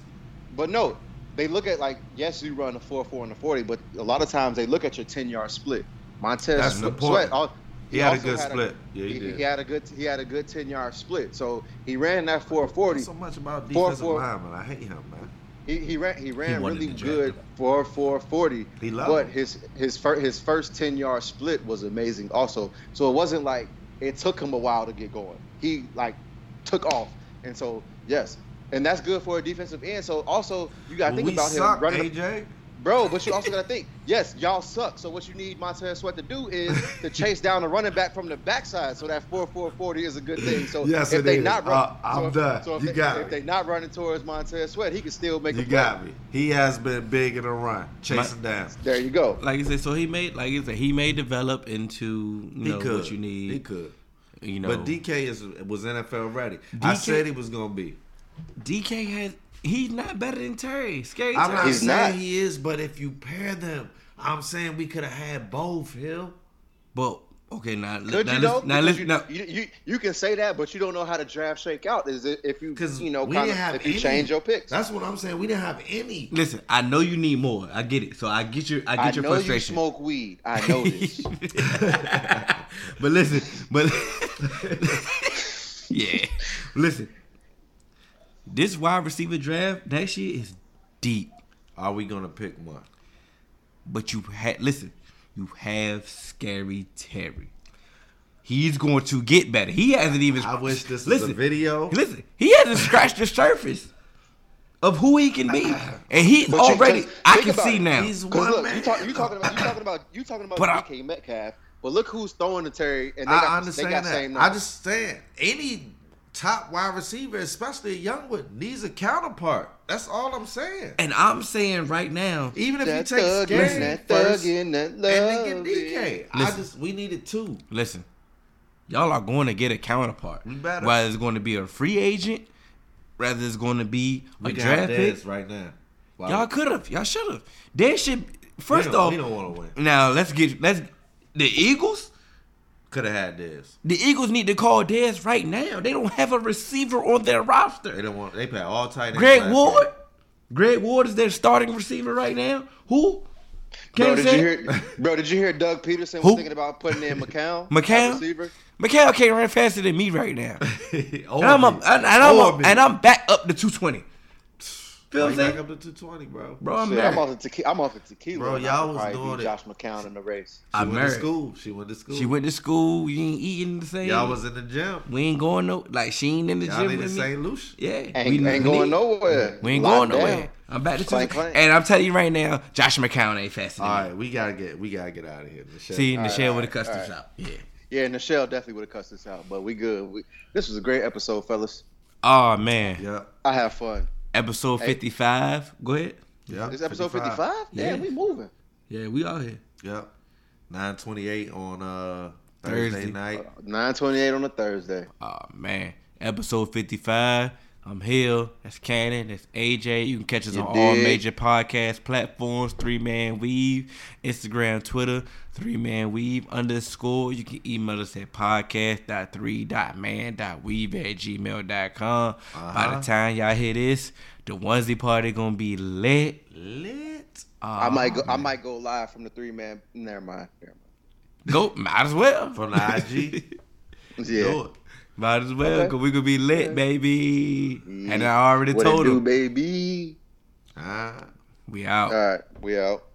[SPEAKER 3] But no, they look at like yes, you run a four four and a forty, but a lot of times they look at your ten yard split. Montez
[SPEAKER 2] That's
[SPEAKER 3] Swe-
[SPEAKER 2] important.
[SPEAKER 3] Sweat. all-
[SPEAKER 2] He had a
[SPEAKER 3] also
[SPEAKER 2] good split. Yeah, he
[SPEAKER 3] he,
[SPEAKER 2] did.
[SPEAKER 3] he had a good he had a good ten yard split. So he ran that four forty.
[SPEAKER 2] So much about
[SPEAKER 3] Four,
[SPEAKER 2] defensive
[SPEAKER 3] four.
[SPEAKER 2] lineman. I hate him, man.
[SPEAKER 3] He, he ran he ran
[SPEAKER 4] wanted
[SPEAKER 3] really
[SPEAKER 4] to jack
[SPEAKER 3] good
[SPEAKER 4] him.
[SPEAKER 3] for four forty.
[SPEAKER 2] He loved
[SPEAKER 3] But
[SPEAKER 2] it.
[SPEAKER 3] his his first his first ten yard split was amazing also. So it wasn't like it took him a while to get going. He like took off, and so yes, and that's good for a defensive end. So also you got to think
[SPEAKER 2] we
[SPEAKER 3] about
[SPEAKER 2] suck,
[SPEAKER 3] him running. the-
[SPEAKER 2] AJ.
[SPEAKER 3] Bro, but you also gotta think. Yes, y'all suck. So what you need Montez Sweat to do is to chase down a running back from the backside. So that four four forty is a good thing. So
[SPEAKER 2] Yes,
[SPEAKER 3] if
[SPEAKER 2] it
[SPEAKER 3] they
[SPEAKER 2] is.
[SPEAKER 3] not
[SPEAKER 2] Uh, I'm
[SPEAKER 3] so if,
[SPEAKER 2] done.
[SPEAKER 3] So if,
[SPEAKER 2] You
[SPEAKER 3] they,
[SPEAKER 2] got
[SPEAKER 3] if
[SPEAKER 2] me.
[SPEAKER 3] they not running towards Montez Sweat, he can still make
[SPEAKER 2] You
[SPEAKER 3] a
[SPEAKER 2] got
[SPEAKER 3] play.
[SPEAKER 2] me. He has been big in the run, chasing down.
[SPEAKER 3] There you go.
[SPEAKER 4] Like you said, so he may like you said, he may develop into you
[SPEAKER 2] He
[SPEAKER 4] know
[SPEAKER 2] could.
[SPEAKER 4] what you need.
[SPEAKER 2] He could.
[SPEAKER 4] You know,
[SPEAKER 2] But DK is was NFL ready. I
[SPEAKER 4] DK
[SPEAKER 2] said he was gonna be.
[SPEAKER 4] DK has he's not better than Terry. Scary
[SPEAKER 2] I'm
[SPEAKER 4] Terry.
[SPEAKER 2] not
[SPEAKER 3] He's
[SPEAKER 2] saying
[SPEAKER 3] not.
[SPEAKER 2] he is, but if you pair them, I'm saying we could have had both. Hill.
[SPEAKER 4] But okay, now li-
[SPEAKER 3] Could
[SPEAKER 4] now
[SPEAKER 3] you
[SPEAKER 4] listen,
[SPEAKER 3] though?
[SPEAKER 4] now
[SPEAKER 3] Because
[SPEAKER 4] listen,
[SPEAKER 3] you,
[SPEAKER 4] now,
[SPEAKER 3] you, you you can say that, but you don't know how the draft shake out. Is it if you
[SPEAKER 2] 'Cause
[SPEAKER 3] you know
[SPEAKER 2] we
[SPEAKER 3] kind
[SPEAKER 2] didn't have
[SPEAKER 3] of if you
[SPEAKER 2] any.
[SPEAKER 3] change your picks?
[SPEAKER 2] That's what I'm saying. We didn't have any.
[SPEAKER 4] listen. I know you need more. I get it. So I get your I get
[SPEAKER 3] I
[SPEAKER 4] your
[SPEAKER 3] know you
[SPEAKER 4] frustration.
[SPEAKER 3] smoke weed. I know this.
[SPEAKER 4] but listen, but yeah, listen. This wide receiver draft that shit is deep,
[SPEAKER 2] Are we gonna pick one?
[SPEAKER 4] but you had listen. You have scary Terry. He's going to get better. He hasn't even.
[SPEAKER 2] I wish this was
[SPEAKER 4] listen,
[SPEAKER 2] a video.
[SPEAKER 4] Listen, he hasn't scratched the surface of who he can be, and he
[SPEAKER 3] But you-
[SPEAKER 4] already.
[SPEAKER 3] think
[SPEAKER 4] I can
[SPEAKER 3] about
[SPEAKER 4] see
[SPEAKER 3] it.
[SPEAKER 4] now.
[SPEAKER 2] He's
[SPEAKER 3] Because
[SPEAKER 2] one
[SPEAKER 3] look,
[SPEAKER 2] man.
[SPEAKER 3] you, talk, you talking about you talking about you talking about
[SPEAKER 4] But I-
[SPEAKER 3] DK Metcalf, but look who's throwing to Terry, and they
[SPEAKER 2] I
[SPEAKER 3] got,
[SPEAKER 2] understand
[SPEAKER 3] they got
[SPEAKER 2] that.
[SPEAKER 3] same
[SPEAKER 2] I
[SPEAKER 3] numbers.
[SPEAKER 2] just saying any top wide receiver, especially Youngwood, needs a counterpart. That's all I'm saying.
[SPEAKER 4] And I'm saying right now,
[SPEAKER 2] Even if
[SPEAKER 3] That
[SPEAKER 2] he takes
[SPEAKER 3] thug
[SPEAKER 2] Gabe
[SPEAKER 3] and that
[SPEAKER 2] first,
[SPEAKER 3] thug and that love.
[SPEAKER 2] and then get DK. I
[SPEAKER 4] Listen.
[SPEAKER 2] just we needed two.
[SPEAKER 4] listen, y'all are going to get a counterpart.
[SPEAKER 2] We better.
[SPEAKER 4] Whether it's going to be a free agent, whether it's going to be a
[SPEAKER 2] We got
[SPEAKER 4] draft pick.
[SPEAKER 2] Dez right now. Wow.
[SPEAKER 4] Y'all could have. Y'all should have. They should.
[SPEAKER 2] We
[SPEAKER 4] First
[SPEAKER 2] don't-
[SPEAKER 4] off,
[SPEAKER 2] we don't want to win.
[SPEAKER 4] now let's get let's the Eagles.
[SPEAKER 2] Could have had this.
[SPEAKER 4] The Eagles need to call Dez right now. They don't have a receiver on their
[SPEAKER 2] They
[SPEAKER 4] roster.
[SPEAKER 2] don't want. They play all tight ends.
[SPEAKER 4] Greg
[SPEAKER 2] last
[SPEAKER 4] Ward.
[SPEAKER 2] year.
[SPEAKER 4] Greg Ward is their starting receiver right now. Who?
[SPEAKER 3] Bro,
[SPEAKER 4] Can't
[SPEAKER 3] did
[SPEAKER 4] say
[SPEAKER 3] you
[SPEAKER 4] it.
[SPEAKER 3] hear? Bro, did you hear Doug Peterson
[SPEAKER 4] Who?
[SPEAKER 3] was thinking about putting in McCown?
[SPEAKER 4] McCown?
[SPEAKER 3] at receiver.
[SPEAKER 4] Mikhail can't run faster than me right now.
[SPEAKER 2] Or
[SPEAKER 4] And I'm
[SPEAKER 2] me.
[SPEAKER 4] up, and, and I'm
[SPEAKER 2] Or
[SPEAKER 4] up,
[SPEAKER 2] me.
[SPEAKER 4] and I'm back up to 220. Feel what
[SPEAKER 2] Bring
[SPEAKER 4] I'm
[SPEAKER 2] back
[SPEAKER 4] saying?
[SPEAKER 2] up to 220, bro.
[SPEAKER 4] Bro, I'm
[SPEAKER 3] Shit, I'm
[SPEAKER 4] married.
[SPEAKER 3] off the tequila. I'm off the tequila.
[SPEAKER 2] Bro,
[SPEAKER 3] and I
[SPEAKER 2] y'all
[SPEAKER 3] could
[SPEAKER 2] was
[SPEAKER 3] probably
[SPEAKER 2] doing
[SPEAKER 3] beat
[SPEAKER 2] it.
[SPEAKER 3] Josh McCown in the race.
[SPEAKER 2] She
[SPEAKER 4] I'm
[SPEAKER 2] went to
[SPEAKER 4] married.
[SPEAKER 2] school. She went to school.
[SPEAKER 4] She went to school. You ain't eating the same.
[SPEAKER 2] Y'all was in the gym.
[SPEAKER 4] we ain't going no. Like she ain't in the
[SPEAKER 2] Y'all
[SPEAKER 4] gym
[SPEAKER 2] need to
[SPEAKER 4] with me.
[SPEAKER 2] St. Lucia.
[SPEAKER 4] Yeah,
[SPEAKER 3] Ain't,
[SPEAKER 4] we
[SPEAKER 3] ain't going
[SPEAKER 4] need-
[SPEAKER 3] nowhere.
[SPEAKER 4] We ain't
[SPEAKER 3] Locked
[SPEAKER 4] going nowhere.
[SPEAKER 3] down.
[SPEAKER 4] I'm back to two.
[SPEAKER 3] Clank, clank.
[SPEAKER 4] And I'm telling you right now, Josh McCown ain't faster.
[SPEAKER 2] All
[SPEAKER 4] Than me.
[SPEAKER 2] right, we gotta get we gotta get out of here. Michelle.
[SPEAKER 4] See, in the shell
[SPEAKER 3] all
[SPEAKER 4] with a
[SPEAKER 3] right,
[SPEAKER 4] custom
[SPEAKER 3] all right.
[SPEAKER 4] shop. Yeah.
[SPEAKER 3] Yeah, Nichelle definitely would have cussed this out, but we good. We, this was a great episode, fellas.
[SPEAKER 4] Oh man,
[SPEAKER 2] yeah,
[SPEAKER 3] I have fun.
[SPEAKER 4] episode
[SPEAKER 3] Hey.
[SPEAKER 4] 55. Go ahead.
[SPEAKER 2] yeah.
[SPEAKER 3] This episode 55? Yeah,
[SPEAKER 4] Yeah.
[SPEAKER 3] we moving.
[SPEAKER 4] Yeah, we out here.
[SPEAKER 2] Yep. Nine twenty eight on uh Thursday,
[SPEAKER 4] Thursday.
[SPEAKER 2] night.
[SPEAKER 3] 928 on a Thursday.
[SPEAKER 4] Oh man, episode 55. I'm Hill. That's Cannon. That's AJ. You can catch us
[SPEAKER 3] You
[SPEAKER 4] on all
[SPEAKER 3] dig?
[SPEAKER 4] major podcast platforms. Three Man Weave, Instagram, Twitter, Three Man Weave underscore. You can email us at podcast.3.man.weave at gmail.com. By
[SPEAKER 2] Uh-huh.
[SPEAKER 4] the time y'all hear this, the onesie party gonna be lit. Uh,
[SPEAKER 2] Lit.
[SPEAKER 4] Ah,
[SPEAKER 3] I might go I might go live from the three man never mind. Never
[SPEAKER 4] Go, might as well.
[SPEAKER 2] From the IG.
[SPEAKER 3] mind. Yeah.
[SPEAKER 2] Do it.
[SPEAKER 4] might as well,
[SPEAKER 3] Okay.
[SPEAKER 4] cause we gonna be lit, baby. And I already
[SPEAKER 3] What it
[SPEAKER 4] told
[SPEAKER 3] do,
[SPEAKER 4] him
[SPEAKER 3] baby.
[SPEAKER 2] Ah.
[SPEAKER 4] we out.
[SPEAKER 3] All right, we out.